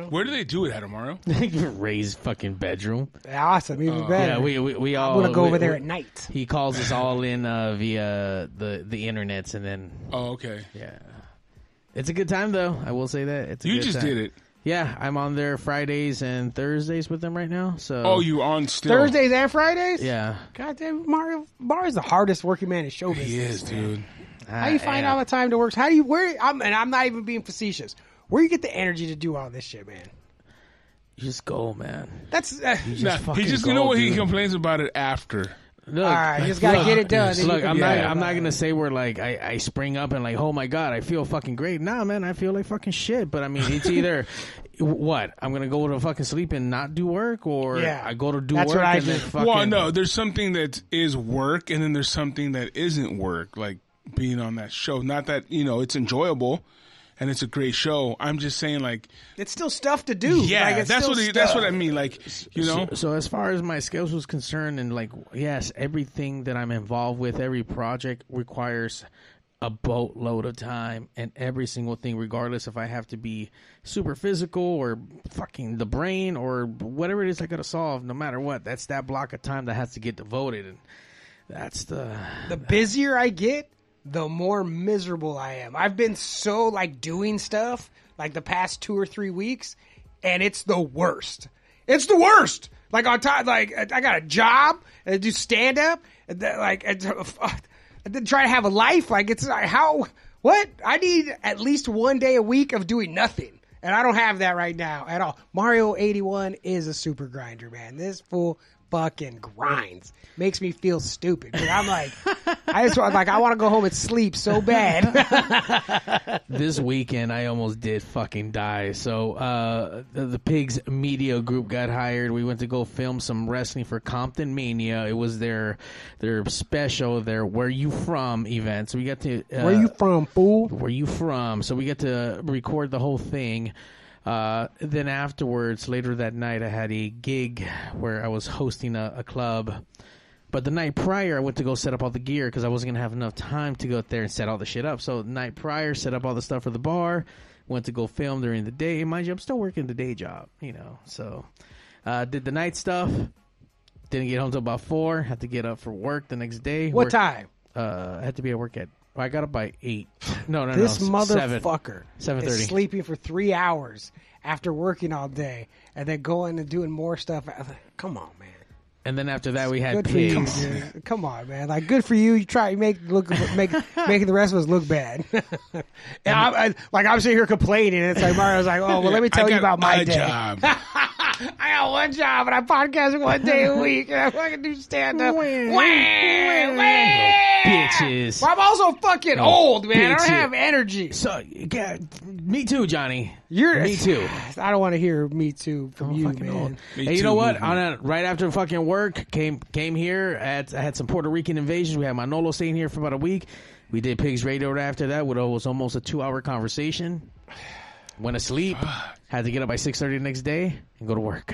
[SPEAKER 2] Where do they do it
[SPEAKER 3] [LAUGHS]
[SPEAKER 2] at tomorrow?
[SPEAKER 4] Ray's fucking bedroom.
[SPEAKER 3] Awesome, even
[SPEAKER 2] Oh.
[SPEAKER 3] better.
[SPEAKER 4] Yeah, we we, we all.
[SPEAKER 3] I'm gonna go
[SPEAKER 4] we-
[SPEAKER 3] over there
[SPEAKER 4] we-
[SPEAKER 3] at night.
[SPEAKER 4] He calls us all in uh, via the the internets, and then
[SPEAKER 2] Oh, okay.
[SPEAKER 4] yeah, it's a good time though. I will say that it's a
[SPEAKER 2] You
[SPEAKER 4] good
[SPEAKER 2] just
[SPEAKER 4] time.
[SPEAKER 2] did it.
[SPEAKER 4] Yeah, I'm on there Fridays and Thursdays with them right now. So
[SPEAKER 2] Oh, you on still?
[SPEAKER 3] Thursdays and Fridays.
[SPEAKER 4] yeah,
[SPEAKER 3] Goddamn, Mario Mario is the hardest working man in show business.
[SPEAKER 2] He is, dude.
[SPEAKER 3] How do you find all the time to work? How do you where? I'm, and I'm not even being facetious. Where you get the energy to do all this shit, man?
[SPEAKER 4] Just go, man.
[SPEAKER 3] That's uh,
[SPEAKER 2] Nah, he
[SPEAKER 4] fucking
[SPEAKER 2] just, you
[SPEAKER 4] go,
[SPEAKER 2] know what? He
[SPEAKER 4] dude.
[SPEAKER 2] complains about it after.
[SPEAKER 4] Look,
[SPEAKER 3] all right. You just gotta
[SPEAKER 4] look,
[SPEAKER 3] get it done.
[SPEAKER 2] yes.
[SPEAKER 3] then you
[SPEAKER 4] Look,
[SPEAKER 3] can
[SPEAKER 4] I'm
[SPEAKER 3] be
[SPEAKER 4] not.
[SPEAKER 3] like,
[SPEAKER 4] I'm not gonna say we're like I, I spring up and like, oh my god, I feel fucking great. Nah, man, I feel like fucking shit. But I mean, it's either [LAUGHS] what I'm gonna go to fucking sleep and not do work, or
[SPEAKER 3] Yeah.
[SPEAKER 4] I go to do
[SPEAKER 3] That's
[SPEAKER 4] work
[SPEAKER 3] what I
[SPEAKER 4] and then
[SPEAKER 3] do.
[SPEAKER 4] fucking.
[SPEAKER 2] Well, no, there's something that is work, and then there's something that isn't work, like being on that show. Not that you know it's enjoyable, and it's a great show. I'm just saying, like,
[SPEAKER 3] It's still stuff to do.
[SPEAKER 2] yeah,
[SPEAKER 3] Like, it's
[SPEAKER 2] that's
[SPEAKER 3] still
[SPEAKER 2] what he-
[SPEAKER 3] stuff.
[SPEAKER 2] that's what I mean. Like, you know,
[SPEAKER 4] So, so as far as my skills was concerned, and like yes, everything that I'm involved with, every project requires a boatload of time, and every single thing, regardless if I have to be super physical or fucking the brain or whatever it is I gotta solve, no matter what, that's that block of time that has to get devoted, and that's the
[SPEAKER 3] the busier I get, the more miserable I am. I've been so like doing stuff like the past two or three weeks, and it's the worst. It's the worst. Like on top, like I I got a job, and I do stand up, and then, like [LAUGHS] and, and then try to have a life. Like it's like, how what I need at least one day a week of doing nothing, and I don't have that right now at all. Mario eighty one is a super grinder, man. This fool fucking grinds makes me feel stupid. 'Cause I'm like, I just want like I want to go home and sleep so bad.
[SPEAKER 4] this weekend I almost did fucking die. So uh, the, the Pigs Media Group got hired. We went to go film some wrestling for Compton Mania. It was their their special, their "Where You From" event. So we got to uh,
[SPEAKER 3] Where you from, fool?
[SPEAKER 4] where you from? So we get to record the whole thing. Uh, then afterwards, later that night, I had a gig where I was hosting a, a club. But the night prior, I went to go set up all the gear because I wasn't gonna have enough time to go out there and set all the shit up. So night prior, set up all the stuff for the bar. Went to go film during the day. Mind you, I'm still working the day job, you know. So uh, did the night stuff. Didn't get home till about four. Had to get up for work the next day.
[SPEAKER 3] What
[SPEAKER 4] Work-
[SPEAKER 3] time?
[SPEAKER 4] uh, I had to be at work at. I got up by
[SPEAKER 3] [SIGHS]
[SPEAKER 4] eight. No, no,
[SPEAKER 3] This
[SPEAKER 4] no. s- seven.
[SPEAKER 3] motherfucker is
[SPEAKER 4] 7:30.
[SPEAKER 3] sleeping for three hours after working all day and then going and doing more stuff. I was like, Come on, man.
[SPEAKER 4] And then after that, we had
[SPEAKER 3] Good for you,
[SPEAKER 4] pigs.
[SPEAKER 3] dude. Come on, man. Like, good for you. You try to make look make [LAUGHS] making the rest of us look bad. [LAUGHS] and I'm I, like, I'm sitting here complaining. And it's like Mario's like, oh, well, let me
[SPEAKER 2] I
[SPEAKER 3] tell you
[SPEAKER 2] got
[SPEAKER 3] about my
[SPEAKER 2] a
[SPEAKER 3] day.
[SPEAKER 2] job.
[SPEAKER 3] [LAUGHS] I got one job and I podcast one day a week and I fucking do stand up.
[SPEAKER 4] Bitches.
[SPEAKER 3] I'm also fucking old, man. I don't
[SPEAKER 4] bitches.
[SPEAKER 3] have energy.
[SPEAKER 4] So, yeah, me too, Johnny.
[SPEAKER 3] You're
[SPEAKER 4] me too.
[SPEAKER 3] [SIGHS] I don't want to hear me too from
[SPEAKER 4] I'm
[SPEAKER 3] [LAUGHS] you,
[SPEAKER 4] fucking
[SPEAKER 3] man.
[SPEAKER 4] old.
[SPEAKER 2] Me
[SPEAKER 4] Hey, you
[SPEAKER 2] too,
[SPEAKER 4] know what?
[SPEAKER 2] movement.
[SPEAKER 4] On a, right after fucking work, came came here. At, I had some Puerto Rican invasions. We had Manolo staying here for about a week. We did Pigs Radio right after that. What was almost a two hour conversation. [SIGHS] Went asleep. Had to get up by six thirty the next day and go to work.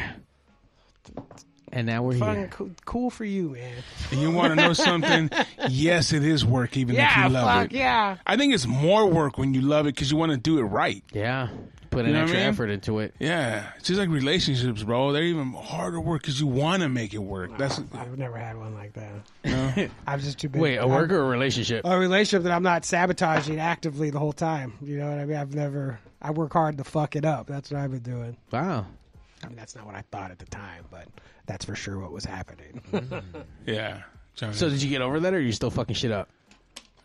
[SPEAKER 4] And now we're
[SPEAKER 3] Fucking
[SPEAKER 4] here.
[SPEAKER 3] cool, cool for you, man.
[SPEAKER 2] And you want to
[SPEAKER 3] [LAUGHS]
[SPEAKER 2] know something? yes, it is work, even if
[SPEAKER 3] Yeah,
[SPEAKER 2] you love
[SPEAKER 3] fuck
[SPEAKER 2] it.
[SPEAKER 3] yeah.
[SPEAKER 2] I think it's more work when you love it because you want to do it right.
[SPEAKER 4] Yeah, put
[SPEAKER 2] know
[SPEAKER 4] an
[SPEAKER 2] what I
[SPEAKER 4] extra
[SPEAKER 2] mean?
[SPEAKER 4] effort into it.
[SPEAKER 2] Yeah, it's just like relationships, bro. They're even harder work because you want to make it work. That's
[SPEAKER 3] I've never had one like that. [LAUGHS] I'm just too big.
[SPEAKER 4] Wait, a work or a relationship?
[SPEAKER 3] a relationship that I'm not sabotaging actively the whole time. You know what I mean? I've never. I work hard to fuck it up. That's what I've been doing.
[SPEAKER 4] Wow.
[SPEAKER 3] I mean, that's not what I thought at the time, but that's for sure what was happening.
[SPEAKER 2] yeah. Johnny.
[SPEAKER 4] So did you get over that, or are you still fucking shit up?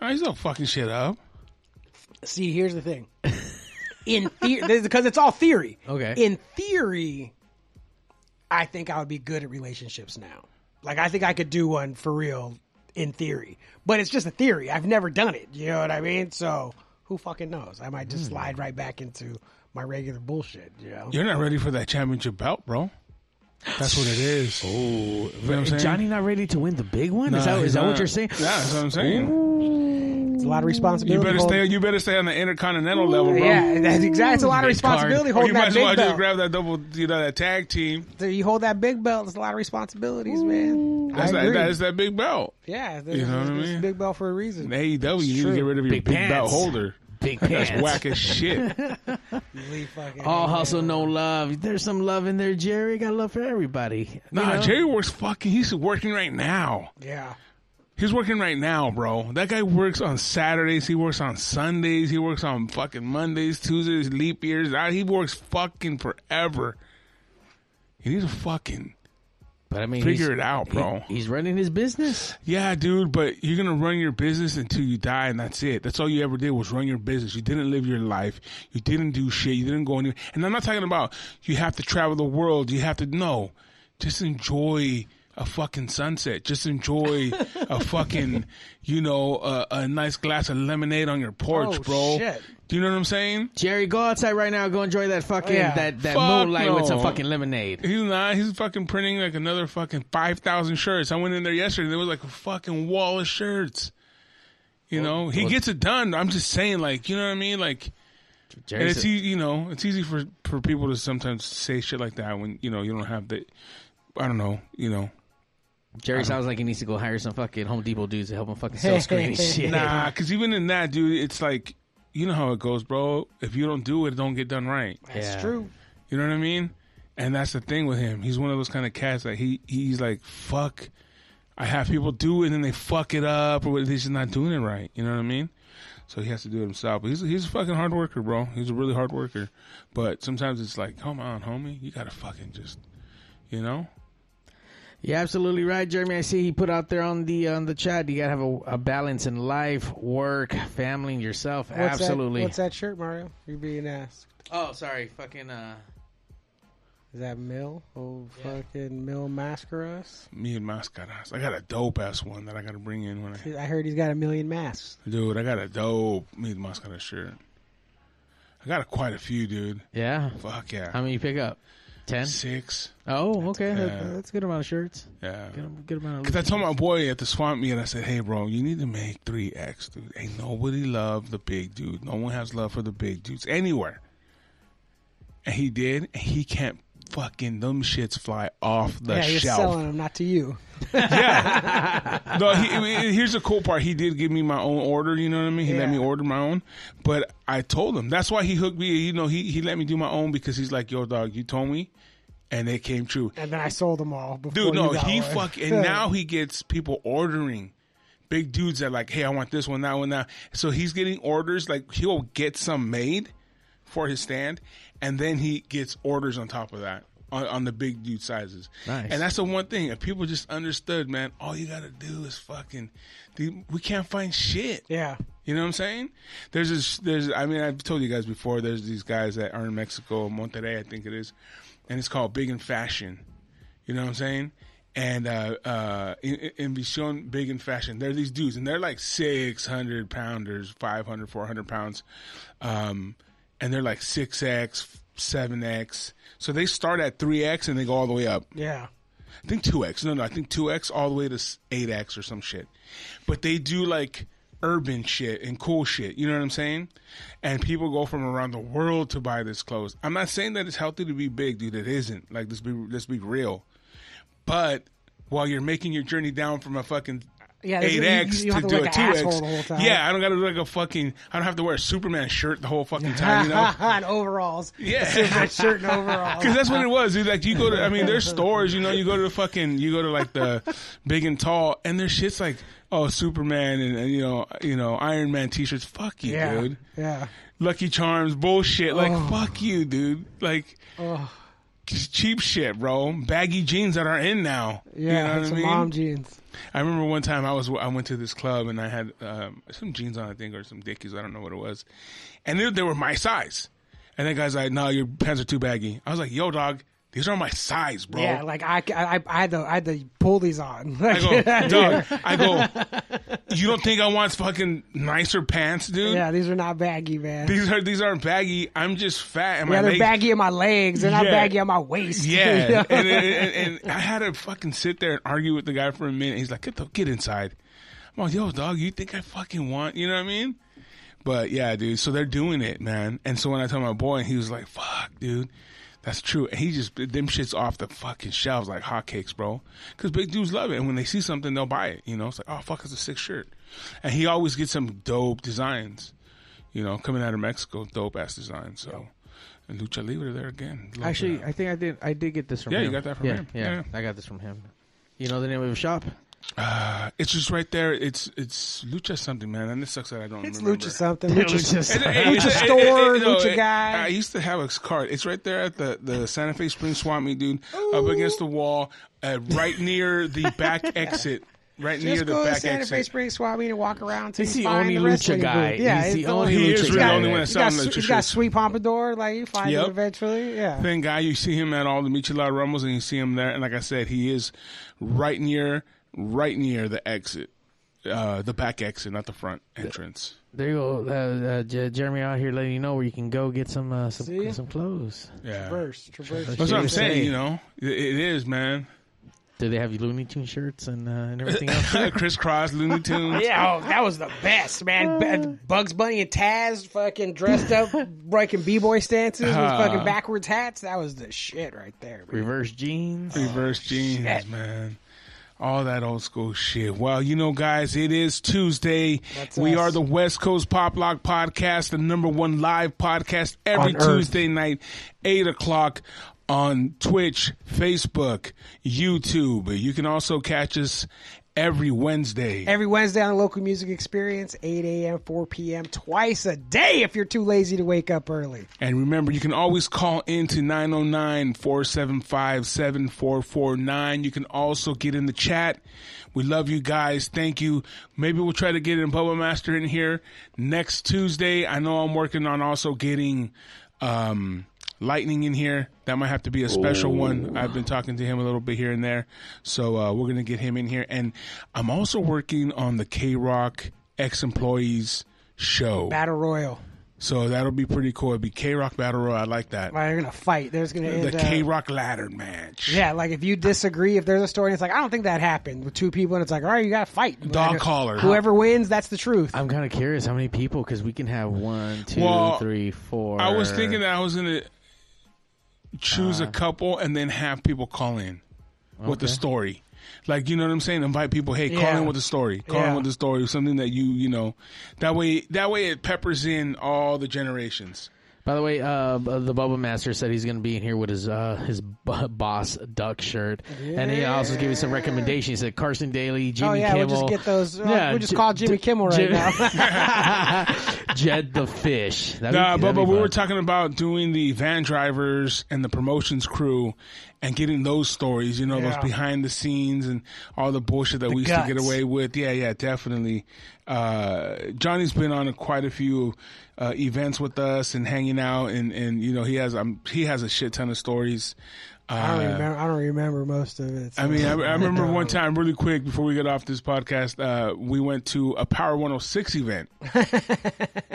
[SPEAKER 2] Oh, he's not fucking shit up.
[SPEAKER 3] See, here's the thing. In theory, because it's all theory.
[SPEAKER 4] Okay.
[SPEAKER 3] In theory, I think I would be good at relationships now. Like, I think I could do one for real in theory, but it's just a theory. I've never done it. You know what I mean? So, who fucking knows? I might just
[SPEAKER 2] Hmm.
[SPEAKER 3] slide right back into my regular bullshit. You know?
[SPEAKER 2] You're not ready for that championship belt, bro. That's what it is. Oh, you know what I'm saying?
[SPEAKER 4] Johnny not ready to win the big one?
[SPEAKER 2] Nah,
[SPEAKER 4] is that,
[SPEAKER 2] he's
[SPEAKER 4] is that what
[SPEAKER 2] not.
[SPEAKER 4] you're saying?
[SPEAKER 2] Yeah, that's what I'm saying.
[SPEAKER 3] It's a lot of
[SPEAKER 2] You
[SPEAKER 3] responsibility.
[SPEAKER 2] better
[SPEAKER 3] hold-
[SPEAKER 2] stay. You better stay on the intercontinental level, bro.
[SPEAKER 3] Yeah, that's exactly. It's a lot of
[SPEAKER 4] Big
[SPEAKER 3] responsibility.
[SPEAKER 4] card.
[SPEAKER 2] Or
[SPEAKER 3] Holding
[SPEAKER 2] you might
[SPEAKER 3] that
[SPEAKER 2] as
[SPEAKER 3] big
[SPEAKER 2] well
[SPEAKER 3] belt.
[SPEAKER 2] just grab that double, you know, that tag team.
[SPEAKER 3] you hold that big belt. It's a lot of responsibilities, man.
[SPEAKER 2] That's
[SPEAKER 3] I
[SPEAKER 2] that,
[SPEAKER 3] agree.
[SPEAKER 2] that is that big belt.
[SPEAKER 3] Yeah,
[SPEAKER 2] You know what I
[SPEAKER 3] it's
[SPEAKER 2] mean?
[SPEAKER 3] Big bell for a reason.
[SPEAKER 2] In AEW, you need
[SPEAKER 3] true.
[SPEAKER 2] to get rid of your
[SPEAKER 4] Big
[SPEAKER 2] big, belt
[SPEAKER 4] pants.
[SPEAKER 2] holder.
[SPEAKER 4] Big
[SPEAKER 2] That's
[SPEAKER 4] pants.
[SPEAKER 2] whack as shit.
[SPEAKER 3] Leave fucking-
[SPEAKER 4] All hustle, no love. There's some love in there, Jerry. Got love for everybody. You
[SPEAKER 2] Nah,
[SPEAKER 4] know?
[SPEAKER 2] Jerry works fucking. He's working right now.
[SPEAKER 3] Yeah,
[SPEAKER 2] He's working right now, bro. That guy works on Saturdays. He works on Sundays. He works on fucking Mondays, Tuesdays, leap years. Ah, He works fucking forever. He needs to fucking
[SPEAKER 4] But I mean,
[SPEAKER 2] figure
[SPEAKER 4] he's-
[SPEAKER 2] it out, bro.
[SPEAKER 4] he- he's running his business.
[SPEAKER 2] Yeah, dude, but you're gonna run your business until you die, and that's it. That's all you ever did was run your business. You didn't live your life. You didn't do shit. You didn't go anywhere. And I'm not talking about you have to travel the world. You have to no, just enjoy a fucking sunset. Just
[SPEAKER 3] [LAUGHS]
[SPEAKER 2] enjoy a fucking you know a, a nice glass of lemonade on your porch,
[SPEAKER 3] Oh,
[SPEAKER 2] bro.
[SPEAKER 3] shit.
[SPEAKER 2] Do you know what I'm saying?
[SPEAKER 4] Jerry, go outside right now. Go enjoy that fucking
[SPEAKER 3] yeah.
[SPEAKER 4] that that
[SPEAKER 2] Fuck
[SPEAKER 4] moonlight with some
[SPEAKER 2] no.
[SPEAKER 4] fucking lemonade.
[SPEAKER 2] He's not. He's fucking printing like another fucking five thousand shirts. I went in there yesterday. and There was like a fucking wall of shirts. You know, he gets it done. I'm just saying, like, you know what I mean? Like, and
[SPEAKER 4] Jerry's
[SPEAKER 2] it's easy, you know, it's easy for for people to sometimes say shit like that when you know you don't have the, I don't know, you know,
[SPEAKER 4] Jerry sounds like he needs to go hire some fucking Home Depot dudes to help him
[SPEAKER 2] [LAUGHS]
[SPEAKER 4] fucking sell screen and shit.
[SPEAKER 2] nah. Because even in that, dude, it's like, you know how it goes, bro. If you don't do it, it don't get done right.
[SPEAKER 3] that's
[SPEAKER 4] Yeah.
[SPEAKER 3] true.
[SPEAKER 2] You know what I mean? And that's the thing with him. He's one of those kind of cats that he he's like, fuck. I have people do it and then they fuck it up or he's just not doing it right. You know what I mean? So he has to do it himself. But he's he's a fucking hard worker, bro. He's a really hard worker. But sometimes it's like, come on, homie, you gotta fucking just You know,
[SPEAKER 4] You're absolutely right, Jeremy. I see he put out there on the on the chat. You gotta have a, a balance in life, work, family, and yourself.
[SPEAKER 3] What's that-
[SPEAKER 4] absolutely.
[SPEAKER 3] what's that shirt, Mario? You're being asked.
[SPEAKER 4] Oh, sorry, fucking. uh
[SPEAKER 3] Is that Mill? Oh, fucking Mill Mascaras.
[SPEAKER 2] me and mascaras. I got a dope ass one that I got to bring in when I
[SPEAKER 3] I heard he's got a million masks.
[SPEAKER 2] dude. I got a dope me and mascaras shirt. I got a, quite a few, dude.
[SPEAKER 4] Yeah.
[SPEAKER 2] Fuck yeah,
[SPEAKER 4] How many you pick up? Ten.
[SPEAKER 2] six.
[SPEAKER 4] Oh, okay. That-
[SPEAKER 2] Yeah.
[SPEAKER 4] That's a good amount of shirts.
[SPEAKER 2] Yeah.
[SPEAKER 4] Good, good amount of.
[SPEAKER 2] Because I told my boy at the swamp meet, I said, hey, bro, you need to make 3X, dude. Ain't nobody love the big dude. No one has love for the big dudes anywhere. And he did, and he can't fucking, them shits fly off the
[SPEAKER 3] yeah, you're selling
[SPEAKER 2] shelf.
[SPEAKER 3] them, not to you.
[SPEAKER 2] Yeah. no, he, I mean, here's the cool part. He did give me my own order, you know what I mean? He let
[SPEAKER 3] Yeah.
[SPEAKER 2] me order my own. But I told him, that's why he hooked me, you know, he, he let me do my own because he's like, yo, dog, you told me, and it came true.
[SPEAKER 3] And then I sold them all. Before
[SPEAKER 2] Dude, no,
[SPEAKER 3] you got
[SPEAKER 2] he
[SPEAKER 3] one.
[SPEAKER 2] fuck,
[SPEAKER 3] [LAUGHS]
[SPEAKER 2] and now he gets people ordering. Big dudes that like, hey, I want this one, that one, that. So he's getting orders. Like he'll get some made for his stand, and then he gets orders on top of that on, on the big dude sizes.
[SPEAKER 4] Nice.
[SPEAKER 2] And that's the one thing if people just understood, man. All you gotta do is fucking. Dude, we can't find shit.
[SPEAKER 3] yeah,
[SPEAKER 2] You know what I'm saying? There's this, there's, I mean, I've told you guys before, there's these guys that are in Mexico, Monterrey, I think it is, and it's called Big in Fashion. You know what I'm saying? And, uh, uh, in, in Visión Big in Fashion, they're these dudes, and they're like 600 pounders, 500, 400 pounds, um, and they're like 6X, 7X. So they start at 3X and they go all the way up.
[SPEAKER 3] yeah.
[SPEAKER 2] I think two X. No, no, I think two X all the way to eight X or some shit. But they do like urban shit and cool shit. You know what I'm saying? And people go from around the world to buy this clothes. I'm not saying that it's healthy to be big, dude. It isn't. Like let's be let's be real. But while you're making your journey down from a fucking
[SPEAKER 3] Yeah, this-
[SPEAKER 2] eight X
[SPEAKER 3] you- you
[SPEAKER 2] to
[SPEAKER 3] don't have to
[SPEAKER 2] do a
[SPEAKER 3] look like
[SPEAKER 2] two
[SPEAKER 3] an
[SPEAKER 2] X,
[SPEAKER 3] asshole the whole time.
[SPEAKER 2] yeah, I don't got to look like a fucking. I don't have to wear a Superman shirt the
[SPEAKER 3] [LAUGHS]
[SPEAKER 2] whole fucking time. You know?
[SPEAKER 3] and overalls.
[SPEAKER 2] Yeah.
[SPEAKER 3] That shirt and
[SPEAKER 2] [LAUGHS]
[SPEAKER 3] overalls.
[SPEAKER 2] Because that's what it was. Dude. Like you go to, I mean, there's
[SPEAKER 3] [LAUGHS]
[SPEAKER 2] stores. You know, you go to the fucking, you go to like the big and tall, and there's shits like, oh, Superman and, and you know, you know, Iron Man t-shirts. Fuck you,
[SPEAKER 3] yeah,
[SPEAKER 2] dude.
[SPEAKER 3] yeah.
[SPEAKER 2] Lucky Charms, bullshit. Like
[SPEAKER 3] Oh.
[SPEAKER 2] fuck you, dude. Like just cheap shit, bro. Baggy jeans that are in now. You know
[SPEAKER 3] Yeah,
[SPEAKER 2] what
[SPEAKER 3] some
[SPEAKER 2] I mean?
[SPEAKER 3] mom jeans.
[SPEAKER 2] I remember one time I was I went to this club and I had um, some jeans on I think or some dickies I don't know what it was, and they, they were my size, and that guy's like, "No, your pants are too baggy." I was like, "Yo, dog, these are my size, bro."
[SPEAKER 3] Yeah, like I, I, I had to, I had to pull these on. [LAUGHS]
[SPEAKER 2] I go, Oh, dog. I go. You don't think I want fucking nicer pants, dude?
[SPEAKER 3] yeah, these are not baggy, man.
[SPEAKER 2] These are these aren't baggy. I'm just fat. And
[SPEAKER 3] yeah,
[SPEAKER 2] my
[SPEAKER 3] they're
[SPEAKER 2] legs-
[SPEAKER 3] baggy on my legs. They're not
[SPEAKER 2] Yeah.
[SPEAKER 3] baggy on my waist.
[SPEAKER 2] [LAUGHS] Yeah, and, and, and, and I had to fucking sit there and argue with the guy for a minute. He's like, "Get the get inside." I'm like, "Yo, dog, you think I fucking want?" You know what I mean? But yeah, dude. So they're doing it, man. And so when I tell my boy, he was like, "Fuck, dude." That's true. And he just them shits off the fucking shelves like hotcakes, bro. Because big dudes love it, and when they see something, they'll buy it. You know, it's like, oh fuck, it's a sick shirt, and he always gets some dope designs. You know, coming out of Mexico, dope ass designs. So, and Lucha Libre there again. Love
[SPEAKER 4] Actually,
[SPEAKER 2] that.
[SPEAKER 4] I think I did. I did get this from
[SPEAKER 2] Yeah,
[SPEAKER 4] him.
[SPEAKER 2] you got that from
[SPEAKER 4] yeah,
[SPEAKER 2] him.
[SPEAKER 4] Yeah,
[SPEAKER 2] Yeah.
[SPEAKER 4] I got this from him. You know the name of the shop?
[SPEAKER 2] It's just right there. It's it's lucha something, man, and it sucks that I
[SPEAKER 3] [LAUGHS]
[SPEAKER 2] don't.
[SPEAKER 3] it's
[SPEAKER 2] remember.
[SPEAKER 3] lucha
[SPEAKER 2] [LAUGHS]
[SPEAKER 3] something. Lucha,
[SPEAKER 2] It- it-
[SPEAKER 3] Lucha
[SPEAKER 2] it- it-
[SPEAKER 3] store,
[SPEAKER 2] it- it- no,
[SPEAKER 3] lucha
[SPEAKER 2] it-
[SPEAKER 3] guy.
[SPEAKER 2] I used to have a card. It's right there at the, the Santa Fe Spring Swap Meet, dude, up against the wall, uh, right near the
[SPEAKER 3] [LAUGHS]
[SPEAKER 2] back exit. Right near
[SPEAKER 3] Just
[SPEAKER 2] the
[SPEAKER 3] go to
[SPEAKER 2] back
[SPEAKER 3] Santa Fe
[SPEAKER 2] exit.
[SPEAKER 3] Spring Swap Meet and walk around. till
[SPEAKER 4] He's
[SPEAKER 3] you
[SPEAKER 4] the
[SPEAKER 3] find
[SPEAKER 4] only
[SPEAKER 3] the
[SPEAKER 4] lucha
[SPEAKER 3] wrestling
[SPEAKER 4] guy.
[SPEAKER 3] Booth. Yeah,
[SPEAKER 4] He's the
[SPEAKER 3] the
[SPEAKER 4] only
[SPEAKER 2] he
[SPEAKER 4] lucha
[SPEAKER 2] is
[SPEAKER 4] He's
[SPEAKER 2] really
[SPEAKER 4] got-
[SPEAKER 2] the only one that's
[SPEAKER 3] He's got,
[SPEAKER 2] selling
[SPEAKER 3] su-
[SPEAKER 2] the
[SPEAKER 3] he's
[SPEAKER 2] t-shirts.
[SPEAKER 3] got sweet pompadour. Like you find
[SPEAKER 2] Yep.
[SPEAKER 3] it eventually. Yeah.
[SPEAKER 2] thin guy. You see him at all the Michela Rumbles, and you see him there. And like I said, he is right near, right near the exit, uh, the back exit, not the front entrance.
[SPEAKER 4] There you go, uh, uh, J- Jeremy out here letting you know where you can go get some uh,
[SPEAKER 3] See?
[SPEAKER 4] some, some clothes.
[SPEAKER 2] Yeah,
[SPEAKER 3] Traverse, traverse.
[SPEAKER 2] that's what I'm
[SPEAKER 4] Shit.
[SPEAKER 2] saying. You know, it, it is, man.
[SPEAKER 4] Do they have Looney Tune shirts and uh, and everything else?
[SPEAKER 2] crisscross Looney Tunes.
[SPEAKER 3] Yeah, oh, that was the best, man.
[SPEAKER 2] Uh.
[SPEAKER 3] B- Bugs Bunny and Taz fucking dressed
[SPEAKER 2] [LAUGHS]
[SPEAKER 3] up, breaking b-boy stances with
[SPEAKER 2] Uh-huh.
[SPEAKER 3] fucking backwards hats. That was the shit right there. Man.
[SPEAKER 4] Reverse jeans.
[SPEAKER 3] Oh,
[SPEAKER 2] Reverse jeans, man. All that old school shit. Well, you know, guys, it is Tuesday.
[SPEAKER 3] That's
[SPEAKER 2] we
[SPEAKER 3] us.
[SPEAKER 2] are the West Coast Pop Lock Podcast, the number one live podcast
[SPEAKER 3] On
[SPEAKER 2] every
[SPEAKER 3] Earth.
[SPEAKER 2] Tuesday night, 8 o'clock on Twitch, Facebook, YouTube. You can also catch us every Wednesday.
[SPEAKER 3] Every Wednesday on the local music experience, 8 a.m., 4 p.m., twice a day if you're too lazy to wake up early.
[SPEAKER 2] And remember, you can always call in to 909 475 7449. You can also get in the chat. We love you guys. Thank you. Maybe we'll try to get in Bubba Master in here next Tuesday. I know I'm working on also getting um, Lightning in here. That might have to be a special one. I've been talking to him a little bit here and there. So uh, we're going to get him in here. And I'm also working on the K Rock ex employees show.
[SPEAKER 3] Battle Royal.
[SPEAKER 2] So that'll be pretty cool. It'd be K Rock Battle Royal. I like that.
[SPEAKER 3] Like, they're going to fight. There's going to
[SPEAKER 2] the K Rock ladder match.
[SPEAKER 3] Yeah, like if you disagree, if there's a story, and it's like I don't think that happened with two people, and it's like, all right, you got to fight.
[SPEAKER 2] Dog
[SPEAKER 3] Whoever-
[SPEAKER 2] collar.
[SPEAKER 3] Whoever wins, that's the truth.
[SPEAKER 4] I'm kind of curious how many people because we can have one, two, three, four.
[SPEAKER 2] Well, I was thinking that I was gonna choose a couple and then have people call in with the
[SPEAKER 4] Okay.
[SPEAKER 2] story. Like you know what I'm saying? Invite people. Hey, call
[SPEAKER 3] Yeah.
[SPEAKER 2] in with a story. Call
[SPEAKER 3] Yeah.
[SPEAKER 2] in with a story. Something that you you know. That way that way it peppers in all the generations.
[SPEAKER 4] By the way, uh, b- the Bubba Master said he's going to be in here with his uh, his b- boss duck shirt, and he also gave me some recommendations. He said Carson Daly, Jimmy
[SPEAKER 3] oh yeah,
[SPEAKER 4] Kimmel.
[SPEAKER 3] we'll just get those. Uh, we'll just
[SPEAKER 4] J-
[SPEAKER 3] call Jimmy
[SPEAKER 4] J-
[SPEAKER 3] Kimmel right
[SPEAKER 4] Jim-
[SPEAKER 3] now. [LAUGHS]
[SPEAKER 4] [LAUGHS] Jed the Fish. That'd be-
[SPEAKER 2] Nah,
[SPEAKER 4] that'd be
[SPEAKER 2] Bubba, we
[SPEAKER 4] fun.
[SPEAKER 2] were talking about doing the van drivers and the promotions crew and getting those stories, you know, those
[SPEAKER 3] Yeah.
[SPEAKER 2] behind the scenes and all the bullshit that we used to get
[SPEAKER 3] guts.
[SPEAKER 2] away with. Yeah, yeah, definitely. Uh, Johnny's been on quite a few uh, events with us and hanging out, and, and you know, he has um, he has a shit ton of stories.
[SPEAKER 3] I don't
[SPEAKER 2] Uh,
[SPEAKER 3] remember. I don't remember most of it. so-
[SPEAKER 2] I mean, I, I remember
[SPEAKER 3] [LAUGHS]
[SPEAKER 2] one time, really quick, before we got off this podcast, uh, we went to a Power
[SPEAKER 3] [LAUGHS]
[SPEAKER 2] 106 event.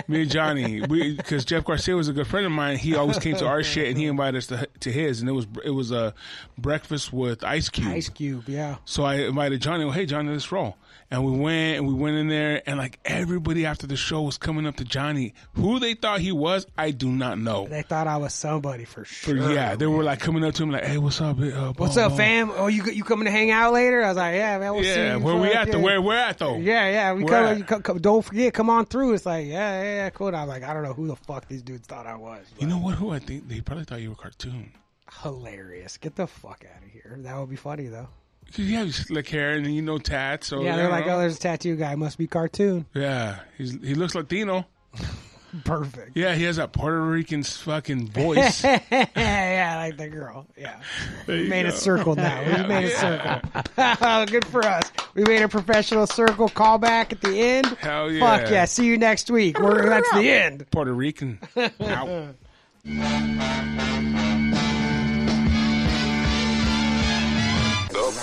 [SPEAKER 2] Me and Johnny, because Jeff Garcia was a good friend of mine. He always came to
[SPEAKER 3] [LAUGHS]
[SPEAKER 2] our shit, and he invited us to, to his, and it was it was a breakfast with Ice Cube.
[SPEAKER 3] Ice Cube. Yeah.
[SPEAKER 2] So I invited Johnny. Well, hey, Johnny, let's roll. And we went and we went in there, and like everybody after the show was coming up to Johnny. Who they thought he was, I do not know.
[SPEAKER 3] They thought I was somebody for
[SPEAKER 2] But
[SPEAKER 3] sure.
[SPEAKER 2] yeah, they were like coming up to him, like, "Hey, what's up? Uh,
[SPEAKER 3] What's
[SPEAKER 2] Bo,
[SPEAKER 3] up,
[SPEAKER 2] Bo?"
[SPEAKER 3] fam? Oh, you you coming to hang out later? I was like, yeah, man. We'll see
[SPEAKER 2] Yeah,
[SPEAKER 3] you
[SPEAKER 2] where we
[SPEAKER 3] for-
[SPEAKER 2] at? though? Where we're at though?
[SPEAKER 3] Yeah, yeah. We
[SPEAKER 2] Where
[SPEAKER 3] come,
[SPEAKER 2] at?
[SPEAKER 3] you co- co- don't forget, come on through. It's like, yeah, yeah, yeah, cool. And I'm like, I don't know who the fuck these dudes thought I was.
[SPEAKER 2] You know what? Who I think they probably thought you were a cartoon.
[SPEAKER 3] Hilarious. Get the fuck out of here. That would be funny though.
[SPEAKER 2] 'Cause you have slick hair and you know tats. So
[SPEAKER 3] yeah, they're
[SPEAKER 2] you
[SPEAKER 3] like,
[SPEAKER 2] know.
[SPEAKER 3] oh, there's a tattoo guy. Must be
[SPEAKER 2] [LAUGHS]
[SPEAKER 3] cartoon.
[SPEAKER 2] yeah, he's, he looks Latino.
[SPEAKER 3] Perfect.
[SPEAKER 2] Yeah, he has that Puerto Rican
[SPEAKER 3] [LAUGHS]
[SPEAKER 2] fucking voice.
[SPEAKER 3] yeah, yeah, like the girl. Yeah,
[SPEAKER 2] There you
[SPEAKER 3] made a
[SPEAKER 2] go.
[SPEAKER 3] circle now. We made a circle. [LAUGHS] Good for us. We made a professional circle callback at the end.
[SPEAKER 2] Hell yeah.
[SPEAKER 3] Fuck yeah. See you next week. We're, that's the end.
[SPEAKER 2] Puerto Rican. Ow.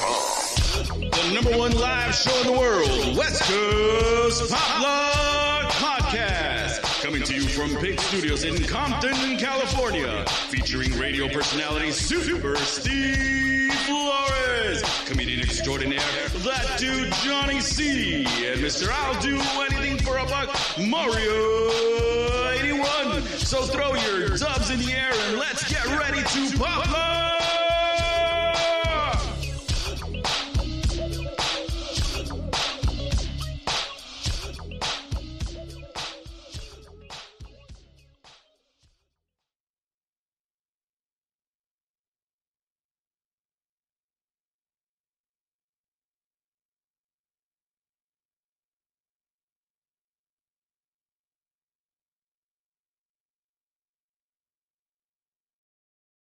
[SPEAKER 1] The number one live show in the world, West Coast Pop Love Podcast. Coming to you from Pig Studios in Compton, California. Featuring radio personality Super Steve Flores, comedian extraordinaire, that dude Johnny C, and Mr. I'll Do Anything for a Buck, Mario 81. So throw your dubs in the air and let's get ready to pop love.